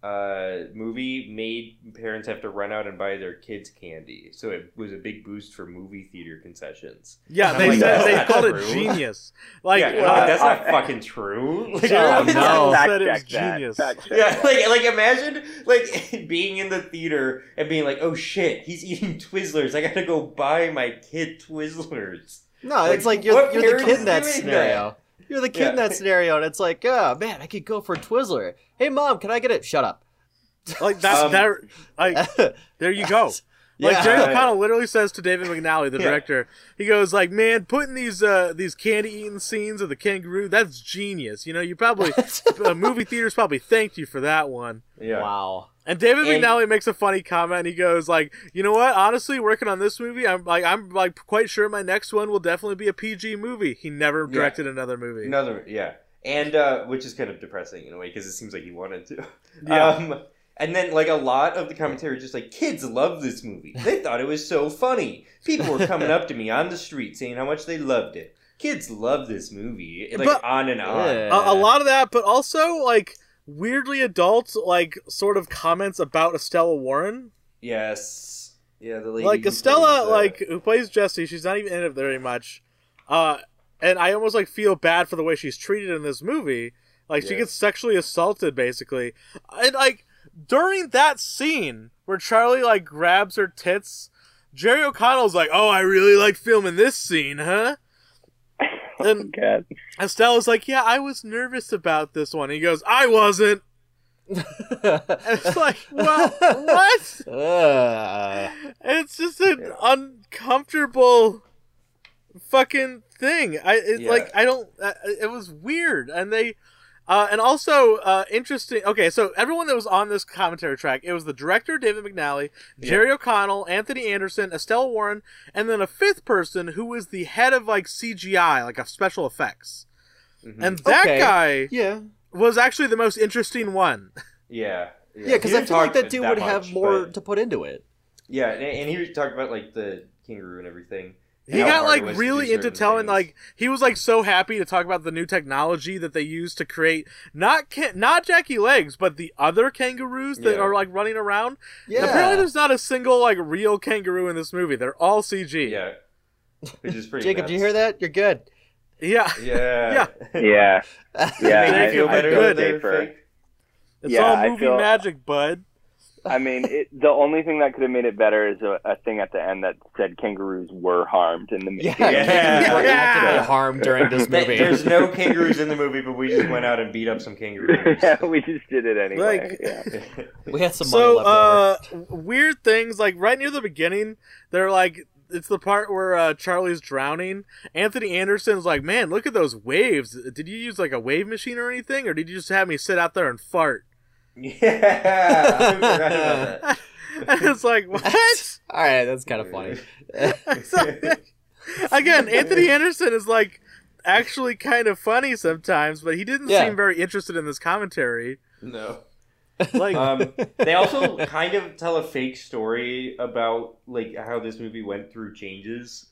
[SPEAKER 3] uh, movie made parents have to run out and buy their kids candy, so it was a big boost for movie theater concessions.
[SPEAKER 2] Yeah,
[SPEAKER 3] I'm
[SPEAKER 2] they
[SPEAKER 3] like,
[SPEAKER 2] said
[SPEAKER 3] that's
[SPEAKER 2] they
[SPEAKER 3] not
[SPEAKER 2] called it
[SPEAKER 3] true.
[SPEAKER 2] genius. Like,
[SPEAKER 3] yeah,
[SPEAKER 2] uh,
[SPEAKER 3] God, that's not
[SPEAKER 5] I-
[SPEAKER 3] fucking true. Like,
[SPEAKER 2] Yeah,
[SPEAKER 4] Oh, no.
[SPEAKER 5] Fact
[SPEAKER 2] Said it was
[SPEAKER 5] check that.
[SPEAKER 2] genius.
[SPEAKER 5] Fact check
[SPEAKER 3] Yeah,
[SPEAKER 5] that.
[SPEAKER 3] like like imagine like being in the theater and being like, oh shit, he's eating Twizzlers. I gotta go buy my kid Twizzlers.
[SPEAKER 4] No,
[SPEAKER 3] Like,
[SPEAKER 4] it's like
[SPEAKER 3] what
[SPEAKER 4] you're, you're the
[SPEAKER 3] parent
[SPEAKER 4] kid
[SPEAKER 3] is
[SPEAKER 4] in that
[SPEAKER 3] doing that?
[SPEAKER 4] scenario. You're the kid in
[SPEAKER 3] Yeah.
[SPEAKER 4] that scenario, and it's like, oh man, I could go for a Twizzler. Hey mom, can I get it? Shut up.
[SPEAKER 2] like that.
[SPEAKER 3] Um,
[SPEAKER 2] there, like, there you go. Like
[SPEAKER 4] Yeah.
[SPEAKER 2] Jerry O'Connell literally says to David McNally, the
[SPEAKER 3] Yeah.
[SPEAKER 2] director, he goes like, "Man, putting these uh, these candy eating scenes of the kangaroo, that's genius. You know, you probably uh, movie theaters probably thanked you for that one."
[SPEAKER 3] Yeah.
[SPEAKER 4] Wow.
[SPEAKER 2] And David
[SPEAKER 3] And-
[SPEAKER 2] McNally makes a funny comment. And he goes like, "You know what? Honestly, working on this movie, I'm like, I'm like quite sure my next one will definitely be a PG movie." He never
[SPEAKER 3] Yeah.
[SPEAKER 2] directed another movie.
[SPEAKER 3] Another, yeah, and uh, which is kind of depressing in a way because it seems like he wanted to.
[SPEAKER 2] Yeah.
[SPEAKER 3] Um, and then like a lot of the commentary was just like kids love this movie. They thought it was so funny. People were coming up to me on the street saying how much they loved it. Kids love this movie. Like
[SPEAKER 2] But-
[SPEAKER 3] on and on.
[SPEAKER 4] Yeah.
[SPEAKER 2] a, a lot of that, but also like weirdly adult like sort of comments about Estella Warren.
[SPEAKER 3] Yes. Yeah, the lady
[SPEAKER 2] Like
[SPEAKER 3] who
[SPEAKER 2] Estella,
[SPEAKER 3] plays, uh,
[SPEAKER 2] like who plays Jessie, she's not even in it very much. Uh, and I almost like feel bad for the way she's treated in this movie. Like she
[SPEAKER 3] Yeah.
[SPEAKER 2] gets sexually assaulted basically, and like during that scene where Charlie like grabs her tits. Jerry O'Connell's like, oh, I really like filming this scene, huh? And
[SPEAKER 5] God.
[SPEAKER 2] Estella's like, yeah, I was nervous about this one. he goes, I wasn't. And it's like, well, what?
[SPEAKER 4] Uh,
[SPEAKER 2] It's just an uncomfortable fucking thing. I it,
[SPEAKER 3] Yeah.
[SPEAKER 2] like I don't. Uh, it was weird, and they, uh, and also uh, interesting. Okay, so everyone that was on this commentary track, it was the director David McNally,
[SPEAKER 3] Yeah.
[SPEAKER 2] Jerry O'Connell, Anthony Anderson, Estelle Warren, and then a fifth person who was the head of like CGI, like of special effects,
[SPEAKER 3] mhm.
[SPEAKER 2] and that
[SPEAKER 4] Okay.
[SPEAKER 2] guy
[SPEAKER 4] yeah.
[SPEAKER 2] was actually the most interesting one.
[SPEAKER 3] yeah.
[SPEAKER 4] Yeah, because
[SPEAKER 3] He
[SPEAKER 4] I
[SPEAKER 3] didn't
[SPEAKER 4] feel like
[SPEAKER 3] talk
[SPEAKER 4] that dude would have
[SPEAKER 3] much,
[SPEAKER 4] more
[SPEAKER 3] but-
[SPEAKER 4] to put into it.
[SPEAKER 3] Yeah, and, and he talked about like the kangaroo and everything. and
[SPEAKER 2] he
[SPEAKER 3] how
[SPEAKER 2] got
[SPEAKER 3] hard
[SPEAKER 2] like
[SPEAKER 3] it was to
[SPEAKER 2] really
[SPEAKER 3] do
[SPEAKER 2] into
[SPEAKER 3] certain
[SPEAKER 2] telling
[SPEAKER 3] things.
[SPEAKER 2] like he was like so happy to talk about the new technology that they use to create not can- not Jackie Legs but the other kangaroos that
[SPEAKER 3] Yeah.
[SPEAKER 2] are like running around.
[SPEAKER 4] Yeah.
[SPEAKER 2] Apparently there's not a single like real kangaroo in this movie. They're all CG.
[SPEAKER 3] yeah, which is pretty.
[SPEAKER 4] Jacob,
[SPEAKER 3] nuts.
[SPEAKER 4] do you hear that? You're good.
[SPEAKER 2] Yeah.
[SPEAKER 3] Yeah.
[SPEAKER 5] Yeah. Yeah.
[SPEAKER 2] Make
[SPEAKER 5] I,
[SPEAKER 2] you feel
[SPEAKER 5] I
[SPEAKER 2] better
[SPEAKER 5] feel
[SPEAKER 2] when
[SPEAKER 5] safer.
[SPEAKER 2] It's
[SPEAKER 5] Yeah, I
[SPEAKER 2] all movie
[SPEAKER 5] feel-
[SPEAKER 2] magic, bud.
[SPEAKER 5] I mean, it, the only thing that could have made it better is a, a thing at the end that said kangaroos were harmed in the
[SPEAKER 4] Yeah.
[SPEAKER 5] making.
[SPEAKER 3] Yeah.
[SPEAKER 4] We're actively
[SPEAKER 2] Yeah.
[SPEAKER 4] harmed during this
[SPEAKER 3] Th- There's
[SPEAKER 4] movie.
[SPEAKER 3] no kangaroos in the movie, but we just went out and beat up some kangaroos.
[SPEAKER 5] yeah, we just did it anyway.
[SPEAKER 2] Like-
[SPEAKER 5] yeah.
[SPEAKER 4] we had some money
[SPEAKER 2] so
[SPEAKER 4] left
[SPEAKER 2] uh w- weird things like right near the beginning they're like it's the part where uh, charlie's drowning anthony anderson's like man look at those waves did you use like a wave machine or anything or did you just have me sit out there and fart
[SPEAKER 3] yeah, I forgot about that.
[SPEAKER 2] and it's like what
[SPEAKER 4] over. All right, that's kind of funny.
[SPEAKER 2] It's like- again anthony anderson is like actually kind of funny sometimes but he didn't
[SPEAKER 4] Yeah.
[SPEAKER 2] seem very interested in this commentary
[SPEAKER 3] No.
[SPEAKER 2] Like,
[SPEAKER 5] Uh,
[SPEAKER 3] Um, they also kind of tell a fake story about like how this movie went through changes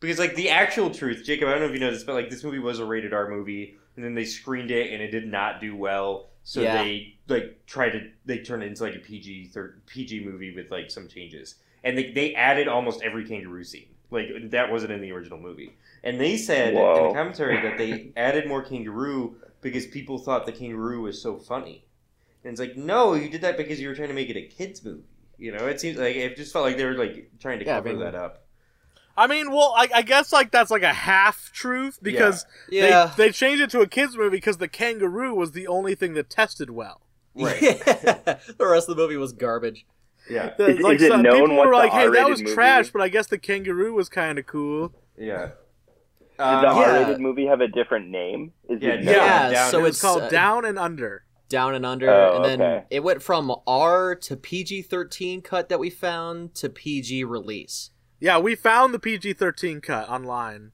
[SPEAKER 3] because like the actual truth, Jacob. I don't know if you know this, but like this movie was a rated R movie, and then they screened it and it did not do well, so
[SPEAKER 4] Yeah.
[SPEAKER 3] they like tried to they turned it into like a PG thir- PG movie with like some changes, and they they added almost every kangaroo scene. Like that wasn't in the original movie, and they said in
[SPEAKER 5] Whoa.
[SPEAKER 3] the commentary that they added more kangaroo because people thought the kangaroo was so funny. And it's like, no, you did that because you were trying to make it a kids movie. You know, it seems like it just felt like they were like trying to
[SPEAKER 4] Yeah, I
[SPEAKER 3] cover
[SPEAKER 4] mean-
[SPEAKER 3] that up.
[SPEAKER 2] I mean, well, I, I guess like that's like a half truth because
[SPEAKER 4] yeah.
[SPEAKER 2] they, they changed it to a kids movie because the kangaroo was the only thing that tested well.
[SPEAKER 3] Right.
[SPEAKER 4] the rest of the movie was garbage.
[SPEAKER 3] yeah.
[SPEAKER 2] The-
[SPEAKER 5] Is- is it
[SPEAKER 2] some
[SPEAKER 5] known
[SPEAKER 2] people
[SPEAKER 5] what
[SPEAKER 2] were
[SPEAKER 5] the
[SPEAKER 2] like, "Hey, that
[SPEAKER 5] R-rated
[SPEAKER 2] was
[SPEAKER 5] movie
[SPEAKER 2] trash,"
[SPEAKER 5] is?
[SPEAKER 2] but I guess the kangaroo was kind of cool.
[SPEAKER 3] Yeah.
[SPEAKER 5] Did
[SPEAKER 3] Um,
[SPEAKER 5] the
[SPEAKER 4] yeah.
[SPEAKER 5] R-rated movie have a different name? Is
[SPEAKER 3] Yeah,
[SPEAKER 5] it
[SPEAKER 3] Down,
[SPEAKER 4] yeah,
[SPEAKER 3] down.
[SPEAKER 4] so
[SPEAKER 2] it was
[SPEAKER 4] it's
[SPEAKER 2] called
[SPEAKER 4] uh,
[SPEAKER 2] Down and Under.
[SPEAKER 4] Down and under,
[SPEAKER 5] Oh,
[SPEAKER 4] and then
[SPEAKER 5] okay.
[SPEAKER 4] it went from R to PG thirteen cut that we found to PG release.
[SPEAKER 2] Yeah, we found the PG-13 cut online.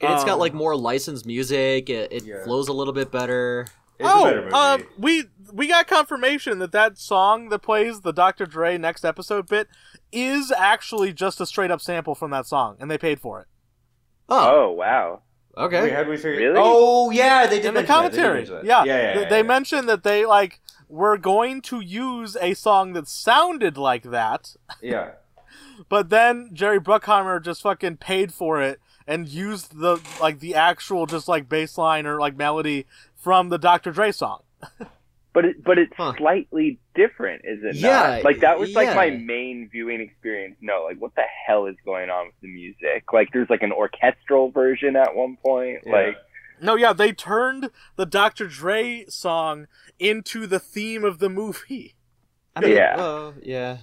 [SPEAKER 4] And it's got
[SPEAKER 2] Um,
[SPEAKER 4] like more licensed music. It, it
[SPEAKER 3] Oh. Yeah.
[SPEAKER 4] flows a little bit better.
[SPEAKER 3] it's a better
[SPEAKER 2] oh,
[SPEAKER 3] movie.
[SPEAKER 2] um, we we got confirmation that that song that plays the Dr. Dre next episode bit is actually just a straight up sample from that song, and they paid for it.
[SPEAKER 4] Oh,
[SPEAKER 5] Oh wow.
[SPEAKER 4] okay.
[SPEAKER 3] Wait, how did we figure?
[SPEAKER 5] Really?
[SPEAKER 3] Oh yeah, they did
[SPEAKER 2] in the
[SPEAKER 3] mention that, they did
[SPEAKER 2] commentary.
[SPEAKER 3] mention that.
[SPEAKER 2] Yeah,
[SPEAKER 3] yeah,
[SPEAKER 2] they,
[SPEAKER 3] yeah,
[SPEAKER 2] they
[SPEAKER 3] yeah.
[SPEAKER 2] mentioned that they like were going to use a song that sounded like that,
[SPEAKER 3] Yeah,
[SPEAKER 2] but then Jerry Bruckheimer just fucking paid for it and used the like the actual just like bass line or like melody from the Dr. Dre song.
[SPEAKER 5] But it, but it's
[SPEAKER 4] Huh.
[SPEAKER 5] slightly different, is it
[SPEAKER 4] Yeah,
[SPEAKER 5] not? Like that was
[SPEAKER 4] yeah.
[SPEAKER 5] like my main viewing experience. No, like what the hell is going on with the music? Like there's like an orchestral version at one point.
[SPEAKER 3] Yeah.
[SPEAKER 5] Like
[SPEAKER 2] No, yeah, they turned the Dr. Dre song into the theme of the movie.
[SPEAKER 4] I mean,
[SPEAKER 5] Yeah.
[SPEAKER 4] uh, yeah.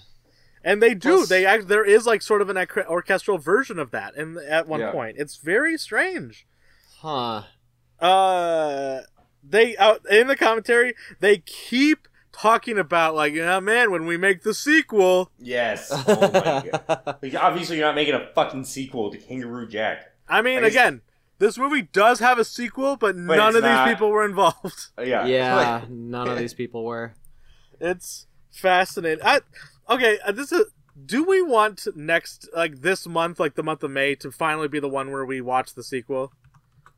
[SPEAKER 2] And they do.
[SPEAKER 4] Plus-
[SPEAKER 2] They act, there is like sort of an ac- orchestral version of that in at one
[SPEAKER 3] Yeah.
[SPEAKER 2] point. It's very strange.
[SPEAKER 4] Huh.
[SPEAKER 2] uh they out in the commentary they keep talking about like yeah man when we make the sequel
[SPEAKER 3] Yes. Oh my god. Like, obviously, you're not making a fucking sequel to Kangaroo Jack.
[SPEAKER 2] i mean
[SPEAKER 3] I guess-
[SPEAKER 2] again this movie does have a sequel but none
[SPEAKER 3] it's
[SPEAKER 2] of
[SPEAKER 3] not-
[SPEAKER 2] these people were involved
[SPEAKER 3] Uh, Yeah.
[SPEAKER 4] Yeah, none of these people were.
[SPEAKER 2] it's fascinating I, okay uh, this is do we want next like this month like the month of may to finally be the one where we watch the sequel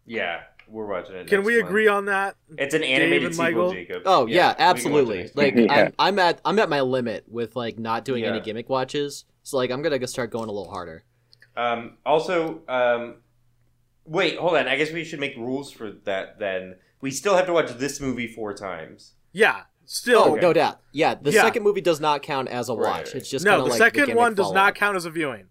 [SPEAKER 3] yeah. We're watching it.
[SPEAKER 2] can
[SPEAKER 3] next
[SPEAKER 2] we
[SPEAKER 3] month.
[SPEAKER 2] agree on that
[SPEAKER 3] It's an
[SPEAKER 2] Dave and
[SPEAKER 3] animated sequel,
[SPEAKER 2] Michael?
[SPEAKER 3] Jacob.
[SPEAKER 4] Oh yeah,
[SPEAKER 3] we can watch
[SPEAKER 4] absolutely.
[SPEAKER 3] it next
[SPEAKER 4] Like
[SPEAKER 3] month.
[SPEAKER 5] Yeah.
[SPEAKER 4] I'm, I'm at I'm at my limit with like not doing any
[SPEAKER 3] Yeah.
[SPEAKER 4] gimmick watches. So like I'm gonna go start going a little harder.
[SPEAKER 3] Um, also, um, wait, hold on. I guess we should make rules for that then. We still have to watch this movie four times.
[SPEAKER 2] yeah still
[SPEAKER 4] Oh
[SPEAKER 3] Okay.
[SPEAKER 4] no doubt. Yeah, the
[SPEAKER 2] Yeah.
[SPEAKER 4] second movie does not count as a
[SPEAKER 3] Right,
[SPEAKER 4] watch.
[SPEAKER 3] right.
[SPEAKER 4] It's just
[SPEAKER 2] no
[SPEAKER 4] kinda
[SPEAKER 2] the
[SPEAKER 4] like
[SPEAKER 2] second
[SPEAKER 4] gimmick
[SPEAKER 2] one does not
[SPEAKER 4] follow-up.
[SPEAKER 2] count as a viewing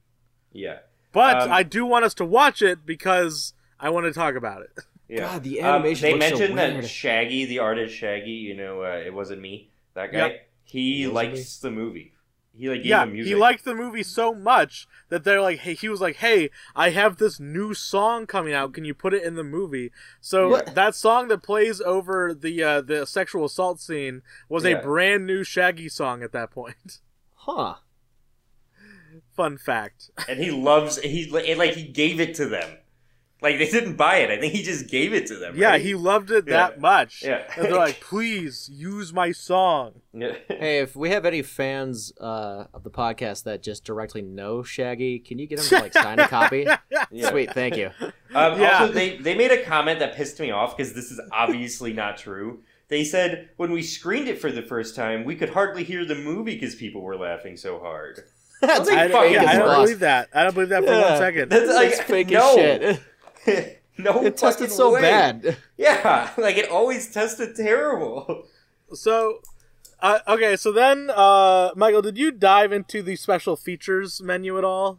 [SPEAKER 3] Yeah.
[SPEAKER 2] but
[SPEAKER 3] Um,
[SPEAKER 2] i do want us to watch it because i want to talk about it
[SPEAKER 3] Yeah.
[SPEAKER 4] God, the
[SPEAKER 3] Um,
[SPEAKER 4] animation
[SPEAKER 3] they
[SPEAKER 4] looks so
[SPEAKER 3] mentioned
[SPEAKER 4] weird.
[SPEAKER 3] that Shaggy, the artist Shaggy, you know, uh, it wasn't me, that guy, he
[SPEAKER 4] It wasn't
[SPEAKER 3] likes the movie. He like gave
[SPEAKER 2] yeah,
[SPEAKER 3] him music.
[SPEAKER 2] he liked the movie so much that they're like, hey, he was like, hey, I have this new song coming out. Can you put it in the movie? So
[SPEAKER 4] What?
[SPEAKER 2] that song that plays over the uh, the sexual assault scene was
[SPEAKER 3] Yeah.
[SPEAKER 2] a brand new Shaggy song at that point.
[SPEAKER 4] Huh.
[SPEAKER 2] Fun fact.
[SPEAKER 3] and he loves he li- and, like he gave it to them. Like they didn't buy it. I think he just gave it to them.
[SPEAKER 2] Yeah,
[SPEAKER 3] right?
[SPEAKER 2] he loved it
[SPEAKER 3] Yeah.
[SPEAKER 2] that much.
[SPEAKER 3] Yeah.
[SPEAKER 2] and they're like, please use my song.
[SPEAKER 3] Yeah.
[SPEAKER 4] Hey, if we have any fans uh, of the podcast that just directly know Shaggy, can you get him to like sign a copy?
[SPEAKER 3] Yeah.
[SPEAKER 4] Sweet, thank you.
[SPEAKER 3] Um,
[SPEAKER 2] Yeah.
[SPEAKER 3] Also, they, they made a comment that pissed me off because this is obviously not true. They said when we screened it for the first time, we could hardly hear the movie because people were laughing so hard.
[SPEAKER 4] That's
[SPEAKER 3] I
[SPEAKER 2] I
[SPEAKER 3] don't-
[SPEAKER 2] don't,
[SPEAKER 4] fake
[SPEAKER 2] yeah,
[SPEAKER 4] as
[SPEAKER 2] I don't
[SPEAKER 4] fuck.
[SPEAKER 2] believe that. I don't believe that for
[SPEAKER 4] Yeah.
[SPEAKER 2] one second.
[SPEAKER 3] That's like
[SPEAKER 4] That's fake
[SPEAKER 3] no,
[SPEAKER 4] as shit.
[SPEAKER 3] no,
[SPEAKER 4] It tested
[SPEAKER 3] fucking
[SPEAKER 4] so
[SPEAKER 3] way.
[SPEAKER 4] bad.
[SPEAKER 3] Yeah, like it always tested terrible.
[SPEAKER 2] So. Uh, okay, so then, uh, Michael, did you dive into the special features menu at all?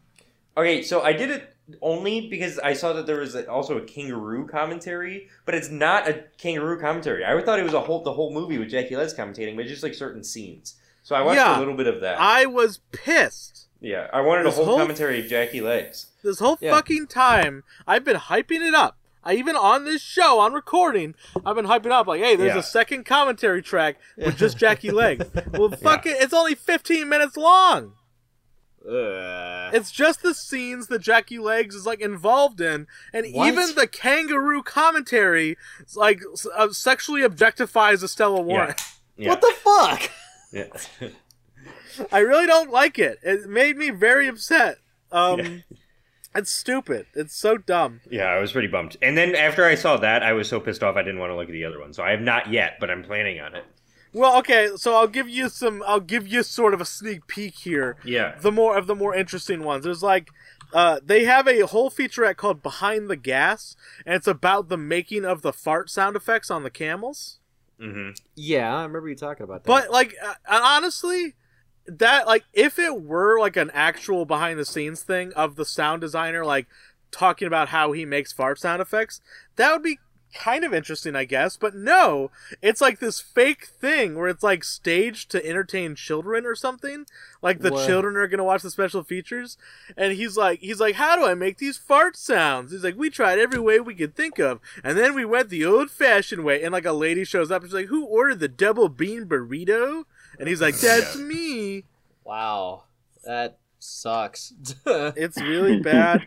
[SPEAKER 3] Okay, so I did it only because I saw that there was a, also a kangaroo commentary, but it's not a kangaroo commentary. I thought it was a whole the whole movie with Jackie Les commentating, but just like certain scenes. So I watched
[SPEAKER 2] Yeah.
[SPEAKER 3] a little bit of that.
[SPEAKER 2] I was pissed.
[SPEAKER 3] Yeah, I wanted a
[SPEAKER 2] This
[SPEAKER 3] whole,
[SPEAKER 2] whole-
[SPEAKER 3] commentary of Jackie Legs.
[SPEAKER 2] This whole
[SPEAKER 4] Yeah.
[SPEAKER 2] fucking time, I've been hyping it up. I even on this show, on recording, I've been hyping up like, hey, there's
[SPEAKER 3] Yeah.
[SPEAKER 2] a second commentary track with just Jackie Legs. well, fuck it, it's only 15 minutes long. It's just the scenes that Jackie Legs is like involved in, and
[SPEAKER 4] What?
[SPEAKER 2] even the kangaroo commentary, like s- uh, sexually objectifies Estella Warren.
[SPEAKER 3] Yeah.
[SPEAKER 4] What the fuck?
[SPEAKER 3] Yeah.
[SPEAKER 2] I really don't like it. It made me very upset. Um, It's stupid. It's so dumb.
[SPEAKER 3] Yeah, I was pretty bummed. And then after I saw that, I was so pissed off I didn't want to look at the other one. So I have not yet, but I'm planning on it.
[SPEAKER 2] Well, okay, so I'll give you some. I'll give you sort of a sneak peek here.
[SPEAKER 3] Yeah.
[SPEAKER 2] The more of the more interesting ones. There's like, uh, they have a whole featurette called "Behind the Gas," and it's about the making of the fart sound effects on the camels.
[SPEAKER 3] hmm
[SPEAKER 4] Yeah, I remember you talking about that.
[SPEAKER 2] But like, uh, honestly, that like if it were like an actual behind the scenes thing of the sound designer like talking about how he makes fart sound effects, that would be kind of interesting, I guess. But no, it's like this fake thing where it's like staged to entertain children or something. Like the
[SPEAKER 4] What?
[SPEAKER 2] children are gonna watch the special features, and he's like, he's like, how do I make these fart sounds? He's like, we tried every way we could think of, and then we went the old-fashioned way. And like a lady shows up, and she's like, who ordered the double bean burrito? And he's like, that's me.
[SPEAKER 4] wow, that sucks.
[SPEAKER 2] It's really bad.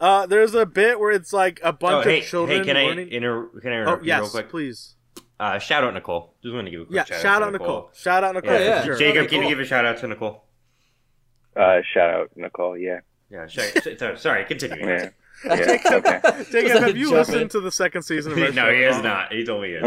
[SPEAKER 2] Uh, there's a bit where it's like a bunch
[SPEAKER 3] Oh, hey,
[SPEAKER 2] of children
[SPEAKER 3] hey, can
[SPEAKER 2] learning.
[SPEAKER 3] I inter- can I
[SPEAKER 2] oh
[SPEAKER 3] interrupt you real
[SPEAKER 2] yes,
[SPEAKER 3] quick?
[SPEAKER 2] please.
[SPEAKER 3] Uh, shout out Nicole. Just want to give a quick
[SPEAKER 2] Yeah,
[SPEAKER 3] shout,
[SPEAKER 2] shout,
[SPEAKER 3] out
[SPEAKER 2] out
[SPEAKER 3] to
[SPEAKER 2] Nicole. Shout out Nicole.
[SPEAKER 3] Yeah.
[SPEAKER 4] yeah.
[SPEAKER 2] for sure.
[SPEAKER 3] Jacob, can
[SPEAKER 4] Nicole.
[SPEAKER 3] you give a shout out to Nicole?
[SPEAKER 5] Uh, shout out Nicole. Yeah.
[SPEAKER 3] Yeah, sorry, sorry, continue.
[SPEAKER 5] Yeah. Yeah. Okay.
[SPEAKER 2] Jacob, have you
[SPEAKER 4] Jump
[SPEAKER 2] listened
[SPEAKER 4] in.
[SPEAKER 2] to the second season of Red
[SPEAKER 3] no,
[SPEAKER 2] Shirt
[SPEAKER 3] he
[SPEAKER 2] at
[SPEAKER 3] is
[SPEAKER 2] all?
[SPEAKER 3] not. He told me he is.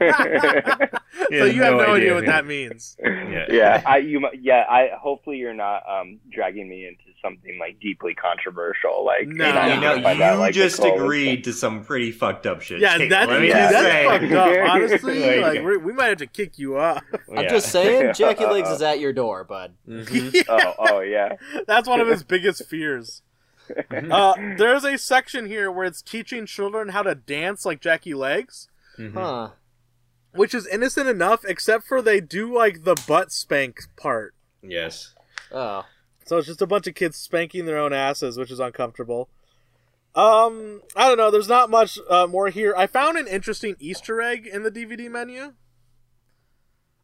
[SPEAKER 3] He
[SPEAKER 2] so
[SPEAKER 3] has
[SPEAKER 2] you have no idea
[SPEAKER 3] who
[SPEAKER 2] what
[SPEAKER 3] he is.
[SPEAKER 2] that means.
[SPEAKER 3] Yeah.
[SPEAKER 5] yeah, I you mi- yeah I hopefully you're not um dragging me into something like deeply controversial like
[SPEAKER 2] No.
[SPEAKER 5] and I'm
[SPEAKER 3] You know,
[SPEAKER 5] gonna find out,
[SPEAKER 3] you
[SPEAKER 5] like,
[SPEAKER 3] just
[SPEAKER 5] Nicole was-
[SPEAKER 3] agreed to some pretty fucked up shit.
[SPEAKER 2] Yeah,
[SPEAKER 3] Jake,
[SPEAKER 2] that,
[SPEAKER 3] let me
[SPEAKER 2] dude,
[SPEAKER 3] just
[SPEAKER 2] that's
[SPEAKER 3] say.
[SPEAKER 2] fucked up. Honestly,
[SPEAKER 3] Like-
[SPEAKER 2] like, we're, we might have to kick you up.
[SPEAKER 4] I'm
[SPEAKER 3] Yeah.
[SPEAKER 4] just saying,
[SPEAKER 5] Yeah.
[SPEAKER 4] Jackie Legs is at your door, bud.
[SPEAKER 3] Mhm.
[SPEAKER 5] Oh, oh yeah.
[SPEAKER 2] That's one of his biggest fears.
[SPEAKER 3] Mm-hmm.
[SPEAKER 2] Uh, there's a section here where it's teaching children how to dance like Jackie Legs,
[SPEAKER 3] Mhm.
[SPEAKER 4] Huh?
[SPEAKER 2] which is innocent enough, except for they do like the butt spank part.
[SPEAKER 3] Yes.
[SPEAKER 4] Oh,
[SPEAKER 2] So it's just a bunch of kids spanking their own asses, which is uncomfortable. Um, I don't know. There's not much uh, more here. I found an interesting Easter egg in the DVD menu.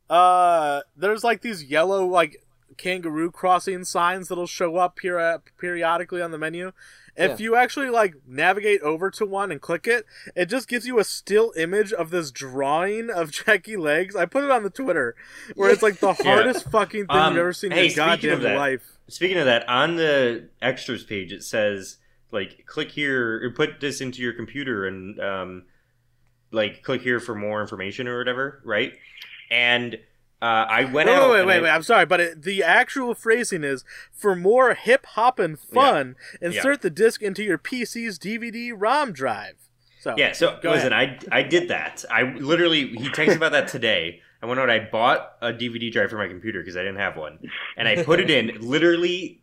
[SPEAKER 2] Uh, there's like these yellow like kangaroo crossing signs that'll show up peri- periodically on the menu. If
[SPEAKER 4] Yeah.
[SPEAKER 2] you actually like navigate over to one and click it, it just gives you a still image of this drawing of Jackie Legs. I put it on the Twitter, where it's like the
[SPEAKER 3] Yeah.
[SPEAKER 2] hardest fucking thing
[SPEAKER 3] Um,
[SPEAKER 2] you've ever seen in
[SPEAKER 3] hey,
[SPEAKER 2] your
[SPEAKER 3] speaking of
[SPEAKER 2] goddamn
[SPEAKER 3] that,
[SPEAKER 2] life.
[SPEAKER 3] Speaking of that, on the extras page, it says like click here or put this into your computer and um, like click here for more information or whatever, right? And uh, I
[SPEAKER 2] wait,
[SPEAKER 3] went out.
[SPEAKER 2] Wait,
[SPEAKER 3] and
[SPEAKER 2] wait,
[SPEAKER 3] I-
[SPEAKER 2] wait. I'm sorry, but it, the actual phrasing is for more hip hop and fun, insert the disc into your PC's DVD ROM drive. So
[SPEAKER 3] Yeah, so
[SPEAKER 2] Go
[SPEAKER 3] listen, I I did that. I literally he texted about that today. I went out. I bought a DVD drive for my computer because I didn't have one, and I put it in literally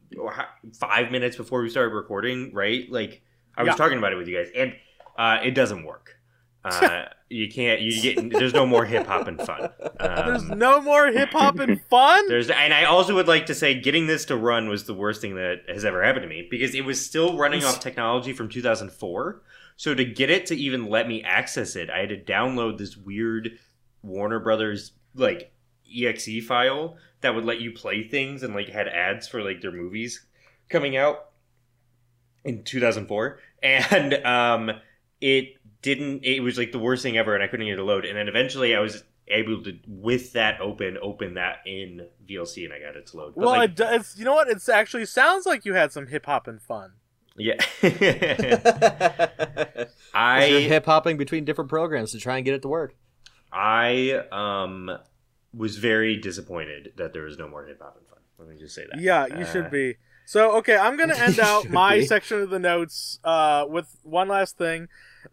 [SPEAKER 3] five minutes before we started recording. Right, like I was
[SPEAKER 2] Yeah.
[SPEAKER 3] talking about it with you guys, and uh, it doesn't work. Uh, you can't. You get. There's no more hip hop and fun. Um,
[SPEAKER 2] there's no more hip hop and fun.
[SPEAKER 3] there's, and I also would like to say, getting this to run was the worst thing that has ever happened to me because it was still running off technology from 2004. So to get it to even let me access it, I had to download this weird Warner Brothers like exe file that would let you play things and like had ads for like their movies coming out in 2004, and um, it didn't. It was like the worst thing ever, and I couldn't get it to load. And then eventually, I was able to with that open open that in VLC, and I got it to load. But
[SPEAKER 2] Well,
[SPEAKER 3] like,
[SPEAKER 2] it do- it's you know what? It's actually sounds like you had some hip hop and fun.
[SPEAKER 3] yeah,
[SPEAKER 4] I... you're
[SPEAKER 3] I
[SPEAKER 4] hip hopping between different programs to try and get it to work.
[SPEAKER 3] I um was very disappointed that there was no more hip hop and fun. Let me just say that.
[SPEAKER 2] Yeah, you
[SPEAKER 3] Uh,
[SPEAKER 2] should be. So okay, I'm gonna end
[SPEAKER 4] You
[SPEAKER 2] out
[SPEAKER 4] should
[SPEAKER 2] my
[SPEAKER 4] be.
[SPEAKER 2] section of the notes uh, with one last thing.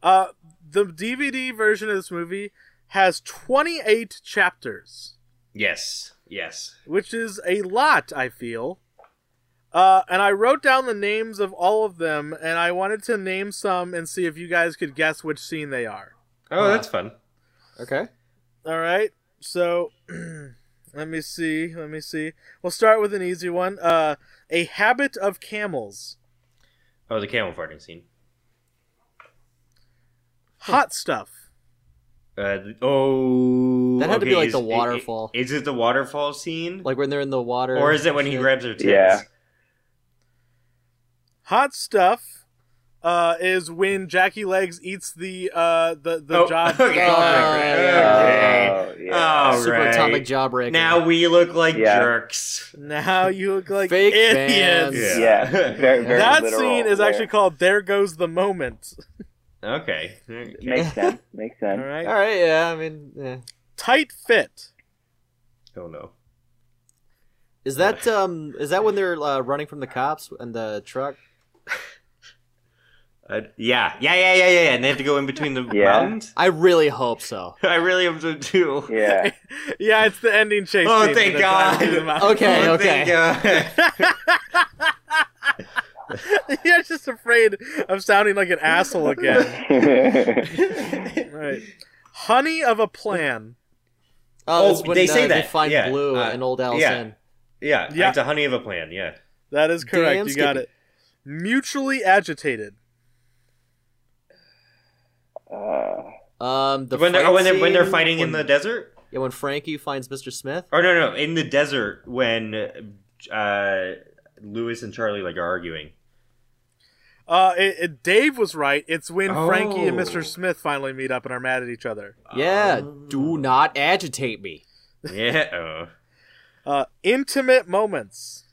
[SPEAKER 2] Uh, the DVD version of this movie has 28 chapters.
[SPEAKER 3] Yes. Yes.
[SPEAKER 2] which is a lot, I feel. Uh, and I wrote down the names of all of them, and I wanted to name some and see if you guys could guess which scene they are.
[SPEAKER 3] Oh, that's fun.
[SPEAKER 4] Okay.
[SPEAKER 2] All right, so let me see. Let me see. We'll start with an easy one. Uh, a habit of camels.
[SPEAKER 3] Oh, the camel farting scene.
[SPEAKER 2] Hot stuff.
[SPEAKER 3] Uh, th- oh,
[SPEAKER 4] That had to
[SPEAKER 3] okay,
[SPEAKER 4] be, like,
[SPEAKER 3] is-
[SPEAKER 4] the
[SPEAKER 3] i- i-
[SPEAKER 4] waterfall.
[SPEAKER 3] Is it the waterfall scene,
[SPEAKER 4] Like when they're in the water,
[SPEAKER 3] or is it when he
[SPEAKER 4] Shit.
[SPEAKER 3] grabs her tits?
[SPEAKER 5] Yeah.
[SPEAKER 2] Hot stuff. uh, is when Jackie Legs eats the uh, the the
[SPEAKER 3] Oh,
[SPEAKER 2] job.
[SPEAKER 3] okay.
[SPEAKER 4] yeah.
[SPEAKER 3] okay.
[SPEAKER 5] Oh, yeah.
[SPEAKER 3] All
[SPEAKER 4] Super
[SPEAKER 3] right.
[SPEAKER 4] atomic jawbreaker.
[SPEAKER 3] Now we look like
[SPEAKER 5] Yeah.
[SPEAKER 3] jerks.
[SPEAKER 2] Now you look like
[SPEAKER 4] Fake
[SPEAKER 2] idiots.
[SPEAKER 4] fans.
[SPEAKER 5] Yeah, very, very
[SPEAKER 2] That
[SPEAKER 5] literal
[SPEAKER 2] scene is
[SPEAKER 5] there.
[SPEAKER 2] actually called "There Goes the Moment."
[SPEAKER 3] Okay.
[SPEAKER 5] makes sense. Makes
[SPEAKER 2] All
[SPEAKER 5] sense.
[SPEAKER 2] right,
[SPEAKER 4] All right. Yeah. I mean, yeah.
[SPEAKER 2] tight fit.
[SPEAKER 3] Oh no.
[SPEAKER 4] is that um is that when they're uh, running from the cops and the truck?
[SPEAKER 3] i Uh, yeah. Yeah. Yeah. Yeah. Yeah. And they have to go in between the
[SPEAKER 5] Yeah.
[SPEAKER 3] mountains.
[SPEAKER 4] I really hope so.
[SPEAKER 3] I really am so too.
[SPEAKER 5] Yeah,
[SPEAKER 2] Yeah, it's the ending chase.
[SPEAKER 3] Oh,
[SPEAKER 2] scene
[SPEAKER 3] thank
[SPEAKER 2] that drives
[SPEAKER 3] God.
[SPEAKER 2] through the mountain.
[SPEAKER 4] Okay.
[SPEAKER 3] Oh,
[SPEAKER 4] Okay.
[SPEAKER 3] thank God.
[SPEAKER 2] You're just afraid of sounding like an asshole again. All right. Honey of a plan.
[SPEAKER 4] Oh, that's
[SPEAKER 3] Oh,
[SPEAKER 4] when,
[SPEAKER 3] they say
[SPEAKER 4] uh, They
[SPEAKER 3] that.
[SPEAKER 4] find
[SPEAKER 3] Yeah,
[SPEAKER 4] blue
[SPEAKER 3] uh,
[SPEAKER 4] and old Allison.
[SPEAKER 3] yeah. yeah.
[SPEAKER 2] Yeah.
[SPEAKER 3] It's a honey of a plan. Yeah.
[SPEAKER 2] That is correct.
[SPEAKER 4] Damn
[SPEAKER 2] you got
[SPEAKER 4] skippy.
[SPEAKER 2] it. Mutually agitated.
[SPEAKER 5] uh,
[SPEAKER 4] Um, the
[SPEAKER 3] when they're
[SPEAKER 4] fight
[SPEAKER 3] oh, when they're when they're
[SPEAKER 4] scene,
[SPEAKER 3] fighting in the
[SPEAKER 4] when-
[SPEAKER 3] desert.
[SPEAKER 4] yeah, when Frankie finds Mr. Smith.
[SPEAKER 3] Or no, no, in the desert when uh, Lewis and Charlie like are arguing.
[SPEAKER 2] Uh, it, it- Dave was right. It's when Frankie and
[SPEAKER 3] Oh.
[SPEAKER 2] Mr. Smith finally meet up and are mad at each other.
[SPEAKER 4] Yeah,
[SPEAKER 3] Oh.
[SPEAKER 4] do not agitate me.
[SPEAKER 3] Yeah. Oh.
[SPEAKER 2] Uh, intimate moments.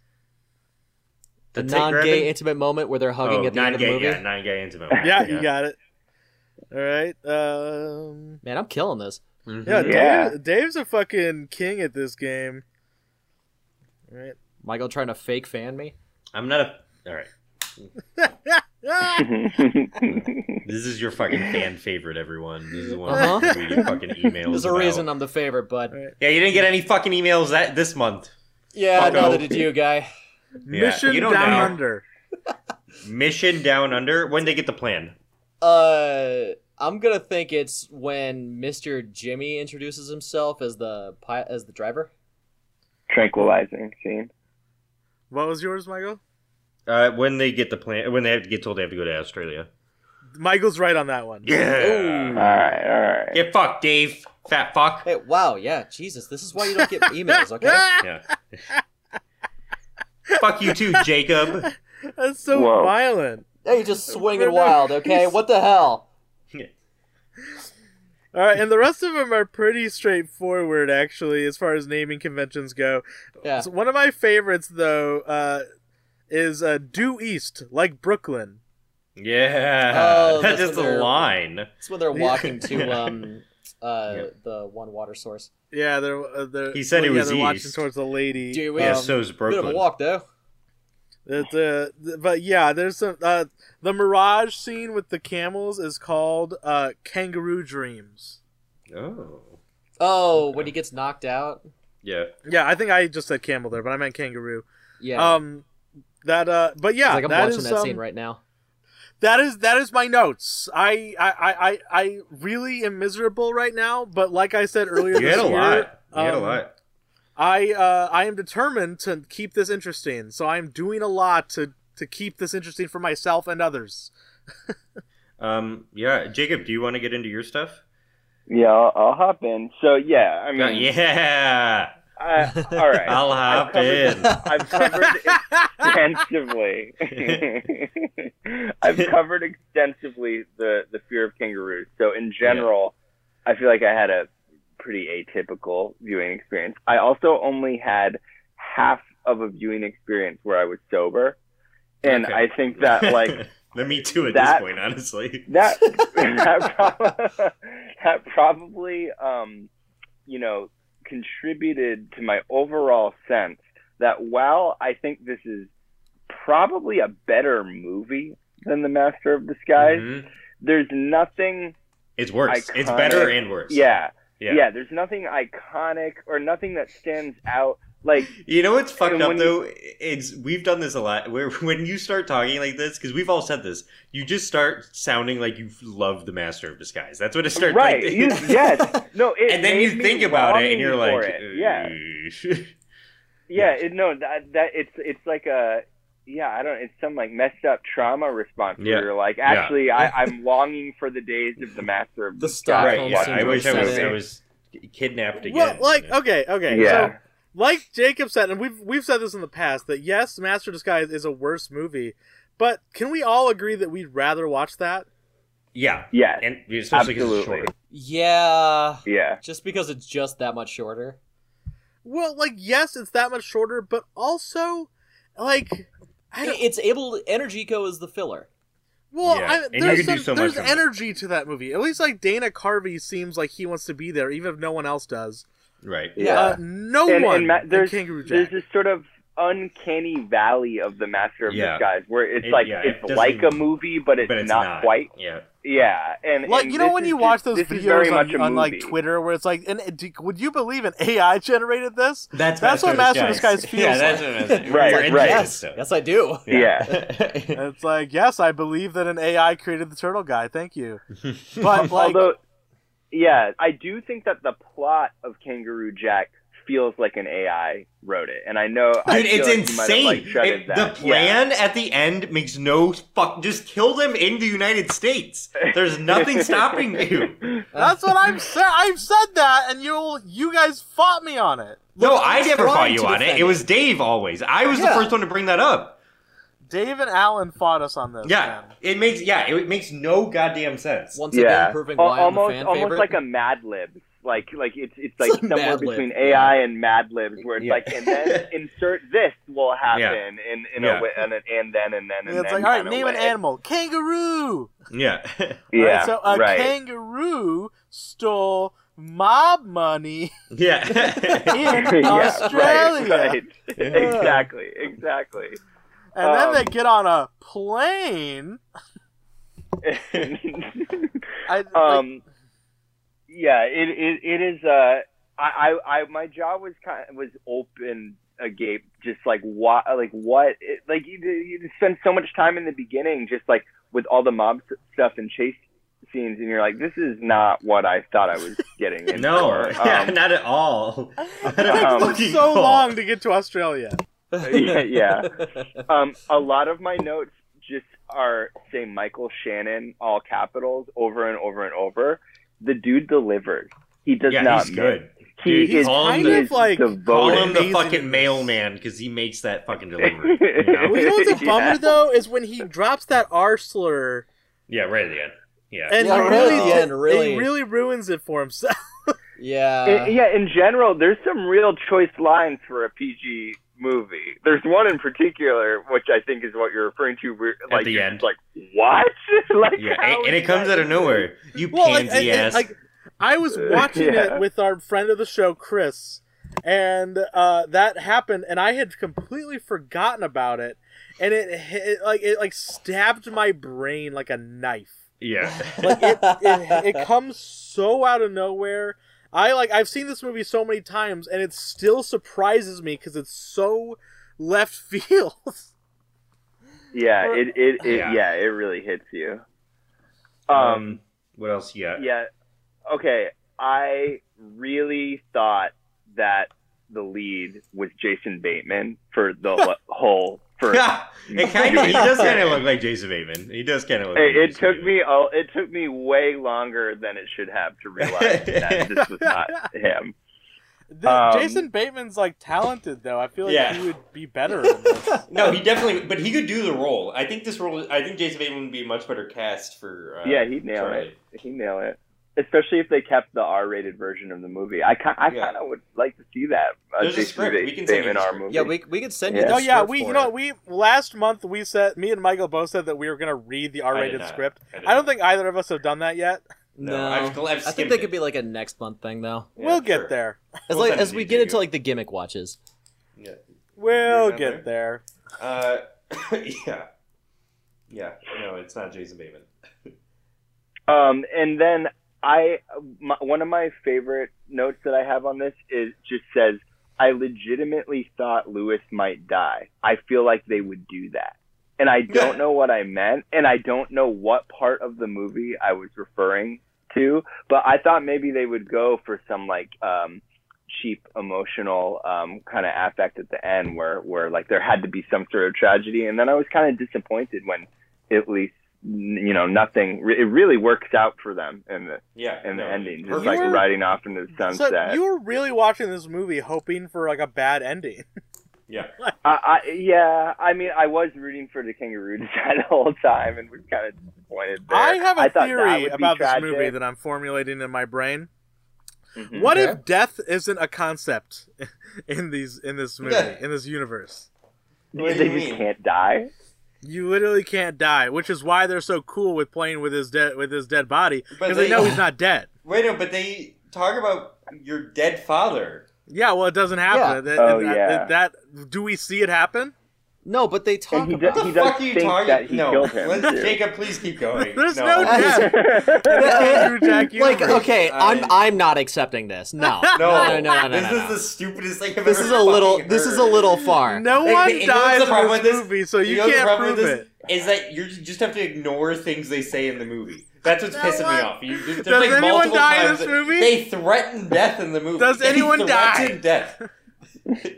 [SPEAKER 4] The,
[SPEAKER 3] tit
[SPEAKER 4] non-gay
[SPEAKER 3] grabbing?
[SPEAKER 4] intimate moment where they're hugging
[SPEAKER 3] Oh,
[SPEAKER 4] at the end of the
[SPEAKER 3] non-gay,
[SPEAKER 4] movie.
[SPEAKER 3] Yeah, nine gay intimate.
[SPEAKER 2] Yeah, you got it. All right. Um,
[SPEAKER 4] Man, I'm killing this.
[SPEAKER 3] Mhm.
[SPEAKER 2] yeah,
[SPEAKER 5] Yeah.
[SPEAKER 2] Dave, Dave's a fucking king at this game. All right.
[SPEAKER 4] Michael trying to fake fan me.
[SPEAKER 3] I'm not a. All right.
[SPEAKER 2] Ah!
[SPEAKER 3] This is your fucking fan favorite, everyone. This is one
[SPEAKER 4] Uh-huh.
[SPEAKER 3] of the people you fucking emails.
[SPEAKER 4] There's a
[SPEAKER 3] about.
[SPEAKER 4] reason I'm the favorite, bud.
[SPEAKER 2] Right.
[SPEAKER 3] Yeah, you didn't get any fucking emails that this month.
[SPEAKER 4] Yeah,
[SPEAKER 3] Fuck
[SPEAKER 4] neither
[SPEAKER 3] off.
[SPEAKER 4] did you, guy.
[SPEAKER 2] Mission
[SPEAKER 3] you
[SPEAKER 2] Down
[SPEAKER 3] don't know.
[SPEAKER 2] Under.
[SPEAKER 3] Mission Down Under. When they get the plan.
[SPEAKER 4] Uh, I'm gonna think it's when Mr. Jimmy introduces himself as the pi- as the driver.
[SPEAKER 5] tranquilizing scene.
[SPEAKER 2] What was yours, Michael?
[SPEAKER 3] Uh, when they get the plan. When they have to get told they have to go to Australia.
[SPEAKER 2] Michael's right on that one.
[SPEAKER 3] Yeah.
[SPEAKER 5] All
[SPEAKER 4] Hmm.
[SPEAKER 5] right, all right.
[SPEAKER 3] Get fucked, Dave. Fat fuck.
[SPEAKER 4] Hey, wow, yeah, Jesus, this is why you don't get emails, okay?
[SPEAKER 2] Ah!
[SPEAKER 3] Yeah. fuck you too, Jacob.
[SPEAKER 2] That's so
[SPEAKER 5] Whoa.
[SPEAKER 2] violent.
[SPEAKER 4] Yeah, you just swinging wild, okay? What the hell?
[SPEAKER 2] All right, and the rest of them are pretty straightforward, actually, as far as naming conventions go.
[SPEAKER 4] Yeah.
[SPEAKER 2] So one of my favorites, though, uh, is uh, due east, like Brooklyn.
[SPEAKER 3] Yeah.
[SPEAKER 4] Oh,
[SPEAKER 3] that's
[SPEAKER 4] that's
[SPEAKER 3] just
[SPEAKER 4] when
[SPEAKER 3] a
[SPEAKER 4] they're-
[SPEAKER 3] line.
[SPEAKER 4] It's when they're
[SPEAKER 2] Yeah.
[SPEAKER 4] walking to um uh
[SPEAKER 3] Yeah.
[SPEAKER 4] the one water source.
[SPEAKER 2] Yeah, they're, uh, they're
[SPEAKER 3] He said it
[SPEAKER 2] yeah,
[SPEAKER 3] was
[SPEAKER 2] they're watching
[SPEAKER 3] east.
[SPEAKER 2] towards the lady.
[SPEAKER 4] Due
[SPEAKER 3] Yeah,
[SPEAKER 4] um,
[SPEAKER 3] so is
[SPEAKER 4] Bit of a
[SPEAKER 3] Brooklyn.
[SPEAKER 4] walk though.
[SPEAKER 2] It's, uh, th- but yeah, there's some uh, the mirage scene with the camels is called uh, Kangaroo Dreams.
[SPEAKER 3] Oh.
[SPEAKER 4] Oh, when he gets knocked out.
[SPEAKER 3] Yeah.
[SPEAKER 2] Yeah, I think I just said camel there, but I meant kangaroo.
[SPEAKER 4] Yeah.
[SPEAKER 2] Um, that uh, but yeah,
[SPEAKER 4] It's like I'm
[SPEAKER 2] that
[SPEAKER 4] watching
[SPEAKER 2] is,
[SPEAKER 4] that
[SPEAKER 2] um,
[SPEAKER 4] scene right now.
[SPEAKER 2] That is that is my notes. I I I I- I really am miserable right now, but like I said earlier,
[SPEAKER 3] You
[SPEAKER 2] this
[SPEAKER 3] had a
[SPEAKER 2] year,
[SPEAKER 3] lot. You had a
[SPEAKER 2] um,
[SPEAKER 3] lot.
[SPEAKER 2] I uh, I am determined to keep this interesting, so I'm doing a lot to to keep this interesting for myself and others.
[SPEAKER 3] Um, yeah, Jacob, do you want to get into your stuff?
[SPEAKER 5] Yeah, I'll, I'll hop in. So yeah, I mean,
[SPEAKER 3] Uh, yeah,
[SPEAKER 5] I, all right.
[SPEAKER 3] I'll hop in.
[SPEAKER 5] I've covered extensively. I've covered extensively the the fear of kangaroos. So in general, I feel like I had a pretty atypical viewing experience. I also only had half of a viewing experience where I was sober, and
[SPEAKER 3] Okay.
[SPEAKER 5] I think that like
[SPEAKER 3] the Me Too at
[SPEAKER 5] that-
[SPEAKER 3] this point, honestly.
[SPEAKER 5] that that, prob- that probably um, you know contributed to my overall sense that while I think this is probably a better movie than The Master of Disguise,
[SPEAKER 3] Mhm.
[SPEAKER 5] there's nothing
[SPEAKER 3] It's worse. It's
[SPEAKER 5] Iconic.
[SPEAKER 3] better and worse.
[SPEAKER 5] yeah,
[SPEAKER 3] yeah.
[SPEAKER 5] yeah there's nothing iconic or nothing that stands out like
[SPEAKER 3] You know what's fucked
[SPEAKER 5] And
[SPEAKER 3] up
[SPEAKER 5] when you-
[SPEAKER 3] though? It's we've done this a lot. Where when you start talking like this, because we've all said this, you just start sounding like you love the Master of Disguise. That's what it starts.
[SPEAKER 5] right
[SPEAKER 3] Like,
[SPEAKER 5] you, yes no it
[SPEAKER 3] and then
[SPEAKER 5] made
[SPEAKER 3] you
[SPEAKER 5] me
[SPEAKER 3] think about it, and
[SPEAKER 5] longing
[SPEAKER 3] you're
[SPEAKER 5] for
[SPEAKER 3] like,
[SPEAKER 5] it. yeah
[SPEAKER 3] "Eesh."
[SPEAKER 5] Yeah, it, no, that, that it's it's like a yeah, I don't. It's some like messed up trauma response
[SPEAKER 3] Yeah.
[SPEAKER 5] where you're like,
[SPEAKER 3] Yeah.
[SPEAKER 5] actually, I, I'm longing for the days of the master of
[SPEAKER 4] The
[SPEAKER 5] Disguise.
[SPEAKER 3] right.
[SPEAKER 4] Stockholm
[SPEAKER 3] Yeah, I
[SPEAKER 4] syndrome
[SPEAKER 3] wish I was.
[SPEAKER 4] set in.
[SPEAKER 3] I was kidnapped again.
[SPEAKER 2] Well, like okay, okay,
[SPEAKER 5] Yeah.
[SPEAKER 2] so like Jacob said, and we've we've said this in the past that yes, Master Disguise is a worse movie, But can we all agree that we'd rather watch that?
[SPEAKER 3] Yeah,
[SPEAKER 5] Yes.
[SPEAKER 3] and especially because it's
[SPEAKER 5] Absolutely.
[SPEAKER 3] short.
[SPEAKER 4] Yeah.
[SPEAKER 5] Yeah.
[SPEAKER 4] Just because it's just that much shorter.
[SPEAKER 2] Well, like yes, it's that much shorter, but also, like, I don't,
[SPEAKER 4] It's able. Energico is the filler.
[SPEAKER 2] well,
[SPEAKER 3] Yeah,
[SPEAKER 2] I,
[SPEAKER 3] and you
[SPEAKER 2] there's
[SPEAKER 3] can
[SPEAKER 2] some,
[SPEAKER 3] do so much
[SPEAKER 2] there's
[SPEAKER 3] from it.
[SPEAKER 2] energy to that movie. At least like Dana Carvey seems like he wants to be there, even if no one else does.
[SPEAKER 3] Right.
[SPEAKER 5] Yeah.
[SPEAKER 2] Uh, no
[SPEAKER 5] and,
[SPEAKER 2] one
[SPEAKER 5] and Ma-
[SPEAKER 2] in
[SPEAKER 5] there's,
[SPEAKER 2] Kangaroo
[SPEAKER 5] there's
[SPEAKER 2] Jack.
[SPEAKER 5] this sort of uncanny valley of the Master of
[SPEAKER 3] Yeah.
[SPEAKER 5] Disguise where it's
[SPEAKER 3] It-
[SPEAKER 5] like
[SPEAKER 3] yeah, it
[SPEAKER 5] it's
[SPEAKER 3] doesn't-
[SPEAKER 5] like a movie, but it's,
[SPEAKER 3] But it's
[SPEAKER 5] not,
[SPEAKER 3] not,
[SPEAKER 5] quite.
[SPEAKER 3] Yeah.
[SPEAKER 5] Yeah, and
[SPEAKER 2] like
[SPEAKER 5] and
[SPEAKER 2] you know
[SPEAKER 5] this
[SPEAKER 2] when
[SPEAKER 5] is
[SPEAKER 2] you
[SPEAKER 5] just-
[SPEAKER 2] watch those
[SPEAKER 5] this is very
[SPEAKER 2] videos
[SPEAKER 5] much
[SPEAKER 2] on,
[SPEAKER 5] a
[SPEAKER 2] on like
[SPEAKER 5] movie.
[SPEAKER 2] Twitter where it's like, and, and do- would you believe an AI generated this?
[SPEAKER 3] That's,
[SPEAKER 2] That's what Master of Disguise
[SPEAKER 3] yeah,
[SPEAKER 2] feels
[SPEAKER 3] that's
[SPEAKER 2] like.
[SPEAKER 3] what Master
[SPEAKER 5] Right,
[SPEAKER 3] We're into
[SPEAKER 5] right.
[SPEAKER 3] this
[SPEAKER 4] Yes.
[SPEAKER 3] stuff.
[SPEAKER 4] Yes, I do.
[SPEAKER 3] yeah.
[SPEAKER 2] And it's like, yes, I believe that an AI created the turtle guy. Thank you. But like,
[SPEAKER 5] Although, uh, yeah, I do think that the plot of Kangaroo Jack feels like an AI wrote it, and I know I
[SPEAKER 3] Dude,
[SPEAKER 5] feel
[SPEAKER 3] it's
[SPEAKER 5] like you might have,
[SPEAKER 3] insane.
[SPEAKER 5] like, shredded
[SPEAKER 3] It- the
[SPEAKER 5] that. Yeah.
[SPEAKER 3] plan at the end makes no fuck. Just kill them in the United States. There's nothing stopping you.
[SPEAKER 2] that's what I'm said. I've said that, and you you guys fought me on it.
[SPEAKER 3] No, I never
[SPEAKER 4] trying
[SPEAKER 3] fought you
[SPEAKER 4] to
[SPEAKER 3] on it.
[SPEAKER 4] defend
[SPEAKER 3] It was Dave always. I was the
[SPEAKER 4] Yeah.
[SPEAKER 3] first one to bring that up.
[SPEAKER 2] Dave and Alan fought us on this.
[SPEAKER 3] Yeah,
[SPEAKER 2] man.
[SPEAKER 3] it makes yeah, it makes no goddamn sense.
[SPEAKER 4] Once
[SPEAKER 5] Yeah,
[SPEAKER 4] again, proving
[SPEAKER 5] Al-
[SPEAKER 4] why
[SPEAKER 5] almost
[SPEAKER 4] I'm the fan
[SPEAKER 5] almost
[SPEAKER 4] favorite.
[SPEAKER 5] like a Mad Lib. Like like it's it's like
[SPEAKER 4] It's a
[SPEAKER 5] somewhere
[SPEAKER 4] Mad Lib.
[SPEAKER 5] between AI and Mad Libs, where it's
[SPEAKER 3] Yeah.
[SPEAKER 5] like and then insert this will happen
[SPEAKER 3] Yeah.
[SPEAKER 5] in in
[SPEAKER 3] Yeah.
[SPEAKER 5] a way, and, then- and then and then and
[SPEAKER 2] it's
[SPEAKER 5] then
[SPEAKER 2] like, all right,
[SPEAKER 5] kinda
[SPEAKER 2] name an
[SPEAKER 5] way.
[SPEAKER 2] animal, kangaroo.
[SPEAKER 3] Yeah,
[SPEAKER 5] Yeah,
[SPEAKER 2] Right, so uh, a
[SPEAKER 5] right.
[SPEAKER 2] kangaroo stole mob money
[SPEAKER 3] yeah.
[SPEAKER 2] in
[SPEAKER 5] yeah,
[SPEAKER 2] Australia,
[SPEAKER 5] Right, right. Exactly, exactly.
[SPEAKER 2] and then
[SPEAKER 5] Um,
[SPEAKER 2] they get on a plane. I, like,
[SPEAKER 5] um, yeah, it, it it is. Uh, I, I I my jaw was kind of, was open agape, just like what like what it, like you you just spend so much time in the beginning, just like with all the mob s- stuff and chase scenes, and you're like, this is not what I thought I was getting. in
[SPEAKER 3] No,
[SPEAKER 5] for.
[SPEAKER 3] yeah,
[SPEAKER 5] Um,
[SPEAKER 3] not at all. Not at
[SPEAKER 2] it took
[SPEAKER 3] fucking
[SPEAKER 2] so
[SPEAKER 3] all.
[SPEAKER 2] long to get to Australia.
[SPEAKER 5] yeah, yeah. Um, a lot of my notes just are say Michael Shannon, all capitals, over and over and over. The dude delivers. He does
[SPEAKER 3] Yeah,
[SPEAKER 5] not
[SPEAKER 3] he's
[SPEAKER 5] miss.
[SPEAKER 3] good.
[SPEAKER 5] He
[SPEAKER 3] Dude,
[SPEAKER 5] is
[SPEAKER 3] call him
[SPEAKER 2] kind
[SPEAKER 3] the-
[SPEAKER 2] of like
[SPEAKER 3] Call
[SPEAKER 5] devoted.
[SPEAKER 3] him the
[SPEAKER 2] amazing in
[SPEAKER 3] fucking
[SPEAKER 2] this.
[SPEAKER 3] mailman because he makes that fucking delivery. you know?
[SPEAKER 2] Well, you know what's a
[SPEAKER 5] Yeah.
[SPEAKER 2] bummer though is when he drops that R slur,
[SPEAKER 3] Yeah, right at the end. Yeah.
[SPEAKER 2] and
[SPEAKER 4] Yeah,
[SPEAKER 2] he
[SPEAKER 4] right
[SPEAKER 2] really,
[SPEAKER 4] at the
[SPEAKER 2] did-
[SPEAKER 4] end, really.
[SPEAKER 2] he really ruins it for himself.
[SPEAKER 4] yeah.
[SPEAKER 5] I- yeah, in general, there's some real choice lines for a PG movie. There's one in particular which I think is what you're referring to. Where,
[SPEAKER 3] At
[SPEAKER 5] like,
[SPEAKER 3] the
[SPEAKER 5] you're
[SPEAKER 3] end.
[SPEAKER 5] just like what? like
[SPEAKER 3] yeah,
[SPEAKER 5] how
[SPEAKER 3] and, and
[SPEAKER 5] is
[SPEAKER 3] it comes out
[SPEAKER 5] that-
[SPEAKER 3] of nowhere. You
[SPEAKER 2] Well, like,
[SPEAKER 3] pansy
[SPEAKER 2] I- I-
[SPEAKER 3] ass.
[SPEAKER 2] like, I was watching
[SPEAKER 5] Yeah.
[SPEAKER 2] it with our friend of the show, Chris, and uh, that happened, and I had completely forgotten about it, and it, it like it like stabbed my brain like a knife.
[SPEAKER 3] yeah.
[SPEAKER 2] Like it, it, it comes so out of nowhere. I like I've seen this movie so many times, and it still surprises me because it's so left field.
[SPEAKER 5] Yeah, it it, it
[SPEAKER 3] Yeah.
[SPEAKER 5] yeah. it really hits you. um
[SPEAKER 3] um, what else you got?
[SPEAKER 5] yeah. Okay, I really thought that the lead was Jason Bateman for the le- whole first.
[SPEAKER 3] it kind of he does kind of look like Jason Bateman. He does kind of look.
[SPEAKER 5] Hey,
[SPEAKER 3] like
[SPEAKER 5] it
[SPEAKER 3] Jason
[SPEAKER 5] took
[SPEAKER 3] Bateman.
[SPEAKER 5] me all, it took me way longer than it should have to realize that this was not him.
[SPEAKER 2] The,
[SPEAKER 5] Um,
[SPEAKER 2] Jason Bateman's like talented though. I feel like
[SPEAKER 3] Yeah.
[SPEAKER 2] he would be better. In this.
[SPEAKER 3] No, he definitely, but he could do the role. I think this role. I think Jason Bateman would be a much better cast for. Uh,
[SPEAKER 5] yeah, he'd nail
[SPEAKER 3] Charlie.
[SPEAKER 5] it. He'd nail it. Especially if they kept the R-rated version of the movie. I kind I
[SPEAKER 3] Yeah.
[SPEAKER 5] kind of would like to see that. uh,
[SPEAKER 3] There's a
[SPEAKER 5] Jason
[SPEAKER 3] script.
[SPEAKER 5] Ba-
[SPEAKER 3] We can send you
[SPEAKER 5] Bateman
[SPEAKER 3] the
[SPEAKER 5] R
[SPEAKER 3] script.
[SPEAKER 5] movie.
[SPEAKER 4] yeah, we, we could send you.
[SPEAKER 5] Yeah.
[SPEAKER 4] the
[SPEAKER 2] Oh yeah,
[SPEAKER 4] script
[SPEAKER 2] we
[SPEAKER 4] for
[SPEAKER 2] you know
[SPEAKER 4] it.
[SPEAKER 2] we last month we said me and Michael both said that we were gonna read the R-rated
[SPEAKER 3] not.
[SPEAKER 2] script.
[SPEAKER 3] I didn't.
[SPEAKER 2] I don't think either of us have done that yet.
[SPEAKER 3] No,
[SPEAKER 4] No,
[SPEAKER 3] I've gl- I've
[SPEAKER 4] I
[SPEAKER 3] skimmed
[SPEAKER 4] think they
[SPEAKER 3] it.
[SPEAKER 4] could be like a next month thing though.
[SPEAKER 3] Yeah,
[SPEAKER 2] we'll get
[SPEAKER 3] sure.
[SPEAKER 2] there.
[SPEAKER 4] As
[SPEAKER 3] We'll
[SPEAKER 4] like
[SPEAKER 3] send it
[SPEAKER 4] as
[SPEAKER 3] to
[SPEAKER 4] we
[SPEAKER 3] you,
[SPEAKER 4] get
[SPEAKER 3] you.
[SPEAKER 4] into like the gimmick watches.
[SPEAKER 3] Yeah.
[SPEAKER 2] We'll
[SPEAKER 3] not
[SPEAKER 2] get there.
[SPEAKER 3] Uh, yeah, yeah. No, it's not Jason Bateman.
[SPEAKER 5] Um, and then I, my, one of my favorite notes that I have on this is just says, I legitimately thought Lewis might die. I feel like they would do that. And I don't know what I meant, and I don't know what part of the movie I was referring to, but I thought maybe they would go for some like um, cheap emotional um, kind of affect at the end, where where like there had to be some sort of tragedy. And then I was kind of disappointed when at least n- you know nothing. Re- it really works out for them in the
[SPEAKER 3] Yeah,
[SPEAKER 5] in the
[SPEAKER 3] no,
[SPEAKER 5] ending, just
[SPEAKER 3] perfect.
[SPEAKER 5] like
[SPEAKER 2] were-
[SPEAKER 5] riding off into the sunset.
[SPEAKER 2] So you were really watching this movie hoping for like a bad ending.
[SPEAKER 3] yeah,
[SPEAKER 5] I, I yeah, I mean, I was rooting for the kangaroo to die the whole time, and we we're kind of disappointed. There.
[SPEAKER 2] I have a
[SPEAKER 5] a
[SPEAKER 2] theory about this movie that I'm formulating in my brain.
[SPEAKER 3] Mm-hmm.
[SPEAKER 5] Mhm.
[SPEAKER 2] What
[SPEAKER 4] Okay.
[SPEAKER 2] if death isn't a concept in these in this movie in this universe?
[SPEAKER 3] What do
[SPEAKER 5] they
[SPEAKER 3] you
[SPEAKER 5] just
[SPEAKER 3] mean?
[SPEAKER 5] can't die.
[SPEAKER 2] You literally can't die, which is why they're so cool with playing with his dead with his dead body
[SPEAKER 3] But
[SPEAKER 2] because they
[SPEAKER 3] they-
[SPEAKER 2] know he's not dead.
[SPEAKER 3] Wait no, but they talk about your dead father.
[SPEAKER 2] Yeah, well, it doesn't happen. That,
[SPEAKER 5] Oh,
[SPEAKER 2] that-
[SPEAKER 5] yeah.
[SPEAKER 2] that do we see it happen?
[SPEAKER 4] No, but they talk
[SPEAKER 5] And he
[SPEAKER 4] about.
[SPEAKER 5] does-
[SPEAKER 3] What
[SPEAKER 5] he
[SPEAKER 3] the fuck are you
[SPEAKER 5] think
[SPEAKER 3] talking?
[SPEAKER 5] that he
[SPEAKER 3] no,
[SPEAKER 5] killed him,
[SPEAKER 3] let's-
[SPEAKER 5] too.
[SPEAKER 3] Jacob, please keep going.
[SPEAKER 2] There's no, death. in the Andrew Jack
[SPEAKER 4] like
[SPEAKER 2] universe.
[SPEAKER 4] okay,
[SPEAKER 3] I-
[SPEAKER 4] I'm I'm not accepting this. No,
[SPEAKER 3] No,
[SPEAKER 4] no, no, no, no.
[SPEAKER 3] This
[SPEAKER 4] no,
[SPEAKER 3] is
[SPEAKER 4] no.
[SPEAKER 3] the stupidest thing I've
[SPEAKER 4] This
[SPEAKER 3] ever
[SPEAKER 4] is a little.
[SPEAKER 3] fucking
[SPEAKER 4] This is a
[SPEAKER 3] heard.
[SPEAKER 4] little far.
[SPEAKER 2] No
[SPEAKER 3] They-
[SPEAKER 2] one
[SPEAKER 3] they- you know what's
[SPEAKER 2] dies
[SPEAKER 3] the
[SPEAKER 2] in
[SPEAKER 3] problem
[SPEAKER 2] this,
[SPEAKER 3] with
[SPEAKER 2] movie, so you,
[SPEAKER 3] know what's the
[SPEAKER 2] can't
[SPEAKER 3] problem
[SPEAKER 2] prove
[SPEAKER 3] with this?
[SPEAKER 2] it.
[SPEAKER 3] Is that you just have to ignore things they say in the movie. That's what's
[SPEAKER 2] No
[SPEAKER 3] pissing me
[SPEAKER 2] one-
[SPEAKER 3] off. You, there's
[SPEAKER 2] Does
[SPEAKER 3] like
[SPEAKER 2] anyone
[SPEAKER 3] multiple
[SPEAKER 2] die in
[SPEAKER 3] times
[SPEAKER 2] this
[SPEAKER 3] that-
[SPEAKER 2] movie?
[SPEAKER 3] They threaten death in the movie.
[SPEAKER 2] Does
[SPEAKER 3] They
[SPEAKER 2] anyone
[SPEAKER 3] threaten
[SPEAKER 2] die?
[SPEAKER 3] Death.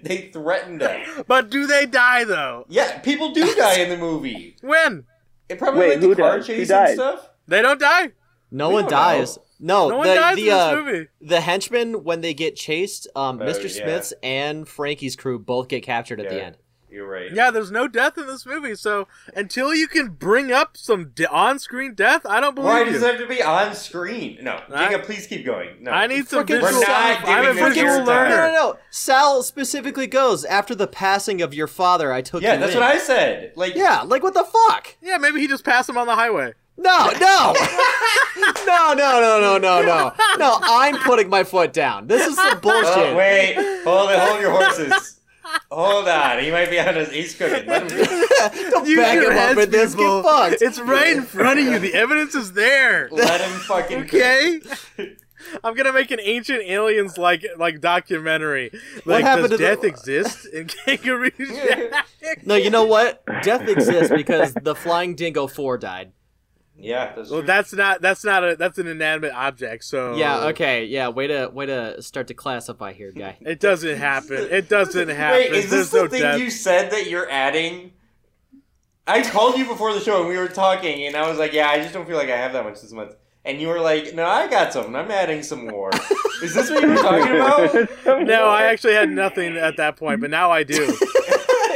[SPEAKER 3] they threaten death.
[SPEAKER 2] But do they die though?
[SPEAKER 3] Yeah, people do die in the movie.
[SPEAKER 2] When
[SPEAKER 3] It probably
[SPEAKER 5] Wait,
[SPEAKER 3] like the
[SPEAKER 5] who
[SPEAKER 3] car
[SPEAKER 5] dies? Who
[SPEAKER 3] chase and
[SPEAKER 5] dies?
[SPEAKER 3] stuff.
[SPEAKER 2] they don't die,
[SPEAKER 4] No
[SPEAKER 3] We
[SPEAKER 4] one
[SPEAKER 3] don't know.
[SPEAKER 4] dies. No,
[SPEAKER 3] Oh,
[SPEAKER 2] no one
[SPEAKER 4] the,
[SPEAKER 2] dies
[SPEAKER 4] the,
[SPEAKER 2] in this
[SPEAKER 4] uh,
[SPEAKER 2] movie.
[SPEAKER 4] The henchmen, when they get chased, um,
[SPEAKER 3] Oh,
[SPEAKER 4] Mr.
[SPEAKER 3] yeah.
[SPEAKER 4] Smith's and Frankie's crew both get captured at the
[SPEAKER 3] Yeah.
[SPEAKER 4] end.
[SPEAKER 3] You're right.
[SPEAKER 2] Yeah, there's no death in this movie, so until you can bring up some de- on-screen death, I don't believe
[SPEAKER 3] Why
[SPEAKER 2] you.
[SPEAKER 3] does it have to be on screen? No,
[SPEAKER 2] I-
[SPEAKER 3] Jacob, please keep going. No,
[SPEAKER 2] I need some
[SPEAKER 4] Frickin'
[SPEAKER 2] visual.
[SPEAKER 3] We're not
[SPEAKER 2] I'm a
[SPEAKER 3] giving this
[SPEAKER 2] visual
[SPEAKER 3] airtime.
[SPEAKER 4] No, no,
[SPEAKER 2] learner.
[SPEAKER 4] no. Sal specifically goes after the passing of your father. I took.
[SPEAKER 3] Yeah,
[SPEAKER 4] you
[SPEAKER 3] that's
[SPEAKER 4] in."
[SPEAKER 3] what I said. Like,
[SPEAKER 4] Yeah, like what the fuck?
[SPEAKER 2] Yeah, maybe he just passed him on the highway.
[SPEAKER 4] No, no, no, no, no, no, no, no, no. I'm putting my foot down. This is some
[SPEAKER 3] Oh,
[SPEAKER 4] bullshit.
[SPEAKER 3] wait, hold it, hold your horses. Hold on, he might be on his. He's cooking. Let him,
[SPEAKER 4] Don't
[SPEAKER 2] Use
[SPEAKER 4] back
[SPEAKER 2] your
[SPEAKER 4] him up
[SPEAKER 2] heads,
[SPEAKER 4] with this.
[SPEAKER 2] people.
[SPEAKER 4] Get fucked.
[SPEAKER 2] It's right in front of you. The evidence is there.
[SPEAKER 3] let him fucking.
[SPEAKER 2] Okay. I'm gonna make an ancient aliens like like documentary. Like,
[SPEAKER 4] happened
[SPEAKER 2] does
[SPEAKER 4] to the-
[SPEAKER 2] death exist in Kangaroo Jack?
[SPEAKER 4] No, you know what? Death exists because the flying dingo four died.
[SPEAKER 3] Cook. Yeah. That's
[SPEAKER 2] Well,
[SPEAKER 3] true.
[SPEAKER 2] that's not that's not a that's an inanimate object. So
[SPEAKER 3] Oh.
[SPEAKER 4] Yeah. Okay. Yeah. Way to way to start to classify here, guy.
[SPEAKER 2] It doesn't happen. It doesn't happen.
[SPEAKER 3] Wait, is
[SPEAKER 2] There's
[SPEAKER 3] this the
[SPEAKER 2] no
[SPEAKER 3] thing
[SPEAKER 2] death.
[SPEAKER 3] you said that you're adding? I called you before the show and we were talking, and I was like, "Yeah, I just don't feel like I have that much this month." And you were like, "No, I got something. I'm adding some more." is this what you were talking about?
[SPEAKER 2] No, I actually had nothing at that point, but now I do.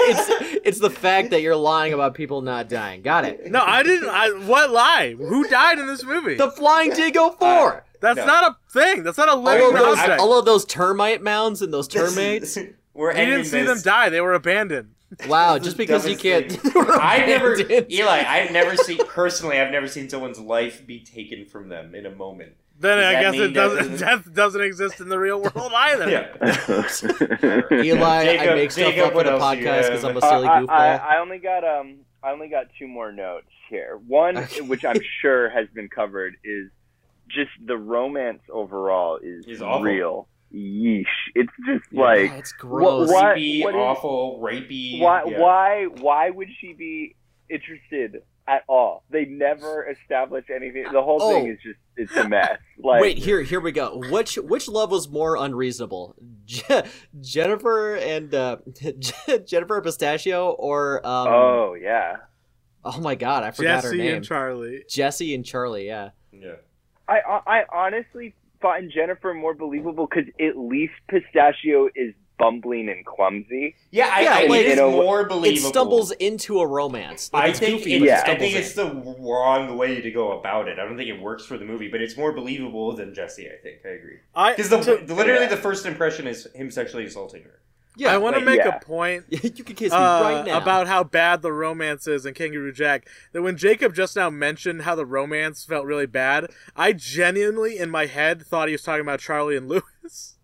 [SPEAKER 4] It's it's the fact that you're lying about people not dying. Got it.
[SPEAKER 2] No, I didn't. I, what lie? Who died in this movie?
[SPEAKER 4] The flying dingo
[SPEAKER 3] Uh,
[SPEAKER 4] four.
[SPEAKER 2] That's
[SPEAKER 3] no.
[SPEAKER 2] not a thing. That's not a
[SPEAKER 4] All of
[SPEAKER 2] living
[SPEAKER 4] those,
[SPEAKER 2] object.
[SPEAKER 4] all of those termite mounds and those termites.
[SPEAKER 3] We're
[SPEAKER 2] You didn't
[SPEAKER 3] ending
[SPEAKER 2] see them
[SPEAKER 3] this.
[SPEAKER 2] die. They were abandoned.
[SPEAKER 4] Wow,
[SPEAKER 3] This is
[SPEAKER 4] just because you can't.
[SPEAKER 3] devastating. I never,
[SPEAKER 4] Abandoned.
[SPEAKER 3] Eli. I've never seen personally. I've never seen someone's life be taken from them in a moment.
[SPEAKER 2] Then
[SPEAKER 3] Does
[SPEAKER 2] I
[SPEAKER 3] that
[SPEAKER 2] guess
[SPEAKER 3] mean
[SPEAKER 2] it doesn't.
[SPEAKER 3] that-
[SPEAKER 2] Death doesn't exist in the real world either.
[SPEAKER 4] Eli, I
[SPEAKER 3] Jacob-
[SPEAKER 4] make stuff
[SPEAKER 3] Jacob,
[SPEAKER 4] up for
[SPEAKER 3] what
[SPEAKER 4] the
[SPEAKER 3] else do you
[SPEAKER 4] podcast
[SPEAKER 3] have?
[SPEAKER 4] because I'm a
[SPEAKER 5] Uh,
[SPEAKER 4] silly
[SPEAKER 5] I-
[SPEAKER 4] goofball.
[SPEAKER 5] I, I only got um I only got two more notes here. One,
[SPEAKER 4] Okay.
[SPEAKER 5] which I'm sure has been covered, is just the romance overall is
[SPEAKER 3] Is awful.
[SPEAKER 5] real. Yeesh! It's just
[SPEAKER 3] Yeah.
[SPEAKER 5] like
[SPEAKER 4] Ah, it's
[SPEAKER 5] What-
[SPEAKER 4] gross.
[SPEAKER 5] what-
[SPEAKER 3] Creepy,
[SPEAKER 5] what is-
[SPEAKER 3] awful, rapey.
[SPEAKER 5] why
[SPEAKER 3] yeah.
[SPEAKER 5] why why would she be interested at all? They never establish anything. The whole
[SPEAKER 4] Oh.
[SPEAKER 5] thing is just it's a mess. Like
[SPEAKER 4] Wait, here, here we go. Which which love was more unreasonable, Je- Jennifer and uh, Je- Jennifer Pistachio, or um, oh.
[SPEAKER 5] oh yeah.
[SPEAKER 4] my god, I forgot her
[SPEAKER 2] Jesse
[SPEAKER 4] name.
[SPEAKER 2] and Charlie.
[SPEAKER 4] Jesse and Charlie. Yeah.
[SPEAKER 3] Yeah.
[SPEAKER 5] I I honestly find Jennifer more believable because at least Pistachio is bumbling and clumsy.
[SPEAKER 3] Yeah, I,
[SPEAKER 4] Yeah,
[SPEAKER 3] I
[SPEAKER 4] like-
[SPEAKER 3] think it's
[SPEAKER 5] You know,
[SPEAKER 3] more
[SPEAKER 4] It
[SPEAKER 3] believable.
[SPEAKER 4] stumbles into a romance. Like,
[SPEAKER 3] I
[SPEAKER 4] it's
[SPEAKER 3] think,
[SPEAKER 4] goofy,
[SPEAKER 3] it,
[SPEAKER 4] but it
[SPEAKER 5] yeah,
[SPEAKER 3] I
[SPEAKER 4] stumbles
[SPEAKER 3] think
[SPEAKER 4] in.
[SPEAKER 3] it's the wrong way to go about it. I don't think it works for the movie, but it's more believable than Jesse. I think I agree
[SPEAKER 2] I
[SPEAKER 3] because the,
[SPEAKER 2] so-
[SPEAKER 3] literally
[SPEAKER 5] yeah.
[SPEAKER 3] the first impression is him sexually assaulting her.
[SPEAKER 2] I
[SPEAKER 4] yeah.
[SPEAKER 2] want to
[SPEAKER 5] like,
[SPEAKER 2] make
[SPEAKER 5] yeah.
[SPEAKER 2] a point
[SPEAKER 4] you can kiss me
[SPEAKER 2] uh,
[SPEAKER 4] right now.
[SPEAKER 2] about how bad the romance is in Kangaroo Jack. That when Jacob just now mentioned how the romance felt really bad, I genuinely in my head thought he was talking about Charlie and Lewis.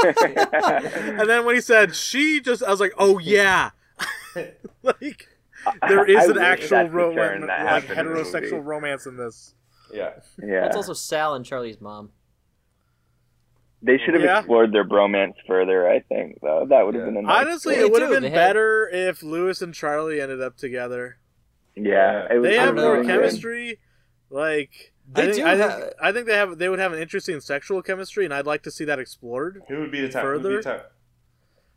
[SPEAKER 2] And then when he said she just, I was like, oh yeah, like there is
[SPEAKER 5] I
[SPEAKER 2] an
[SPEAKER 5] wish
[SPEAKER 2] actual
[SPEAKER 5] that's the
[SPEAKER 2] romance,
[SPEAKER 5] turn that
[SPEAKER 2] like
[SPEAKER 5] happened in the
[SPEAKER 2] heterosexual
[SPEAKER 5] movie.
[SPEAKER 2] romance in this.
[SPEAKER 3] Yeah,
[SPEAKER 5] Yeah,
[SPEAKER 4] That's also Sal and Charlie's mom.
[SPEAKER 5] they should have
[SPEAKER 2] Yeah.
[SPEAKER 5] explored their bromance further. I think though that would have
[SPEAKER 3] Yeah.
[SPEAKER 5] been a nice
[SPEAKER 2] Honestly,
[SPEAKER 4] Well,
[SPEAKER 2] it
[SPEAKER 4] they
[SPEAKER 2] would have
[SPEAKER 4] do.
[SPEAKER 2] been
[SPEAKER 4] They had-
[SPEAKER 2] better if Lewis and Charlie ended up together.
[SPEAKER 5] yeah, it was,
[SPEAKER 2] They
[SPEAKER 5] it
[SPEAKER 2] have
[SPEAKER 5] was
[SPEAKER 4] know,
[SPEAKER 2] more
[SPEAKER 5] really good.
[SPEAKER 2] chemistry. Like I
[SPEAKER 4] They
[SPEAKER 2] think,
[SPEAKER 4] do
[SPEAKER 2] I think,
[SPEAKER 4] have-
[SPEAKER 2] I think they have. They would have an interesting sexual chemistry, and I'd like to see that explored.
[SPEAKER 3] who would be the top? Who would be
[SPEAKER 2] Further?
[SPEAKER 3] the top?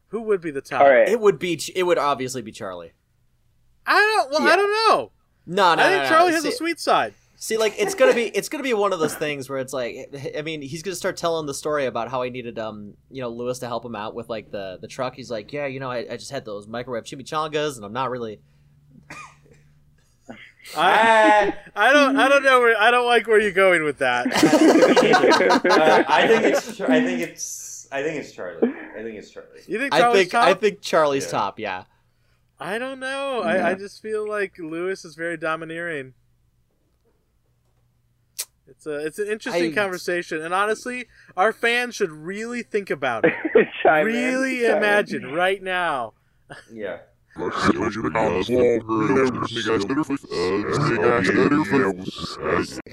[SPEAKER 2] Who would be the top?
[SPEAKER 5] All right,
[SPEAKER 4] It would be. Ch- It would obviously be Charlie.
[SPEAKER 2] I don't. Well,
[SPEAKER 5] Yeah.
[SPEAKER 2] I don't know.
[SPEAKER 4] No, no,
[SPEAKER 2] I
[SPEAKER 4] no,
[SPEAKER 2] think
[SPEAKER 4] no,
[SPEAKER 2] Charlie
[SPEAKER 4] no.
[SPEAKER 2] has a
[SPEAKER 4] See-
[SPEAKER 2] sweet side.
[SPEAKER 4] See, like it's gonna be it's gonna be one of those things where it's like, I mean, he's gonna start telling the story about how he needed um you know Lewis to help him out with like the the truck. He's like, yeah, you know, I, I just had those microwave chimichangas, and I'm not really.
[SPEAKER 2] I, I don't I don't know where I don't like where you're going with that.
[SPEAKER 3] Uh, I think it's. Char- I think it's. I think it's Charlie. I think it's Charlie.
[SPEAKER 2] You think
[SPEAKER 4] I
[SPEAKER 2] Charlie's
[SPEAKER 4] think
[SPEAKER 2] top?
[SPEAKER 4] I think Charlie's
[SPEAKER 3] Yeah.
[SPEAKER 4] top. Yeah.
[SPEAKER 2] I don't know.
[SPEAKER 5] Yeah.
[SPEAKER 2] I, I just feel like Lewis is very domineering. It's a it's an interesting
[SPEAKER 4] I-
[SPEAKER 2] conversation, and honestly, our fans should really think about it.
[SPEAKER 5] Chime in,
[SPEAKER 2] really
[SPEAKER 5] chime in.
[SPEAKER 2] imagine right now.
[SPEAKER 3] Yeah.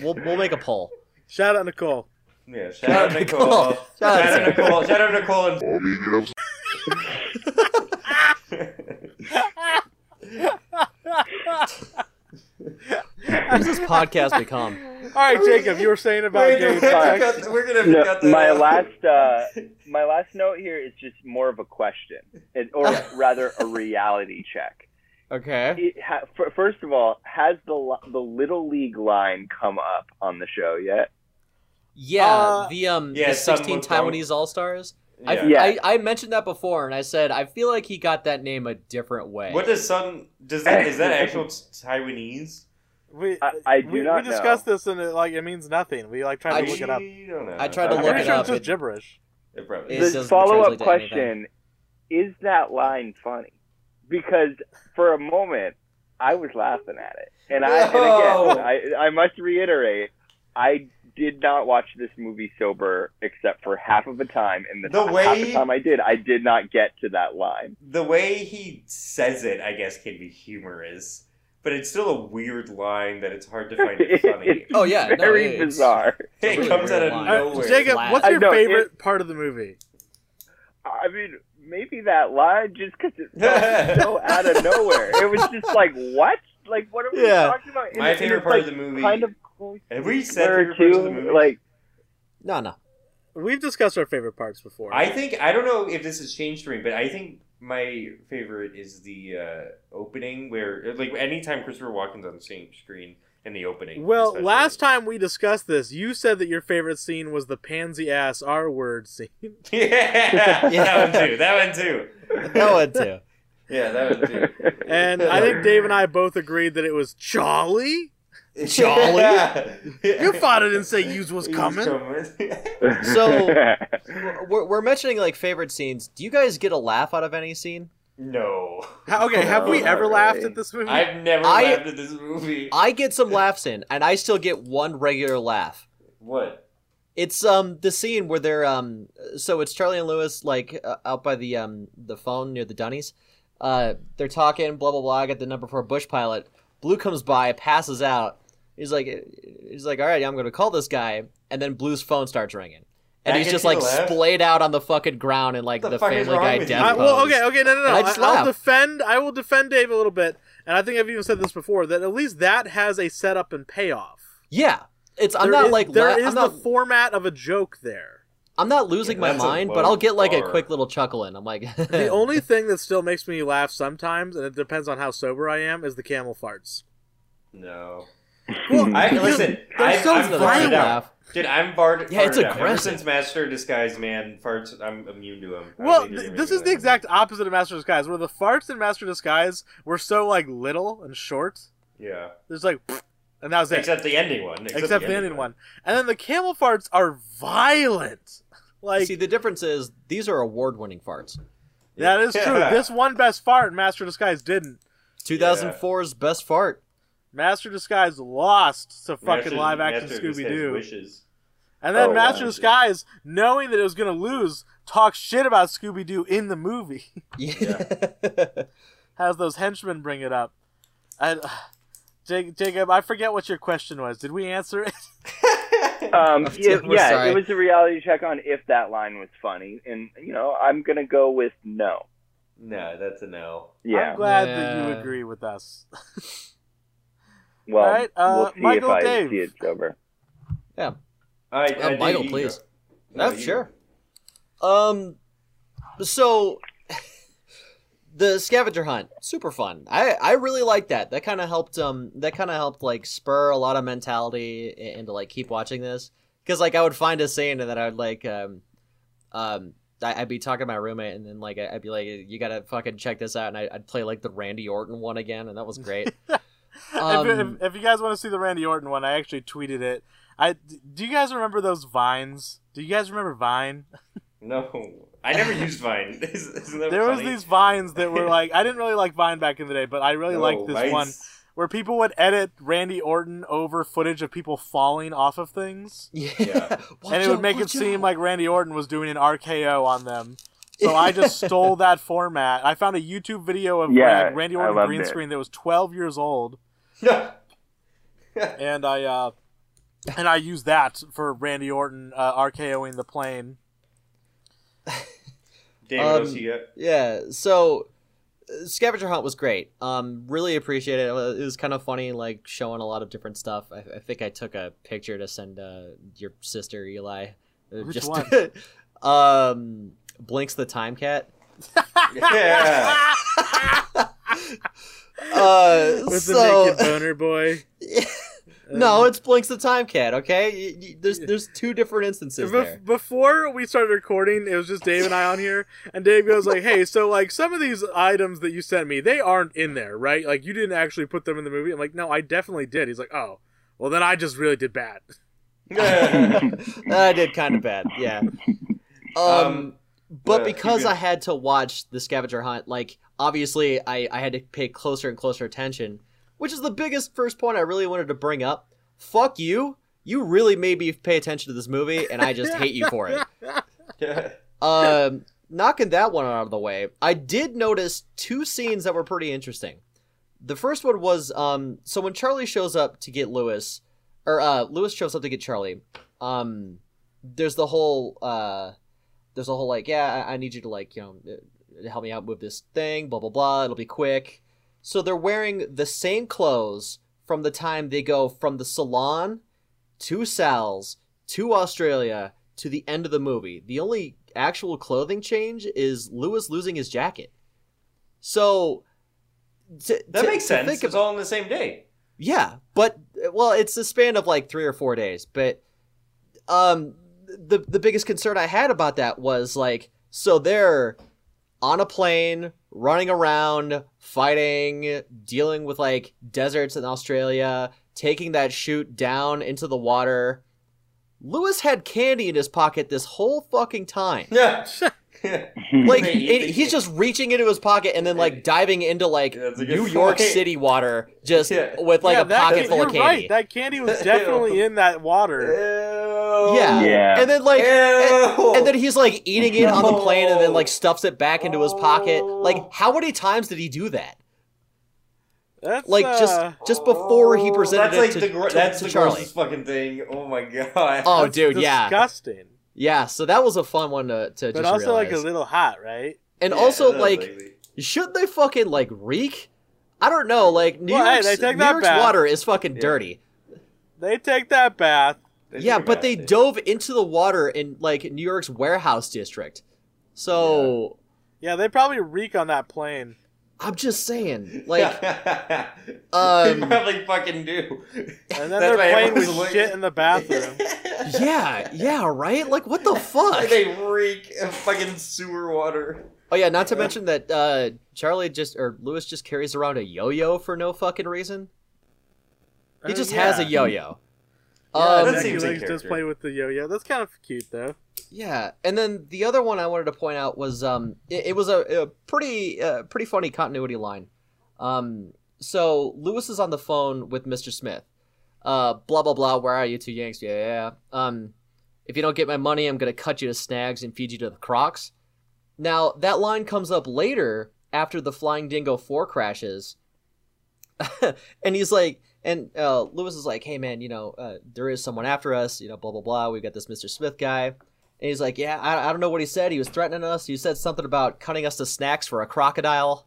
[SPEAKER 4] We'll we'll make a poll.
[SPEAKER 2] Shout out Nicole.
[SPEAKER 3] Yeah. Shout out Nicole.
[SPEAKER 4] Nicole.
[SPEAKER 3] Shout
[SPEAKER 4] Shout
[SPEAKER 3] out
[SPEAKER 4] out-
[SPEAKER 3] Nicole. Shout out Nicole. And-
[SPEAKER 4] What does this podcast become?
[SPEAKER 2] All right, Jacob, you were saying about
[SPEAKER 3] Wait,
[SPEAKER 2] Game
[SPEAKER 3] we're gonna
[SPEAKER 2] Fox.
[SPEAKER 3] cut- we're gonna
[SPEAKER 5] No,
[SPEAKER 3] cut that
[SPEAKER 5] my
[SPEAKER 3] out.
[SPEAKER 5] last uh, my last note here is just more of a question, it, or rather a reality check.
[SPEAKER 4] Okay.
[SPEAKER 5] It ha- f- first of all, has the li- the little league line come up on the show yet?
[SPEAKER 4] Yeah,
[SPEAKER 2] Uh,
[SPEAKER 4] the um
[SPEAKER 3] yeah,
[SPEAKER 4] the 16
[SPEAKER 3] someone- someone-
[SPEAKER 4] Taiwanese All Stars.
[SPEAKER 3] Yeah.
[SPEAKER 5] Yeah.
[SPEAKER 4] I, I mentioned that before, and I said I feel like he got that name a different way.
[SPEAKER 3] What does Sun? Does that is that actual Taiwanese?
[SPEAKER 2] We,
[SPEAKER 5] I- I do
[SPEAKER 2] we,
[SPEAKER 5] not
[SPEAKER 2] we discussed this, and it like it means nothing. We like tried
[SPEAKER 4] I
[SPEAKER 2] to look
[SPEAKER 4] ju-
[SPEAKER 2] it up.
[SPEAKER 3] We don't know.
[SPEAKER 4] I tried to
[SPEAKER 2] I'm
[SPEAKER 4] look
[SPEAKER 2] pretty
[SPEAKER 4] it
[SPEAKER 2] sure
[SPEAKER 4] up.
[SPEAKER 2] it's just
[SPEAKER 4] It-
[SPEAKER 2] gibberish.
[SPEAKER 3] It probably
[SPEAKER 4] It
[SPEAKER 3] is.
[SPEAKER 4] This-
[SPEAKER 5] The
[SPEAKER 4] doesn't
[SPEAKER 5] follow up
[SPEAKER 4] translate to
[SPEAKER 5] question is that line funny? Because for a moment, I was laughing at it, and I
[SPEAKER 3] No.
[SPEAKER 5] and again, I, I must reiterate, I did not watch this movie sober except for half of the time, and the,
[SPEAKER 3] The
[SPEAKER 5] ti-
[SPEAKER 3] way-
[SPEAKER 5] half the time I did, I did not get to that line.
[SPEAKER 3] the way he says it, I guess, can be humorous, but it's still a weird line that it's hard to find it funny.
[SPEAKER 4] Oh, yeah, no,
[SPEAKER 5] very
[SPEAKER 4] it's-
[SPEAKER 5] bizarre.
[SPEAKER 3] it
[SPEAKER 4] really
[SPEAKER 3] comes out
[SPEAKER 4] weird
[SPEAKER 3] of
[SPEAKER 4] line.
[SPEAKER 2] All right,
[SPEAKER 3] nowhere.
[SPEAKER 2] Jacob,
[SPEAKER 4] Flat.
[SPEAKER 2] what's
[SPEAKER 5] I
[SPEAKER 2] your
[SPEAKER 5] know,
[SPEAKER 2] favorite part of the movie?
[SPEAKER 5] I mean, maybe that line just because it felt so out of nowhere. It was just like, what? Like, what are we
[SPEAKER 4] Yeah.
[SPEAKER 5] talking about? And
[SPEAKER 3] My
[SPEAKER 5] it- and
[SPEAKER 3] favorite
[SPEAKER 5] it's,
[SPEAKER 3] part of
[SPEAKER 5] like,
[SPEAKER 3] the movie-
[SPEAKER 5] kind of close
[SPEAKER 3] Have we said
[SPEAKER 5] or
[SPEAKER 3] favorite parts of the
[SPEAKER 5] two,
[SPEAKER 3] movie?
[SPEAKER 5] like.
[SPEAKER 4] No, no.
[SPEAKER 2] We've discussed our favorite parts before.
[SPEAKER 3] I think I don't know if this has changed for me, but I think my favorite is the uh, opening where, like, anytime Christopher Walken's on the same screen in the opening.
[SPEAKER 2] Well,
[SPEAKER 3] especially.
[SPEAKER 2] last time we discussed this, you said that your favorite scene was the pansy ass R word scene.
[SPEAKER 3] yeah, that one too. That one too.
[SPEAKER 4] That one too.
[SPEAKER 3] Yeah, that one too.
[SPEAKER 2] And I think Dave and I both agreed that it was Jolly.
[SPEAKER 4] Jolly?
[SPEAKER 2] Your father didn't say yous was coming.
[SPEAKER 4] So- We're, we're mentioning like favorite scenes. Do you guys get a laugh out of any scene?
[SPEAKER 3] no,
[SPEAKER 2] How, okay, have we
[SPEAKER 5] Oh,
[SPEAKER 2] ever
[SPEAKER 5] really?
[SPEAKER 2] laughed at this movie?
[SPEAKER 3] I've never
[SPEAKER 4] I-
[SPEAKER 3] laughed at this movie.
[SPEAKER 4] I get some laughs in, and I still get one regular laugh.
[SPEAKER 3] what?
[SPEAKER 4] It's um the scene where they're um so it's Charlie and Lewis like uh, out by the um the phone near the Dunnies. Uh, they're talking blah blah blah. I got the number four bush pilot. Blue comes by, passes out. He's like, he's like, all right, I'm gonna call this guy. And then Blue's phone starts ringing, and
[SPEAKER 3] That
[SPEAKER 4] he's
[SPEAKER 3] gets
[SPEAKER 4] just
[SPEAKER 3] you
[SPEAKER 4] like
[SPEAKER 3] to laugh?
[SPEAKER 4] splayed out on the fucking ground in like
[SPEAKER 3] The
[SPEAKER 4] the,
[SPEAKER 3] fuck is
[SPEAKER 4] Family
[SPEAKER 3] wrong
[SPEAKER 4] Guy
[SPEAKER 3] with
[SPEAKER 4] death
[SPEAKER 3] you?
[SPEAKER 2] I, well,
[SPEAKER 4] pose.
[SPEAKER 2] okay, okay, no, no, no.
[SPEAKER 4] I
[SPEAKER 2] I
[SPEAKER 4] just
[SPEAKER 2] will
[SPEAKER 4] laugh.
[SPEAKER 2] defend. I will defend Dave a little bit, and I think I've even said this before that at least that has a setup and payoff.
[SPEAKER 4] Yeah, it's I'm
[SPEAKER 2] There
[SPEAKER 4] not
[SPEAKER 2] is-
[SPEAKER 4] like
[SPEAKER 2] there
[SPEAKER 4] la-
[SPEAKER 2] is
[SPEAKER 4] I'm not
[SPEAKER 2] the format of a joke there.
[SPEAKER 4] I'm not losing
[SPEAKER 3] Yeah,
[SPEAKER 4] my
[SPEAKER 3] that's a
[SPEAKER 4] mind,
[SPEAKER 3] low
[SPEAKER 4] but I'll get like
[SPEAKER 3] bar.
[SPEAKER 4] a quick little chuckle in. I'm like,
[SPEAKER 2] The only thing that still makes me laugh sometimes, and it depends on how sober I am, is the camel farts.
[SPEAKER 3] No.
[SPEAKER 2] Well,
[SPEAKER 3] I
[SPEAKER 2] Dude,
[SPEAKER 3] listen.
[SPEAKER 2] they're
[SPEAKER 3] I,
[SPEAKER 2] so
[SPEAKER 3] I'm farted
[SPEAKER 2] violent.
[SPEAKER 3] out. Dude, I'm barred.
[SPEAKER 4] Yeah, it's
[SPEAKER 3] farted out. Ever
[SPEAKER 4] aggressive.
[SPEAKER 3] since Master of Disguise, man, farts. I'm immune to him. I'm
[SPEAKER 2] Well,
[SPEAKER 3] immune to
[SPEAKER 2] th-
[SPEAKER 3] him
[SPEAKER 2] this is
[SPEAKER 3] anyway.
[SPEAKER 2] the exact opposite of Master of Disguise, where the farts in Master of Disguise were so like little and short.
[SPEAKER 3] Yeah.
[SPEAKER 2] There's like, and that was it. Except,
[SPEAKER 3] Except the ending one. Except,
[SPEAKER 2] the ending one. And then the camel farts are violent. Like
[SPEAKER 4] See, the difference is these are award-winning farts.
[SPEAKER 2] that is true.
[SPEAKER 3] Yeah.
[SPEAKER 2] This one best fart in Master of Disguise didn't.
[SPEAKER 4] 2004's best fart.
[SPEAKER 2] Master of Disguise lost to fucking
[SPEAKER 3] Master-
[SPEAKER 2] live action
[SPEAKER 3] Master of
[SPEAKER 2] Scooby
[SPEAKER 3] Disguise
[SPEAKER 2] Doo.
[SPEAKER 3] Wishes.
[SPEAKER 2] And then
[SPEAKER 5] Oh,
[SPEAKER 2] Master
[SPEAKER 3] wow.
[SPEAKER 2] of Disguise, knowing that it was going to lose, talks shit about Scooby Doo in the movie.
[SPEAKER 4] Yeah.
[SPEAKER 2] Has those henchmen bring it up. And, uh, Jac- Jacob, I forget what your question was. Did we answer it?
[SPEAKER 5] Um, yeah,
[SPEAKER 4] We're
[SPEAKER 5] yeah,
[SPEAKER 4] sorry.
[SPEAKER 5] it was a reality check on if that line was funny, and you know, I'm gonna go with no.
[SPEAKER 3] No, that's a no.
[SPEAKER 5] Yeah,
[SPEAKER 2] I'm glad that you
[SPEAKER 4] Yeah.
[SPEAKER 2] agree with us.
[SPEAKER 5] well,
[SPEAKER 2] Alright, uh,
[SPEAKER 5] we'll see
[SPEAKER 2] Michael
[SPEAKER 5] if I
[SPEAKER 2] Dave.
[SPEAKER 5] see it sober.
[SPEAKER 3] All right,
[SPEAKER 4] Uh,
[SPEAKER 3] uh,
[SPEAKER 4] Michael,
[SPEAKER 3] you go.
[SPEAKER 4] please.
[SPEAKER 3] No,
[SPEAKER 4] Oh,
[SPEAKER 3] you go.
[SPEAKER 4] sure. Um, so the scavenger hunt, super fun. I I really like that. That kind of helped um that kind of helped like spur a lot of mentality i- into like keep watching this because like I would find a scene and then I would like um um. I- I'd be talking to my roommate, and then like I- I'd be like, "You gotta fucking check this out," and I- I'd play like the Randy Orton one again, and that was great.
[SPEAKER 2] If you-
[SPEAKER 4] Um,
[SPEAKER 2] if, if you guys want to see the Randy Orton one, I actually tweeted it. I do you guys remember those vines? Do you guys remember Vine?
[SPEAKER 3] No, I never used Vine. Isn't that
[SPEAKER 2] There was
[SPEAKER 3] funny?
[SPEAKER 2] these vines that were like I didn't really like Vine back in the day, but I really
[SPEAKER 3] No,
[SPEAKER 2] liked this
[SPEAKER 3] Vine's-
[SPEAKER 2] one where people would edit Randy Orton over footage of people falling off of things.
[SPEAKER 4] yeah,
[SPEAKER 3] Yeah.
[SPEAKER 4] Watch
[SPEAKER 2] and it would
[SPEAKER 4] out,
[SPEAKER 2] make it
[SPEAKER 4] watch
[SPEAKER 2] seem
[SPEAKER 4] out.
[SPEAKER 2] like Randy Orton was doing an RKO on them. So I just stole that format. I found a YouTube video of
[SPEAKER 5] Yeah,
[SPEAKER 2] Rand- Randy
[SPEAKER 5] I
[SPEAKER 2] Orton
[SPEAKER 5] loved
[SPEAKER 2] green
[SPEAKER 5] it.
[SPEAKER 2] screen that was 12 years old, and I uh, and I used that for Randy Orton uh, RKOing the plane.
[SPEAKER 3] Damn, what
[SPEAKER 4] Um,
[SPEAKER 3] else you got?
[SPEAKER 4] yeah so uh, scavenger hunt was great um really appreciate it it wa- it was kind of funny like showing a lot of different stuff i, I think i took a picture to send uh your sister eli Uh,
[SPEAKER 2] Which
[SPEAKER 4] just
[SPEAKER 2] one?
[SPEAKER 4] um blinks the time cat
[SPEAKER 3] Yeah.
[SPEAKER 4] uh
[SPEAKER 2] With the Um,
[SPEAKER 4] so
[SPEAKER 2] naked boner boy.
[SPEAKER 4] no it's blinks the time cat okay Y- y- there's there's two different instances
[SPEAKER 2] Bef-
[SPEAKER 4] there
[SPEAKER 2] Before we started recording, it was just Dave and I on here, and Dave goes like, "Hey, so like some of these items that you sent me, they aren't in there, right? Like you didn't actually put them in the movie." I'm like, "No, I definitely did." He's like, "Oh, well then I just really did bad."
[SPEAKER 4] i did kind of bad yeah um
[SPEAKER 3] um,
[SPEAKER 4] but
[SPEAKER 3] Yeah, keep
[SPEAKER 4] because
[SPEAKER 3] going.
[SPEAKER 4] I had to watch the scavenger hunt, like obviously I, I had to pay closer and closer attention, which is the biggest first point I really wanted to bring up. Fuck you. You really made me pay attention to this movie, and I just hate you for it. Um, knocking that one out of the way, I did notice two scenes that were pretty interesting. The first one was um, so when Charlie shows up to get Lewis, or uh, Lewis shows up to get Charlie. Um, there's the whole uh, there's a whole like, yeah, I, I need you to like, you know, uh, help me out with this thing, blah blah blah. It'll be quick. So they're wearing the same clothes from the time they go from the salon to Sal's to Australia to the end of the movie. The only actual clothing change is Lewis losing his jacket. So to-
[SPEAKER 3] that
[SPEAKER 4] to-
[SPEAKER 3] makes
[SPEAKER 4] to
[SPEAKER 3] sense.
[SPEAKER 4] think
[SPEAKER 3] it's all on the same day.
[SPEAKER 4] yeah, but well, it's a span of like three or four days. But um, the the biggest concern I had about that was like, so they're on a plane, running around, fighting, dealing with like deserts in Australia, taking that chute down into the water. Lewis had candy in his pocket this whole fucking time.
[SPEAKER 3] Yeah.
[SPEAKER 4] Like
[SPEAKER 3] They eat
[SPEAKER 4] it,
[SPEAKER 3] the-
[SPEAKER 4] he's just reaching into his pocket and then like diving into like
[SPEAKER 3] Yeah, that's a good
[SPEAKER 4] New York
[SPEAKER 3] point.
[SPEAKER 4] City water, just
[SPEAKER 3] Yeah.
[SPEAKER 4] with like
[SPEAKER 2] Yeah,
[SPEAKER 4] a
[SPEAKER 2] that-
[SPEAKER 4] pocket full
[SPEAKER 2] you're
[SPEAKER 4] of candy.
[SPEAKER 2] Right, that candy was definitely in that water.
[SPEAKER 4] Yeah.
[SPEAKER 5] Yeah.
[SPEAKER 4] And then like and,
[SPEAKER 3] Ew.
[SPEAKER 4] and then he's like eating it on the plane and then like
[SPEAKER 3] No.
[SPEAKER 4] stuffs it back into his pocket.
[SPEAKER 3] Oh.
[SPEAKER 4] Like how many times did he do that?
[SPEAKER 2] That's
[SPEAKER 4] Like just
[SPEAKER 2] uh,
[SPEAKER 4] just before he
[SPEAKER 3] Oh,
[SPEAKER 4] presented
[SPEAKER 3] that's
[SPEAKER 4] it
[SPEAKER 3] like
[SPEAKER 4] to,
[SPEAKER 3] the gro-
[SPEAKER 4] to-
[SPEAKER 3] that's
[SPEAKER 4] to
[SPEAKER 3] the
[SPEAKER 4] Charlie.
[SPEAKER 3] grossest fucking thing. Oh my god.
[SPEAKER 4] Oh
[SPEAKER 2] that's
[SPEAKER 4] dude, yeah.
[SPEAKER 2] disgusting.
[SPEAKER 4] Yeah, so that was a fun one to, to
[SPEAKER 2] But
[SPEAKER 4] just
[SPEAKER 2] also like a
[SPEAKER 4] realize.
[SPEAKER 2] little hot, right?
[SPEAKER 4] and
[SPEAKER 3] Yeah,
[SPEAKER 4] also
[SPEAKER 3] that was
[SPEAKER 4] like
[SPEAKER 3] ugly.
[SPEAKER 4] should they fucking like reek? I don't know, like New
[SPEAKER 2] Well, hey,
[SPEAKER 4] York's,
[SPEAKER 2] they take
[SPEAKER 4] New
[SPEAKER 2] that
[SPEAKER 4] York's
[SPEAKER 2] bath.
[SPEAKER 4] water is fucking
[SPEAKER 3] Yeah.
[SPEAKER 4] dirty.
[SPEAKER 2] They take that bath.
[SPEAKER 3] They
[SPEAKER 4] yeah,
[SPEAKER 3] took a
[SPEAKER 4] but
[SPEAKER 3] bath
[SPEAKER 4] they
[SPEAKER 3] day.
[SPEAKER 4] dove into the water in like New York's warehouse district. So
[SPEAKER 2] Yeah, they probably reek on that plane.
[SPEAKER 4] I'm just saying, like
[SPEAKER 3] they
[SPEAKER 4] um,
[SPEAKER 3] probably fucking do.
[SPEAKER 2] And then
[SPEAKER 3] That's
[SPEAKER 2] they're
[SPEAKER 3] why
[SPEAKER 2] playing
[SPEAKER 3] everyone's
[SPEAKER 2] with
[SPEAKER 3] looking-
[SPEAKER 2] shit in the bathroom.
[SPEAKER 4] yeah, yeah, right? Like, what the fuck?
[SPEAKER 3] they reek of fucking sewer water.
[SPEAKER 4] Oh, yeah, not to mention that uh, Charlie just, or Lewis just carries around a yo yo for no fucking reason. He
[SPEAKER 2] Oh,
[SPEAKER 4] just
[SPEAKER 2] yeah.
[SPEAKER 4] has a yo yo.
[SPEAKER 2] Yeah,
[SPEAKER 4] um,
[SPEAKER 3] that
[SPEAKER 2] Jackie
[SPEAKER 3] seems in
[SPEAKER 2] Legs does
[SPEAKER 3] character.
[SPEAKER 2] play with the yo-yo. That's kind of cute, though.
[SPEAKER 4] yeah, and then the other one I wanted to point out was um, it, it was a, a pretty uh, pretty funny continuity line. Um, so Lewis is on the phone with Mr. Smith. Uh, blah blah blah. Where are you, two Yanks? Yeah, yeah. yeah. Um, if you don't get my money, I'm gonna cut you to snags and feed you to the Crocs. Now that line comes up later after the Flying Dingo Four crashes, and he's like, and uh, Lewis is like, hey man, you know, uh, there is someone after us. You know, blah blah blah. We've got this Mr. Smith guy, and he's like, yeah, I, I don't know what he said. He was threatening us. He said something about cutting us to snacks for a crocodile.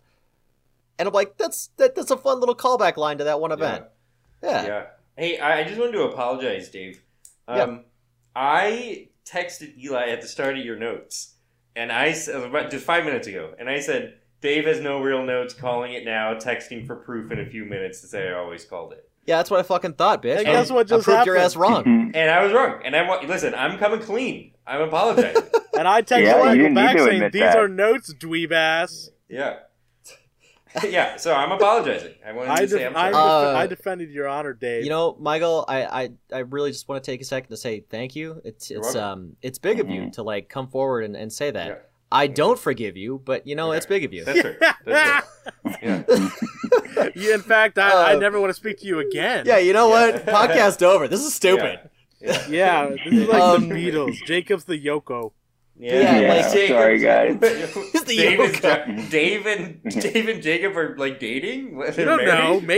[SPEAKER 4] And I'm like, that's that, that's a fun little callback line to that one event. Yeah.
[SPEAKER 3] Yeah. Hey, I I just wanted to apologize, Dave. Um,
[SPEAKER 4] Yeah.
[SPEAKER 3] I texted Eli at the start of your notes, and I s- about just five minutes ago, and I said, Dave has no real notes, calling it now, texting for proof in a few minutes to say I always called it.
[SPEAKER 4] Yeah, that's what I fucking thought, bitch.
[SPEAKER 2] And guess what
[SPEAKER 4] I proved
[SPEAKER 2] just
[SPEAKER 4] your ass
[SPEAKER 2] happened?
[SPEAKER 4] wrong.
[SPEAKER 3] And I was wrong. And I'm listen, I'm coming clean. I'm apologizing.
[SPEAKER 2] And I text
[SPEAKER 5] Yeah, you
[SPEAKER 2] Michael
[SPEAKER 5] didn't need
[SPEAKER 2] back
[SPEAKER 5] to
[SPEAKER 2] saying,
[SPEAKER 5] admit
[SPEAKER 2] "These
[SPEAKER 5] that.
[SPEAKER 2] are notes, dweeb ass."
[SPEAKER 3] yeah. yeah, so I'm apologizing. I wanted
[SPEAKER 2] I,
[SPEAKER 3] to
[SPEAKER 2] def-
[SPEAKER 3] say I'm
[SPEAKER 2] I,
[SPEAKER 3] sorry.
[SPEAKER 2] def-
[SPEAKER 4] Uh,
[SPEAKER 2] I defended your honor, Dave.
[SPEAKER 4] You know, Michael, I, I, I really just want to take a second to say thank you. It's
[SPEAKER 3] You're
[SPEAKER 4] it's
[SPEAKER 3] welcome.
[SPEAKER 4] um it's big of you
[SPEAKER 2] Mm-hmm.
[SPEAKER 5] Mhm.
[SPEAKER 4] to like come forward and, and say that.
[SPEAKER 3] Yeah.
[SPEAKER 4] I don't forgive you, but you know
[SPEAKER 3] Okay.
[SPEAKER 4] it's big of you.
[SPEAKER 3] That's right. That's right. Yeah.
[SPEAKER 2] You- in fact, I, I
[SPEAKER 4] Uh,
[SPEAKER 2] never want to speak to you again.
[SPEAKER 4] Yeah, you know
[SPEAKER 3] Yeah.
[SPEAKER 4] what? Podcast over. This is stupid.
[SPEAKER 3] Yeah.
[SPEAKER 2] Yeah, this is like
[SPEAKER 4] Um,
[SPEAKER 2] the Beatles. Jacob's the Yoko.
[SPEAKER 4] Yeah,
[SPEAKER 5] Yeah,
[SPEAKER 4] like-
[SPEAKER 3] Jacob-
[SPEAKER 5] sorry, guys.
[SPEAKER 4] It's the
[SPEAKER 3] Dave, is,
[SPEAKER 4] yoga.
[SPEAKER 3] dr- Dave and Dave and Jacob are like dating. What,
[SPEAKER 2] You don't
[SPEAKER 3] they're
[SPEAKER 2] know,
[SPEAKER 3] married?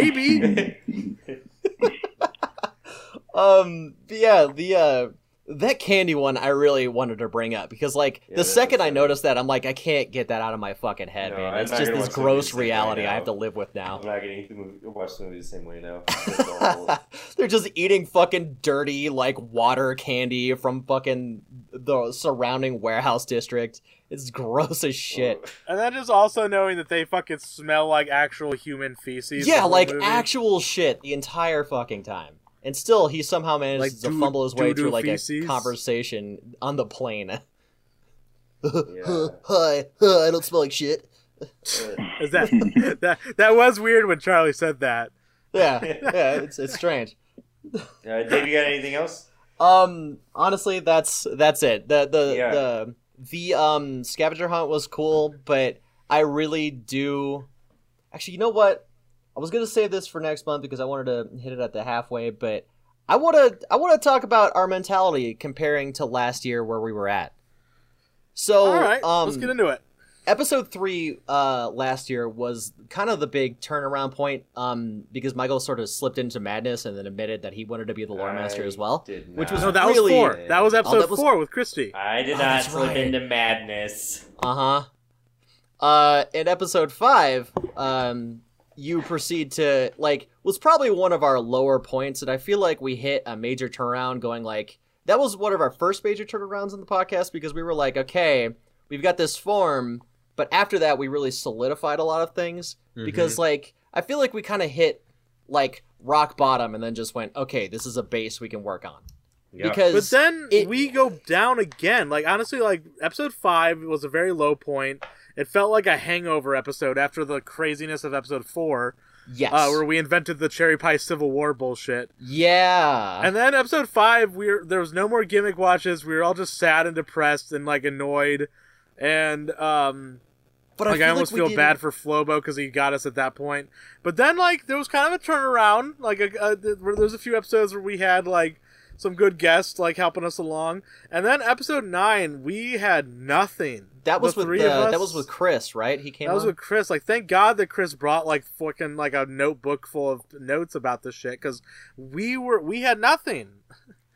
[SPEAKER 2] maybe.
[SPEAKER 4] Um, but yeah, the uh, that candy one I really wanted to bring up because like
[SPEAKER 3] Yeah,
[SPEAKER 4] the
[SPEAKER 3] that's
[SPEAKER 4] second I
[SPEAKER 3] upsetting.
[SPEAKER 4] noticed that, I'm like, I can't get that out of my fucking head,
[SPEAKER 3] No,
[SPEAKER 4] man.
[SPEAKER 3] I'm
[SPEAKER 4] It's
[SPEAKER 3] not
[SPEAKER 4] just
[SPEAKER 3] gonna
[SPEAKER 4] this
[SPEAKER 3] watch the
[SPEAKER 4] gross
[SPEAKER 3] movie the same way
[SPEAKER 4] reality I
[SPEAKER 3] now.
[SPEAKER 4] have to live with now.
[SPEAKER 3] I'm not gonna eat the movie, watch the movie the same way now. It's awful.
[SPEAKER 4] They're just eating fucking dirty like water candy from fucking the surrounding warehouse district. It's gross as shit.
[SPEAKER 2] And then just also knowing that they fucking smell like actual human feces. the
[SPEAKER 4] yeah,
[SPEAKER 2] whole
[SPEAKER 4] like
[SPEAKER 2] movie.
[SPEAKER 4] actual shit the entire fucking time. And still, he somehow manages
[SPEAKER 2] Like
[SPEAKER 4] to
[SPEAKER 2] doo-
[SPEAKER 4] fumble his way
[SPEAKER 2] doo-doo
[SPEAKER 4] through like
[SPEAKER 2] feces?
[SPEAKER 4] a conversation on the plane.
[SPEAKER 3] Yeah.
[SPEAKER 4] hi, hi, I don't smell like shit.
[SPEAKER 2] Is that, that that was weird when Charlie said that.
[SPEAKER 4] Yeah, yeah, it's it's strange.
[SPEAKER 3] Uh, Dave, you got anything else?
[SPEAKER 4] Um, honestly, that's that's it. The the
[SPEAKER 3] Yeah.
[SPEAKER 4] the the um scavenger hunt was cool, but I really do. Actually, you know what? I was gonna save this for next month because I wanted to hit it at the halfway, but I wanna I wanna talk about our mentality comparing to last year where we were at. So,
[SPEAKER 2] All right,
[SPEAKER 4] um,
[SPEAKER 2] let's get into it.
[SPEAKER 4] episode three uh, last year was kind of the big turnaround point um, because Michael sort of slipped into madness and then admitted that he wanted to be the lore master as well.
[SPEAKER 3] Did
[SPEAKER 4] which
[SPEAKER 3] not.
[SPEAKER 4] was
[SPEAKER 2] No, that
[SPEAKER 4] really- Oh,
[SPEAKER 2] was four. That was episode
[SPEAKER 4] that was-
[SPEAKER 2] four with Christy.
[SPEAKER 3] I did
[SPEAKER 4] Oh,
[SPEAKER 3] not
[SPEAKER 4] that's
[SPEAKER 3] slip
[SPEAKER 4] right.
[SPEAKER 3] into madness.
[SPEAKER 4] Uh-huh. Uh In episode five, um, you proceed to like was probably one of our lower points, and I feel like we hit a major turnaround. Going like that was one of our first major turnarounds in the podcast because we were like, okay, we've got this form, but after that, we really solidified a lot of things
[SPEAKER 2] Mm-hmm.
[SPEAKER 4] because like I feel like we kind of hit like rock bottom and then just went, okay, this is a base we can work on.
[SPEAKER 3] Yeah.
[SPEAKER 4] Because
[SPEAKER 2] Mm-hmm. But then
[SPEAKER 4] it-
[SPEAKER 2] we go down again. Like honestly, like episode five was a very low point. It felt like a hangover episode after the craziness of episode four,
[SPEAKER 4] yes,
[SPEAKER 2] uh, where we invented the cherry pie Civil War bullshit.
[SPEAKER 4] yeah,
[SPEAKER 2] And then episode five, we were, there was no more gimmick watches. We were all just sad and depressed and like annoyed, and um,
[SPEAKER 4] but
[SPEAKER 2] like I,
[SPEAKER 4] feel
[SPEAKER 2] almost
[SPEAKER 4] we
[SPEAKER 2] feel
[SPEAKER 4] didn't-
[SPEAKER 2] bad for Flobo because he got us at that point. But then like there was kind of a turnaround. Like a, a, th- where there was a few episodes where we had like some good guests like helping us along, and then episode nine we had nothing.
[SPEAKER 4] That was
[SPEAKER 2] the
[SPEAKER 4] with
[SPEAKER 2] three
[SPEAKER 4] the,
[SPEAKER 2] of us.
[SPEAKER 4] that was with Chris, right? He came.
[SPEAKER 2] That was
[SPEAKER 4] on?
[SPEAKER 2] with Chris. Like, thank God that Chris brought like fucking like a notebook full of notes about this shit because we were we had nothing.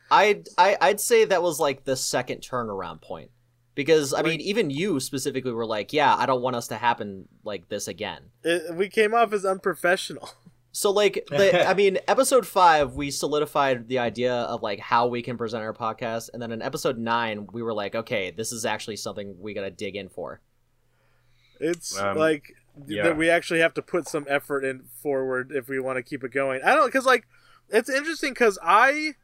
[SPEAKER 4] I'd I, I'd say that was like the second turnaround point because I mean even you specifically were like, yeah, I don't want us to happen like this again.
[SPEAKER 2] It, we came off as unprofessional.
[SPEAKER 4] So like the, I mean episode 5 we solidified the idea of like how we can present our podcast and then in episode 9 we were like okay this is actually something we got to dig in for.
[SPEAKER 2] It's
[SPEAKER 3] Um,
[SPEAKER 2] like
[SPEAKER 3] yeah.
[SPEAKER 2] that we actually have to put some effort in forward if we want to keep it going. I don't because like it's interesting because I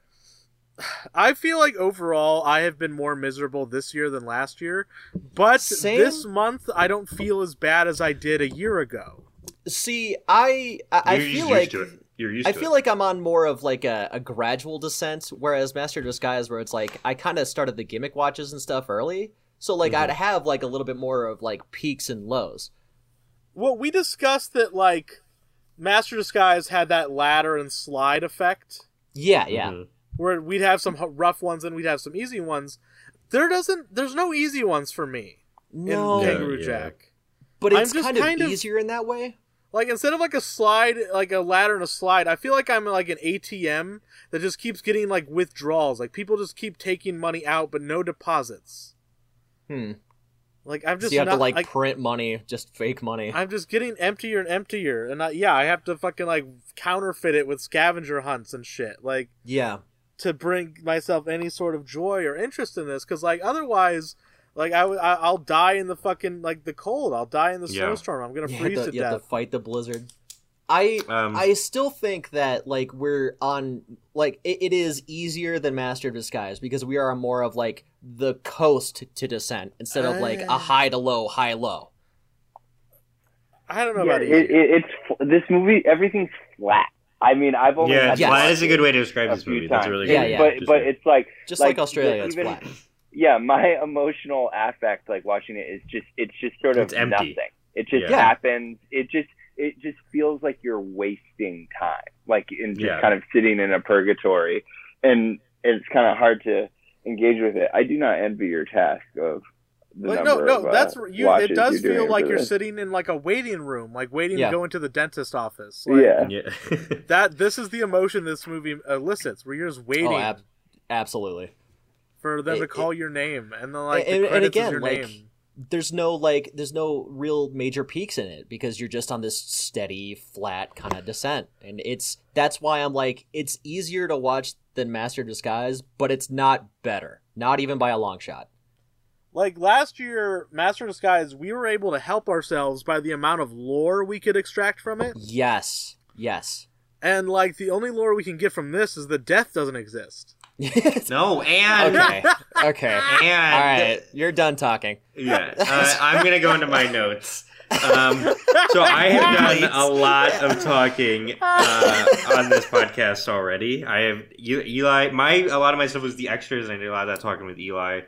[SPEAKER 2] I feel like overall I have been more miserable this year than last year, but
[SPEAKER 4] Same.
[SPEAKER 2] this month I don't feel as bad as I did a year ago.
[SPEAKER 4] See, I I, I
[SPEAKER 6] You're
[SPEAKER 4] feel
[SPEAKER 6] used
[SPEAKER 4] like
[SPEAKER 6] to it. You're used
[SPEAKER 4] I
[SPEAKER 6] to
[SPEAKER 4] feel
[SPEAKER 6] it.
[SPEAKER 4] like I'm on more of like a, a gradual descent, whereas Master of Disguise, where it's like I kind of started the gimmick watches and stuff early, so like I'd
[SPEAKER 6] Mm-hmm.
[SPEAKER 4] have like a little bit more of like peaks and lows.
[SPEAKER 2] Well, we discussed that like Master Disguise had that ladder and slide effect.
[SPEAKER 4] Yeah, yeah.
[SPEAKER 6] Mm-hmm.
[SPEAKER 2] where we'd have some h- rough ones and we'd have some easy ones. There doesn't, there's no easy ones for me
[SPEAKER 4] No,
[SPEAKER 2] in Kangaroo
[SPEAKER 6] Yeah, yeah.
[SPEAKER 2] Jack.
[SPEAKER 4] but
[SPEAKER 2] I'm
[SPEAKER 4] it's
[SPEAKER 2] just
[SPEAKER 4] kind, of
[SPEAKER 2] kind of-
[SPEAKER 4] easier in that way.
[SPEAKER 2] Like instead of like a slide, like a ladder and a slide, I feel like I'm like an ATM that just keeps getting like withdrawals. Like people just keep taking money out, but no deposits.
[SPEAKER 4] Hmm.
[SPEAKER 2] Like I'm
[SPEAKER 4] So
[SPEAKER 2] just
[SPEAKER 4] you have
[SPEAKER 2] not
[SPEAKER 4] to like
[SPEAKER 2] like
[SPEAKER 4] print money, just fake money.
[SPEAKER 2] I'm just getting emptier and emptier, and I, yeah, I have to fucking like counterfeit it with scavenger hunts and shit. Like
[SPEAKER 4] yeah,
[SPEAKER 2] to bring myself any sort of joy or interest in this because like otherwise Like I, w- I, I'll die in the fucking like the cold. I'll die in the
[SPEAKER 3] Yeah.
[SPEAKER 2] snowstorm. I'm gonna
[SPEAKER 4] You have
[SPEAKER 2] freeze
[SPEAKER 4] to,
[SPEAKER 2] to
[SPEAKER 4] you have
[SPEAKER 2] death.
[SPEAKER 4] to fight the blizzard. I
[SPEAKER 3] Um,
[SPEAKER 4] I still think that like we're on like it, it is easier than Master of Disguise because we are more of like the coast to descent instead of like a
[SPEAKER 2] Ah.
[SPEAKER 4] high to low, high low.
[SPEAKER 2] I don't know
[SPEAKER 5] Yeah,
[SPEAKER 2] about
[SPEAKER 5] it,
[SPEAKER 2] you.
[SPEAKER 5] it, it's fl- this movie. Everything's flat. I mean, I've only
[SPEAKER 3] yeah,
[SPEAKER 5] had to
[SPEAKER 4] Yes.
[SPEAKER 3] flat
[SPEAKER 5] watch
[SPEAKER 3] is a good
[SPEAKER 5] it
[SPEAKER 3] way to describe
[SPEAKER 5] a
[SPEAKER 3] this
[SPEAKER 5] few
[SPEAKER 3] movie. That's a
[SPEAKER 5] times.
[SPEAKER 3] really
[SPEAKER 4] Yeah,
[SPEAKER 3] good
[SPEAKER 4] yeah.
[SPEAKER 3] way to
[SPEAKER 5] But but
[SPEAKER 3] describe
[SPEAKER 5] it's like
[SPEAKER 4] Just
[SPEAKER 5] Like,
[SPEAKER 4] like, Australia,
[SPEAKER 5] the-
[SPEAKER 4] it's
[SPEAKER 5] even-
[SPEAKER 4] flat.
[SPEAKER 5] yeah, my emotional affect like watching it is just it's just sort of
[SPEAKER 3] It's empty.
[SPEAKER 5] nothing. It just
[SPEAKER 3] Yeah.
[SPEAKER 4] Yeah.
[SPEAKER 5] happens. It just it just feels like you're wasting time, like in just
[SPEAKER 3] Yeah.
[SPEAKER 5] kind of sitting in a purgatory, and it's kind of hard to engage with it. I do not envy your task of the
[SPEAKER 2] Like, no,
[SPEAKER 5] number
[SPEAKER 2] no,
[SPEAKER 5] of, uh,
[SPEAKER 2] that's you.
[SPEAKER 5] watches
[SPEAKER 2] It does
[SPEAKER 5] you're doing
[SPEAKER 2] feel like
[SPEAKER 5] for
[SPEAKER 2] you're
[SPEAKER 5] this.
[SPEAKER 2] sitting in like a waiting room, like waiting to
[SPEAKER 4] Yeah.
[SPEAKER 2] go into the dentist office. Like,
[SPEAKER 5] yeah.
[SPEAKER 3] Yeah.
[SPEAKER 2] that this is the emotion this movie elicits, where you're just waiting
[SPEAKER 4] Oh, ab- absolutely.
[SPEAKER 2] for them
[SPEAKER 4] it-
[SPEAKER 2] to call your name, and then like the
[SPEAKER 4] and- and
[SPEAKER 2] credits is
[SPEAKER 4] again,
[SPEAKER 2] your
[SPEAKER 4] like,
[SPEAKER 2] name.
[SPEAKER 4] There's no like there's no real major peaks in it because you're just on this steady flat kind of descent. And it's that's why I'm like it's easier to watch than Master of Disguise, but it's not better. Not even by a long shot.
[SPEAKER 2] Like last year, Master of Disguise, we were able to help ourselves by the amount of lore we could extract from it,
[SPEAKER 4] Yes. Yes.
[SPEAKER 2] and like the only lore we can get from this is that death doesn't exist.
[SPEAKER 4] Yes.
[SPEAKER 3] no, and
[SPEAKER 4] okay. Okay.
[SPEAKER 3] and
[SPEAKER 4] All right. You're done talking.
[SPEAKER 3] Yeah, uh, I'm gonna go into my notes. Um, so I have done a lot of talking uh, on this podcast already. I have you, Eli. My a lot of my stuff was the extras, and I did a lot of that talking with Eli.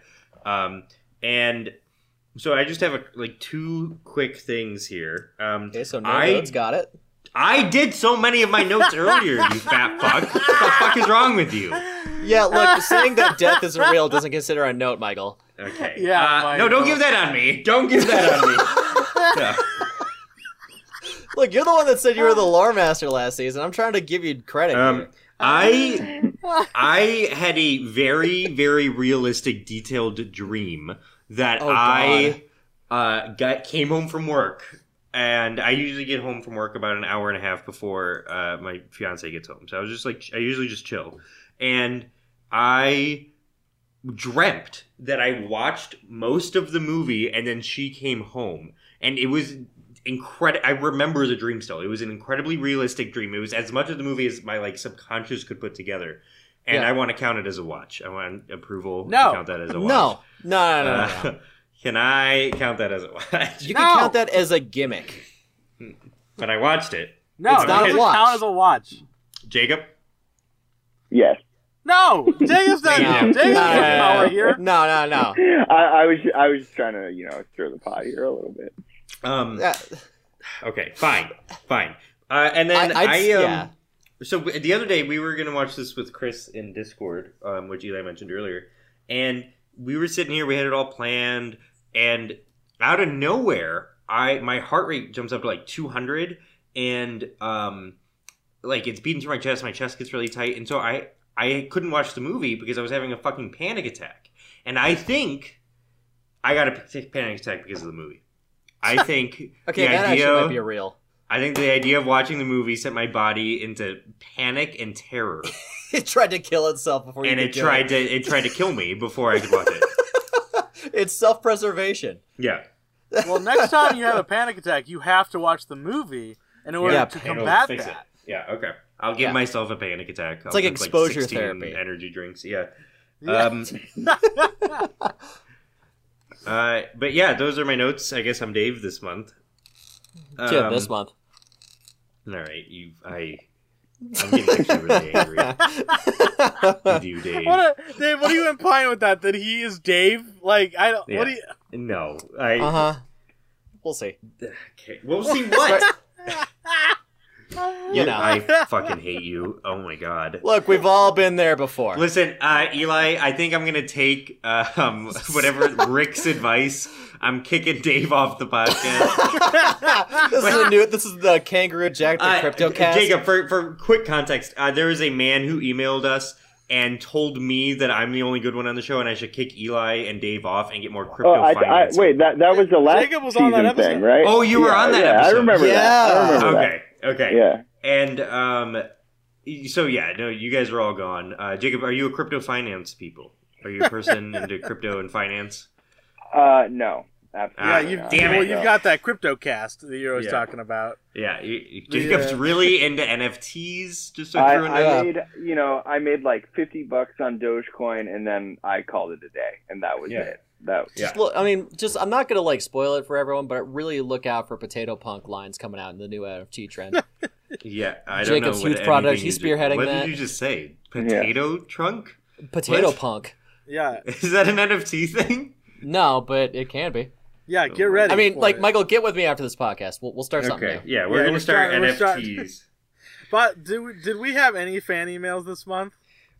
[SPEAKER 3] Um, and so I just have a, like two quick things here. Um,
[SPEAKER 4] Okay, so
[SPEAKER 3] I-
[SPEAKER 4] Nerdo's got it.
[SPEAKER 3] I did so many of my notes earlier. You fat fuck. What the fuck is wrong with you?
[SPEAKER 4] Yeah, look, saying that death isn't real doesn't consider a note, Michael.
[SPEAKER 3] Okay.
[SPEAKER 2] Yeah,
[SPEAKER 3] Uh,
[SPEAKER 2] my
[SPEAKER 3] no, don't
[SPEAKER 2] God.
[SPEAKER 3] give that on me. Don't give that on me. No.
[SPEAKER 4] Look, you're the one that said you were the lore master last season. I'm trying to give you credit.
[SPEAKER 3] Um,
[SPEAKER 4] here.
[SPEAKER 3] I I had a very very realistic detailed dream that
[SPEAKER 4] Oh, God.
[SPEAKER 3] I uh, got came home from work, and I usually get home from work about an hour and a half before uh, my fiance gets home. So I was just like I usually just chill, and I dreamt that I watched most of the movie, and then she came home, and it was incredible. I remember the dream still. It was an incredibly realistic dream. It was as much of the movie as my like subconscious could put together, and
[SPEAKER 4] Yeah.
[SPEAKER 3] I want to count it as a watch. I want approval
[SPEAKER 2] No.
[SPEAKER 3] to count that as a
[SPEAKER 4] no,
[SPEAKER 3] watch.
[SPEAKER 4] no, no, no, no. no.
[SPEAKER 3] Uh, can I count that as a watch?
[SPEAKER 4] You can
[SPEAKER 2] No.
[SPEAKER 4] count that as a gimmick.
[SPEAKER 3] but I watched it.
[SPEAKER 2] No,
[SPEAKER 4] It's not
[SPEAKER 2] it
[SPEAKER 4] a
[SPEAKER 2] doesn't
[SPEAKER 4] watch.
[SPEAKER 2] count as a watch.
[SPEAKER 3] Jacob,
[SPEAKER 5] Yes.
[SPEAKER 2] No, Jacob's not.
[SPEAKER 3] Damn.
[SPEAKER 2] Jacob's
[SPEAKER 4] No,
[SPEAKER 2] not
[SPEAKER 4] no, no,
[SPEAKER 2] power
[SPEAKER 4] no.
[SPEAKER 2] here.
[SPEAKER 4] No, no, no.
[SPEAKER 5] I, I was I was just trying to you know stir the pot here a little bit.
[SPEAKER 3] um,
[SPEAKER 4] Uh,
[SPEAKER 3] Okay, fine, fine. Uh, and then
[SPEAKER 4] I-
[SPEAKER 3] I,
[SPEAKER 4] I'd-
[SPEAKER 3] um,
[SPEAKER 4] yeah.
[SPEAKER 3] so w- the other day we were gonna watch this with Chris in Discord, um, which Eli mentioned earlier, and we were sitting here, we had it all planned, and out of nowhere, I my heart rate jumps up to like two hundred, and um, like it's beating through my chest, my chest gets really tight, and so I I couldn't watch the movie because I was having a fucking panic attack, and I think I got a p- panic attack because of the movie. I think
[SPEAKER 4] okay,
[SPEAKER 3] the
[SPEAKER 4] that
[SPEAKER 3] idea
[SPEAKER 4] actually might be a real.
[SPEAKER 3] I think the idea of watching the movie sent my body into panic and terror,
[SPEAKER 4] It tried to kill itself before you
[SPEAKER 3] and
[SPEAKER 4] could
[SPEAKER 3] it
[SPEAKER 4] do
[SPEAKER 3] tried to it tried to kill me before I could watch it.
[SPEAKER 4] It's self-preservation.
[SPEAKER 3] Yeah,
[SPEAKER 2] Well, next time you have a panic attack, you have to watch the movie in order
[SPEAKER 4] Yeah,
[SPEAKER 2] to
[SPEAKER 3] It'll
[SPEAKER 2] combat
[SPEAKER 3] fix
[SPEAKER 2] that.
[SPEAKER 3] it. Yeah, okay. I'll give
[SPEAKER 4] Yeah.
[SPEAKER 3] myself a panic attack. I'll
[SPEAKER 4] like
[SPEAKER 3] drink,
[SPEAKER 4] exposure
[SPEAKER 3] 16
[SPEAKER 4] therapy.
[SPEAKER 3] Energy drinks. Yeah.
[SPEAKER 2] Yeah.
[SPEAKER 3] Um, uh, but yeah, those are my notes. I guess I'm Dave this month.
[SPEAKER 4] Dude,
[SPEAKER 3] Um,
[SPEAKER 4] this month.
[SPEAKER 3] All right, you. I. I'm getting actually really angry with you, Dave.
[SPEAKER 2] What a, Dave? What are you implying with that? That he is Dave? Like I don't. What do
[SPEAKER 3] Yeah.
[SPEAKER 2] you?
[SPEAKER 3] No, I.
[SPEAKER 4] Uh huh. We'll see.
[SPEAKER 3] Okay. We'll see what.
[SPEAKER 4] You know.
[SPEAKER 3] I fucking hate you. Oh my god.
[SPEAKER 4] Look, we've all been there before.
[SPEAKER 3] Listen, uh, Eli, I think I'm gonna take uh, um, whatever Rick's advice. I'm kicking Dave off the podcast.
[SPEAKER 4] this is a new. This is the Kangaroo Jack the
[SPEAKER 3] Uh,
[SPEAKER 4] Crypto Cast.
[SPEAKER 3] Jacob, for for quick context, uh, there is a man who emailed us and told me that I'm the only good one on the show, and I should kick Eli and Dave off and get more
[SPEAKER 5] Oh,
[SPEAKER 3] crypto
[SPEAKER 5] I, I,
[SPEAKER 3] finance.
[SPEAKER 5] wait, that that was the last
[SPEAKER 2] Jacob was
[SPEAKER 5] season
[SPEAKER 2] on that episode.
[SPEAKER 5] thing, right?
[SPEAKER 3] Oh, you were
[SPEAKER 5] Yeah,
[SPEAKER 3] on that
[SPEAKER 5] yeah,
[SPEAKER 3] episode.
[SPEAKER 5] I remember that. I
[SPEAKER 4] Yeah.
[SPEAKER 5] remember that.
[SPEAKER 3] okay, okay,
[SPEAKER 5] Yeah.
[SPEAKER 3] and um, y- so yeah, no, you guys are all gone. Uh, Jacob, are you a crypto finance people? Are you a person into crypto and finance?
[SPEAKER 5] Uh, no, absolutely.
[SPEAKER 3] Ah,
[SPEAKER 2] yeah, you've,
[SPEAKER 5] not.
[SPEAKER 3] damn it.
[SPEAKER 2] well, you've got that CryptoCast that you're always
[SPEAKER 3] Yeah.
[SPEAKER 2] talking about.
[SPEAKER 3] Yeah, you- you- Jacob's really into NFTs. Just so
[SPEAKER 5] I,
[SPEAKER 3] everyone knows.
[SPEAKER 5] I made you know I made like fifty bucks on Dogecoin and then I called it a day and that was
[SPEAKER 3] Yeah.
[SPEAKER 5] it. That
[SPEAKER 4] Just look, I mean, just I'm not gonna like spoil it for everyone, but really look out for Potato Punk lines coming out in the new NFT trend.
[SPEAKER 3] Yeah, I don't
[SPEAKER 4] Jacob's
[SPEAKER 3] know what
[SPEAKER 4] huge product,
[SPEAKER 3] anything
[SPEAKER 4] he's
[SPEAKER 3] you just-
[SPEAKER 4] spearheading
[SPEAKER 3] What
[SPEAKER 4] that.
[SPEAKER 3] did you just say? Potato trunk?
[SPEAKER 4] Potato
[SPEAKER 3] What?
[SPEAKER 4] Punk.
[SPEAKER 2] Yeah,
[SPEAKER 3] Is that an NFT thing?
[SPEAKER 4] No, but it can be.
[SPEAKER 2] yeah. Get
[SPEAKER 3] Oh,
[SPEAKER 2] ready.
[SPEAKER 4] I mean,
[SPEAKER 2] for
[SPEAKER 4] like
[SPEAKER 2] it.
[SPEAKER 4] Michael, get with me after this podcast. We'll, we'll start something.
[SPEAKER 3] Okay,
[SPEAKER 4] new.
[SPEAKER 3] yeah,
[SPEAKER 2] Yeah,
[SPEAKER 3] we're
[SPEAKER 2] we're
[SPEAKER 3] gonna start
[SPEAKER 2] start- we're start-
[SPEAKER 3] NFTs.
[SPEAKER 2] But did we, did we have any fan emails this month?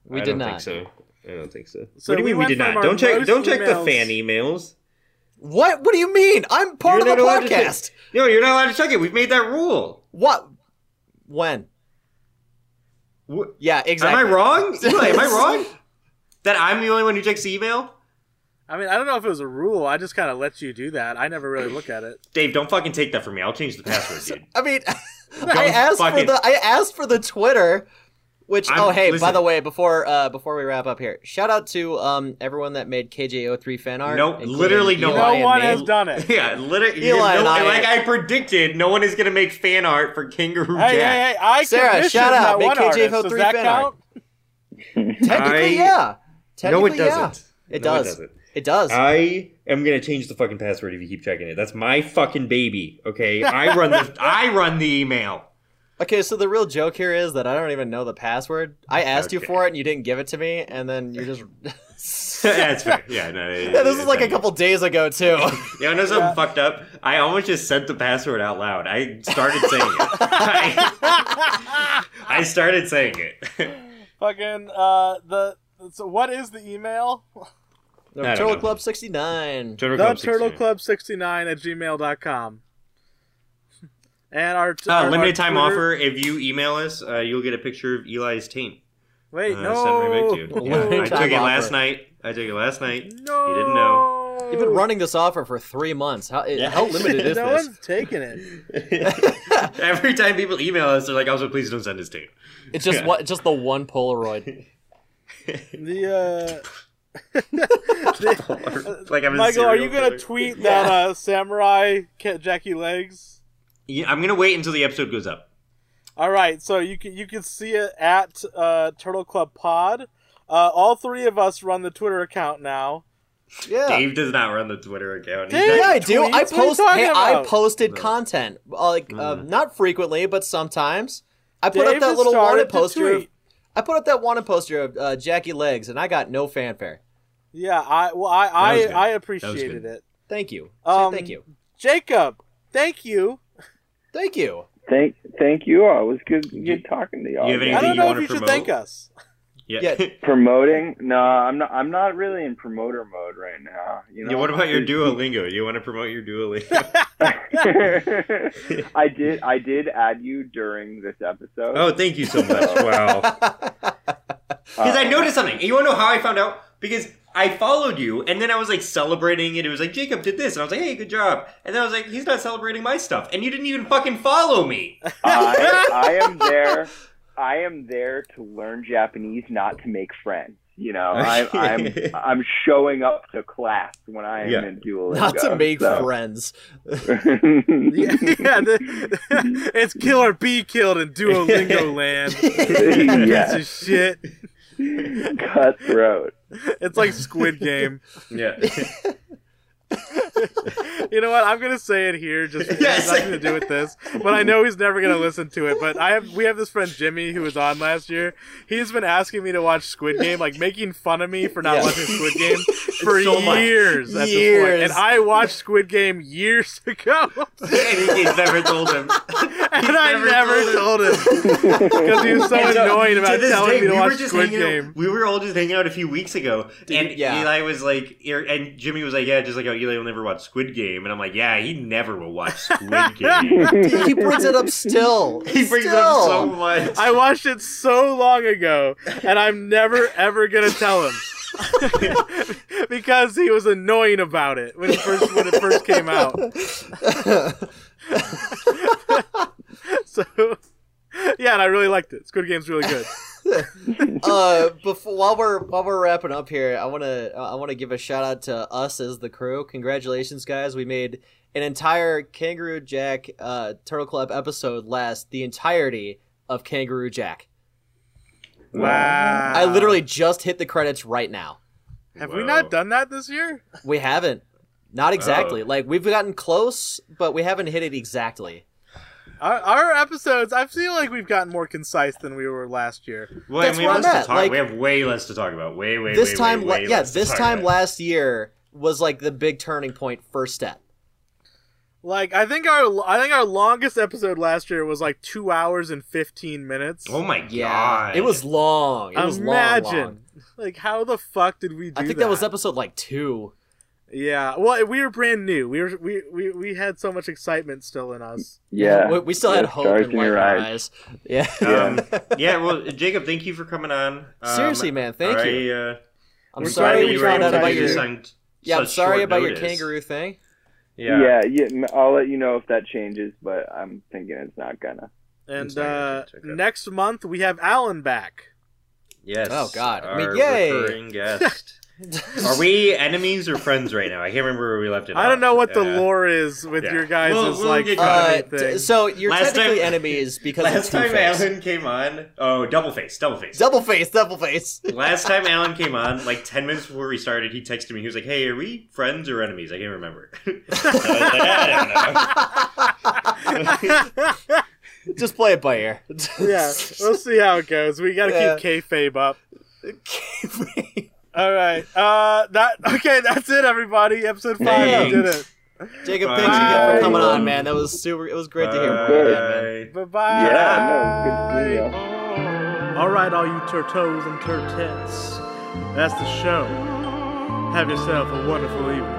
[SPEAKER 4] We
[SPEAKER 3] I
[SPEAKER 4] did
[SPEAKER 3] don't think
[SPEAKER 4] not.
[SPEAKER 3] so. I don't think so.
[SPEAKER 2] So
[SPEAKER 3] what do you
[SPEAKER 2] we
[SPEAKER 3] mean we
[SPEAKER 2] went
[SPEAKER 3] did
[SPEAKER 2] from
[SPEAKER 3] not?
[SPEAKER 2] our
[SPEAKER 3] Don't check.
[SPEAKER 2] most
[SPEAKER 3] Don't check the
[SPEAKER 2] emails-
[SPEAKER 3] fan e- emails.
[SPEAKER 4] What? What do you mean? I'm part
[SPEAKER 3] You're
[SPEAKER 4] of the
[SPEAKER 3] not allowed to
[SPEAKER 4] podcast.
[SPEAKER 3] No, you're not allowed to check it. We've made that rule.
[SPEAKER 4] What? When?
[SPEAKER 3] Wh-
[SPEAKER 4] Yeah, exactly.
[SPEAKER 3] Am I wrong? Eli, am I wrong? That I'm the only one who checks email?
[SPEAKER 2] I mean, I don't know if it was a rule. I just kind of let you do that. I never really look at it.
[SPEAKER 3] Dave, don't fucking take that from me. I'll change the password, dude.
[SPEAKER 4] I mean, I asked for
[SPEAKER 3] fucking-
[SPEAKER 4] the I asked for the Twitter, which
[SPEAKER 3] I'm-
[SPEAKER 4] oh hey by
[SPEAKER 3] listen.
[SPEAKER 4] the way before uh before we wrap up here, shout out to um everyone that made KJO3 fan art.
[SPEAKER 3] No,
[SPEAKER 4] including
[SPEAKER 3] literally no
[SPEAKER 4] Eli
[SPEAKER 3] one.
[SPEAKER 4] and
[SPEAKER 2] No one
[SPEAKER 4] me.
[SPEAKER 2] has done it.
[SPEAKER 3] Yeah, literally.
[SPEAKER 4] Eli and I-
[SPEAKER 3] like I predicted, no one is gonna make fan art for Kangaroo
[SPEAKER 2] Hey,
[SPEAKER 3] Jack.
[SPEAKER 2] hey, hey! I
[SPEAKER 4] Sarah,
[SPEAKER 2] commissioned
[SPEAKER 4] shout
[SPEAKER 2] that
[SPEAKER 4] out. Make
[SPEAKER 2] one
[SPEAKER 4] KJ
[SPEAKER 2] artist.
[SPEAKER 4] Hill
[SPEAKER 2] Does
[SPEAKER 4] three
[SPEAKER 2] that
[SPEAKER 4] fan
[SPEAKER 2] count?
[SPEAKER 4] Technically,
[SPEAKER 3] I-
[SPEAKER 4] yeah.
[SPEAKER 3] No,
[SPEAKER 4] Technically,
[SPEAKER 3] it doesn't.
[SPEAKER 4] yeah. It
[SPEAKER 3] No,
[SPEAKER 4] does. It does.
[SPEAKER 3] Uh, I am gonna change the fucking password if you keep checking it. That's my fucking baby. Okay, I run the I run the email.
[SPEAKER 4] okay, so the real joke here is that I don't even know the password. I asked you
[SPEAKER 3] Okay.
[SPEAKER 4] for it and you didn't give it to me, and then you're just.
[SPEAKER 3] That's fair. Yeah, no. it-
[SPEAKER 4] Yeah, this is
[SPEAKER 3] it's
[SPEAKER 4] like a
[SPEAKER 3] fine.
[SPEAKER 4] couple days ago too.
[SPEAKER 3] Yeah, I know something fucked up. I almost just sent the password out loud. I started saying it. I, I started saying it.
[SPEAKER 2] Fucking uh, the so what is the email?
[SPEAKER 4] No,
[SPEAKER 3] don't
[SPEAKER 4] Turtle
[SPEAKER 3] know.
[SPEAKER 4] Club 69.
[SPEAKER 3] Turtle
[SPEAKER 2] The
[SPEAKER 3] Club 69.
[SPEAKER 2] Turtle Club sixty nine at gmail.com. And our, t-
[SPEAKER 3] Uh,
[SPEAKER 2] our-
[SPEAKER 3] limited
[SPEAKER 2] our
[SPEAKER 3] time
[SPEAKER 2] Twitter-
[SPEAKER 3] offer. If you email us, uh, you'll get a picture of Eli's taint.
[SPEAKER 2] Wait,
[SPEAKER 3] uh,
[SPEAKER 2] no,
[SPEAKER 3] sent right back to you.
[SPEAKER 4] Limited
[SPEAKER 3] Yeah, I
[SPEAKER 4] time
[SPEAKER 3] took it last
[SPEAKER 4] offer.
[SPEAKER 3] night. I took it last night.
[SPEAKER 2] no.
[SPEAKER 3] You didn't know.
[SPEAKER 4] You've been running this offer for three months. How how limited is
[SPEAKER 2] no
[SPEAKER 4] this?
[SPEAKER 2] one's taking it.
[SPEAKER 3] Every time people email us, they're like, "Also, please don't send us tape."
[SPEAKER 4] It's just
[SPEAKER 3] Yeah.
[SPEAKER 4] what just the one Polaroid.
[SPEAKER 2] The uh,
[SPEAKER 3] like I'm a
[SPEAKER 2] Michael, are
[SPEAKER 3] serial
[SPEAKER 2] you gonna
[SPEAKER 3] killer.
[SPEAKER 2] tweet that uh, samurai cat Jackie legs?
[SPEAKER 3] Yeah, I'm gonna wait until the episode goes up.
[SPEAKER 2] All right, so you can you can see it at uh, Turtle Club Pod. Uh, all three of us run the Twitter account now.
[SPEAKER 4] Yeah.
[SPEAKER 3] Dave does not run the Twitter account. He's
[SPEAKER 2] Dave!
[SPEAKER 4] Yeah,
[SPEAKER 3] not-
[SPEAKER 4] I do.
[SPEAKER 2] Tweets?
[SPEAKER 4] I
[SPEAKER 2] What are you
[SPEAKER 4] post.
[SPEAKER 2] talking
[SPEAKER 4] Hey, I
[SPEAKER 2] about? Mm-hmm.
[SPEAKER 4] posted content, uh, like uh, not frequently, but sometimes. I put up
[SPEAKER 2] Dave
[SPEAKER 4] that
[SPEAKER 2] has
[SPEAKER 4] little
[SPEAKER 2] started
[SPEAKER 4] wanted
[SPEAKER 2] to
[SPEAKER 4] poster. Of,
[SPEAKER 2] tweet.
[SPEAKER 4] I put up that wanted poster of uh, Jackie Legs, and I got no fanfare.
[SPEAKER 2] Yeah, I well I
[SPEAKER 3] That was
[SPEAKER 2] I,
[SPEAKER 3] good.
[SPEAKER 2] I
[SPEAKER 3] That
[SPEAKER 2] appreciated
[SPEAKER 3] good.
[SPEAKER 2] it.
[SPEAKER 4] Thank you. Say
[SPEAKER 2] Um,
[SPEAKER 4] thank you.
[SPEAKER 2] Jacob, thank you.
[SPEAKER 4] Thank you.
[SPEAKER 5] Thank, thank you all. It was good, good talking to y'all.
[SPEAKER 3] you have
[SPEAKER 5] again.
[SPEAKER 2] I don't
[SPEAKER 3] Anything you
[SPEAKER 2] know if
[SPEAKER 3] wanna
[SPEAKER 2] you should
[SPEAKER 3] promote?
[SPEAKER 2] thank us.
[SPEAKER 3] yeah.
[SPEAKER 4] Yeah.
[SPEAKER 5] Promoting? No, I'm not. I'm not really in promoter mode right now. You know.
[SPEAKER 3] Yeah, what about your Duolingo? You want to promote your Duolingo?
[SPEAKER 5] I did. I did add you during this episode.
[SPEAKER 3] oh, thank you so much. Wow.
[SPEAKER 2] oh.
[SPEAKER 3] Because
[SPEAKER 4] Uh,
[SPEAKER 3] I noticed something. You want to know how I found out? Because I followed you, and then I was like celebrating it. It was like Jacob did this, and I was like, "Hey, good job." And then I was like, "He's not celebrating my stuff," and you didn't even fucking follow me.
[SPEAKER 5] I, I am there. I am there to learn Japanese, not to make friends. You know, I, I'm I'm showing up to class when I am
[SPEAKER 3] Yeah.
[SPEAKER 5] in Duolingo.
[SPEAKER 4] Not to make
[SPEAKER 5] so.
[SPEAKER 4] friends.
[SPEAKER 5] friends.
[SPEAKER 2] Yeah, yeah the- it's kill or be killed in Duolingo land. Piece
[SPEAKER 5] yeah,
[SPEAKER 2] of shit.
[SPEAKER 5] cutthroat.
[SPEAKER 2] It's like Squid Game.
[SPEAKER 3] Yeah.
[SPEAKER 2] You know what? I'm gonna say it here. Just it
[SPEAKER 3] Yes.
[SPEAKER 2] has nothing to do with this, but I know he's never gonna listen to it. But I have we have this friend Jimmy who was on last year. He's been asking me to watch Squid Game, like making fun of me for not
[SPEAKER 4] Yeah.
[SPEAKER 2] watching Squid Game for
[SPEAKER 3] So much.
[SPEAKER 2] years. At
[SPEAKER 4] Years.
[SPEAKER 2] This point. And I watched Squid Game years ago, and
[SPEAKER 3] and he's never told him.
[SPEAKER 2] I
[SPEAKER 3] never
[SPEAKER 2] never told
[SPEAKER 3] told
[SPEAKER 2] him because he was so
[SPEAKER 3] And so,
[SPEAKER 2] annoying about telling me to watch Squid
[SPEAKER 3] hanging
[SPEAKER 2] Game.
[SPEAKER 3] Out, we were all just hanging out a few weeks ago, and
[SPEAKER 4] yeah.
[SPEAKER 3] Eli was like, er- and Jimmy was like, yeah, just like, oh, Eli will never watch Squid Game, and I'm like, yeah, he never will watch Squid Game.
[SPEAKER 4] he brings it up still.
[SPEAKER 3] he brings
[SPEAKER 4] still.
[SPEAKER 3] up so much.
[SPEAKER 2] I watched it so long ago, and I'm never ever gonna tell him because he was annoying about it when it first when it first came out. so yeah, and I really liked it. Squid Game's really good.
[SPEAKER 4] uh, before while we're while we're wrapping up here, I wanna I wanna give a shout out to us as the crew. Congratulations, guys! We made an entire Kangaroo Jack uh, Turtle Club episode last the entirety of Kangaroo Jack.
[SPEAKER 2] Wow.
[SPEAKER 4] I literally just hit the credits right now.
[SPEAKER 2] have we
[SPEAKER 3] Whoa.
[SPEAKER 2] not done that this year?
[SPEAKER 4] We haven't, not
[SPEAKER 3] Oh.
[SPEAKER 4] exactly. Like we've gotten close, but we haven't hit it exactly.
[SPEAKER 2] Our, our episodes, I feel like we've gotten more concise than we were last year.
[SPEAKER 3] Well, and
[SPEAKER 4] That's
[SPEAKER 3] we,
[SPEAKER 4] where
[SPEAKER 3] have
[SPEAKER 4] I'm
[SPEAKER 3] less
[SPEAKER 4] at,
[SPEAKER 3] to talk,
[SPEAKER 4] like-
[SPEAKER 3] we have way less to talk about. Way, way,
[SPEAKER 4] this
[SPEAKER 3] way,
[SPEAKER 4] time,
[SPEAKER 3] way,
[SPEAKER 4] la-
[SPEAKER 3] way
[SPEAKER 4] yeah,
[SPEAKER 3] less to
[SPEAKER 4] this
[SPEAKER 3] talk
[SPEAKER 4] time
[SPEAKER 3] about.
[SPEAKER 4] last year was like the big turning point, first step.
[SPEAKER 2] Like I think our I think our longest episode last year was like two hours and fifteen minutes.
[SPEAKER 3] Oh my
[SPEAKER 4] Yeah,
[SPEAKER 3] god!
[SPEAKER 4] it was long. It was
[SPEAKER 2] Imagine,
[SPEAKER 4] long, long.
[SPEAKER 2] like how the fuck did we do
[SPEAKER 4] I think that. was episode like two.
[SPEAKER 2] Yeah, well, we were brand new. We were we we, we had so much excitement still in us.
[SPEAKER 5] Yeah.
[SPEAKER 4] we, we still had
[SPEAKER 5] Yeah,
[SPEAKER 4] hope
[SPEAKER 5] stars
[SPEAKER 4] in
[SPEAKER 5] in
[SPEAKER 4] light
[SPEAKER 5] your
[SPEAKER 4] in our eyes.
[SPEAKER 5] eyes.
[SPEAKER 4] Yeah,
[SPEAKER 3] Um, yeah, well, Jacob, thank you for coming on. Um,
[SPEAKER 4] Seriously, man, thank
[SPEAKER 3] I,
[SPEAKER 4] you.
[SPEAKER 3] Uh,
[SPEAKER 4] I'm
[SPEAKER 3] we're
[SPEAKER 4] sorry
[SPEAKER 3] glad
[SPEAKER 4] we
[SPEAKER 3] you were
[SPEAKER 4] found
[SPEAKER 3] able to
[SPEAKER 4] out about
[SPEAKER 3] do this
[SPEAKER 4] your.
[SPEAKER 3] on
[SPEAKER 4] Yeah, I'm
[SPEAKER 3] such
[SPEAKER 4] sorry
[SPEAKER 3] short
[SPEAKER 4] about your
[SPEAKER 3] notice.
[SPEAKER 4] kangaroo thing.
[SPEAKER 3] Yeah.
[SPEAKER 5] yeah, yeah. I'll let you know if that changes, but I'm thinking it's not gonna.
[SPEAKER 2] And
[SPEAKER 3] Sorry, I
[SPEAKER 2] uh,
[SPEAKER 3] should check that.
[SPEAKER 2] next month we have Alan back.
[SPEAKER 3] Yes.
[SPEAKER 4] Oh, God. I mean,
[SPEAKER 3] Our
[SPEAKER 4] yay.
[SPEAKER 3] recurring guest. Are we enemies or friends right now? I can't remember where we left it.
[SPEAKER 2] I
[SPEAKER 3] off.
[SPEAKER 2] don't know what the
[SPEAKER 3] Yeah.
[SPEAKER 2] lore is with
[SPEAKER 3] Yeah.
[SPEAKER 2] your guys'
[SPEAKER 3] We'll- we'll
[SPEAKER 2] like
[SPEAKER 3] get caught
[SPEAKER 4] Uh,
[SPEAKER 2] funny
[SPEAKER 3] up.
[SPEAKER 2] thing.
[SPEAKER 4] t- so you're
[SPEAKER 3] Last
[SPEAKER 4] technically
[SPEAKER 3] time-
[SPEAKER 4] enemies because
[SPEAKER 3] Last
[SPEAKER 4] of two
[SPEAKER 3] time
[SPEAKER 4] face.
[SPEAKER 3] Alan came on, oh, double face, double face.
[SPEAKER 4] Double face, double face.
[SPEAKER 3] Last time Alan came on, like ten minutes before we started, he texted me. He was like, "Hey, are we friends or enemies?" I can't remember. I was like, Uh, "I
[SPEAKER 4] Just play it by ear.
[SPEAKER 2] yeah, we'll see how it goes. We gotta
[SPEAKER 4] Yeah.
[SPEAKER 2] keep kayfabe up. All right. Uh, that okay. That's it, everybody. Episode five.
[SPEAKER 3] Thanks.
[SPEAKER 2] We did it.
[SPEAKER 4] Jacob,
[SPEAKER 3] Bye.
[SPEAKER 4] thanks again for coming
[SPEAKER 5] Bye.
[SPEAKER 4] on, man. That was super. It was great
[SPEAKER 3] don't
[SPEAKER 4] to hear.
[SPEAKER 3] know."
[SPEAKER 4] from you again, man.
[SPEAKER 3] Bye.
[SPEAKER 2] Bye bye.
[SPEAKER 5] Yeah, no, good to see you.
[SPEAKER 2] All right, all you turtos and turtets. That's the show. Have yourself a wonderful evening.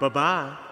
[SPEAKER 2] Bye bye.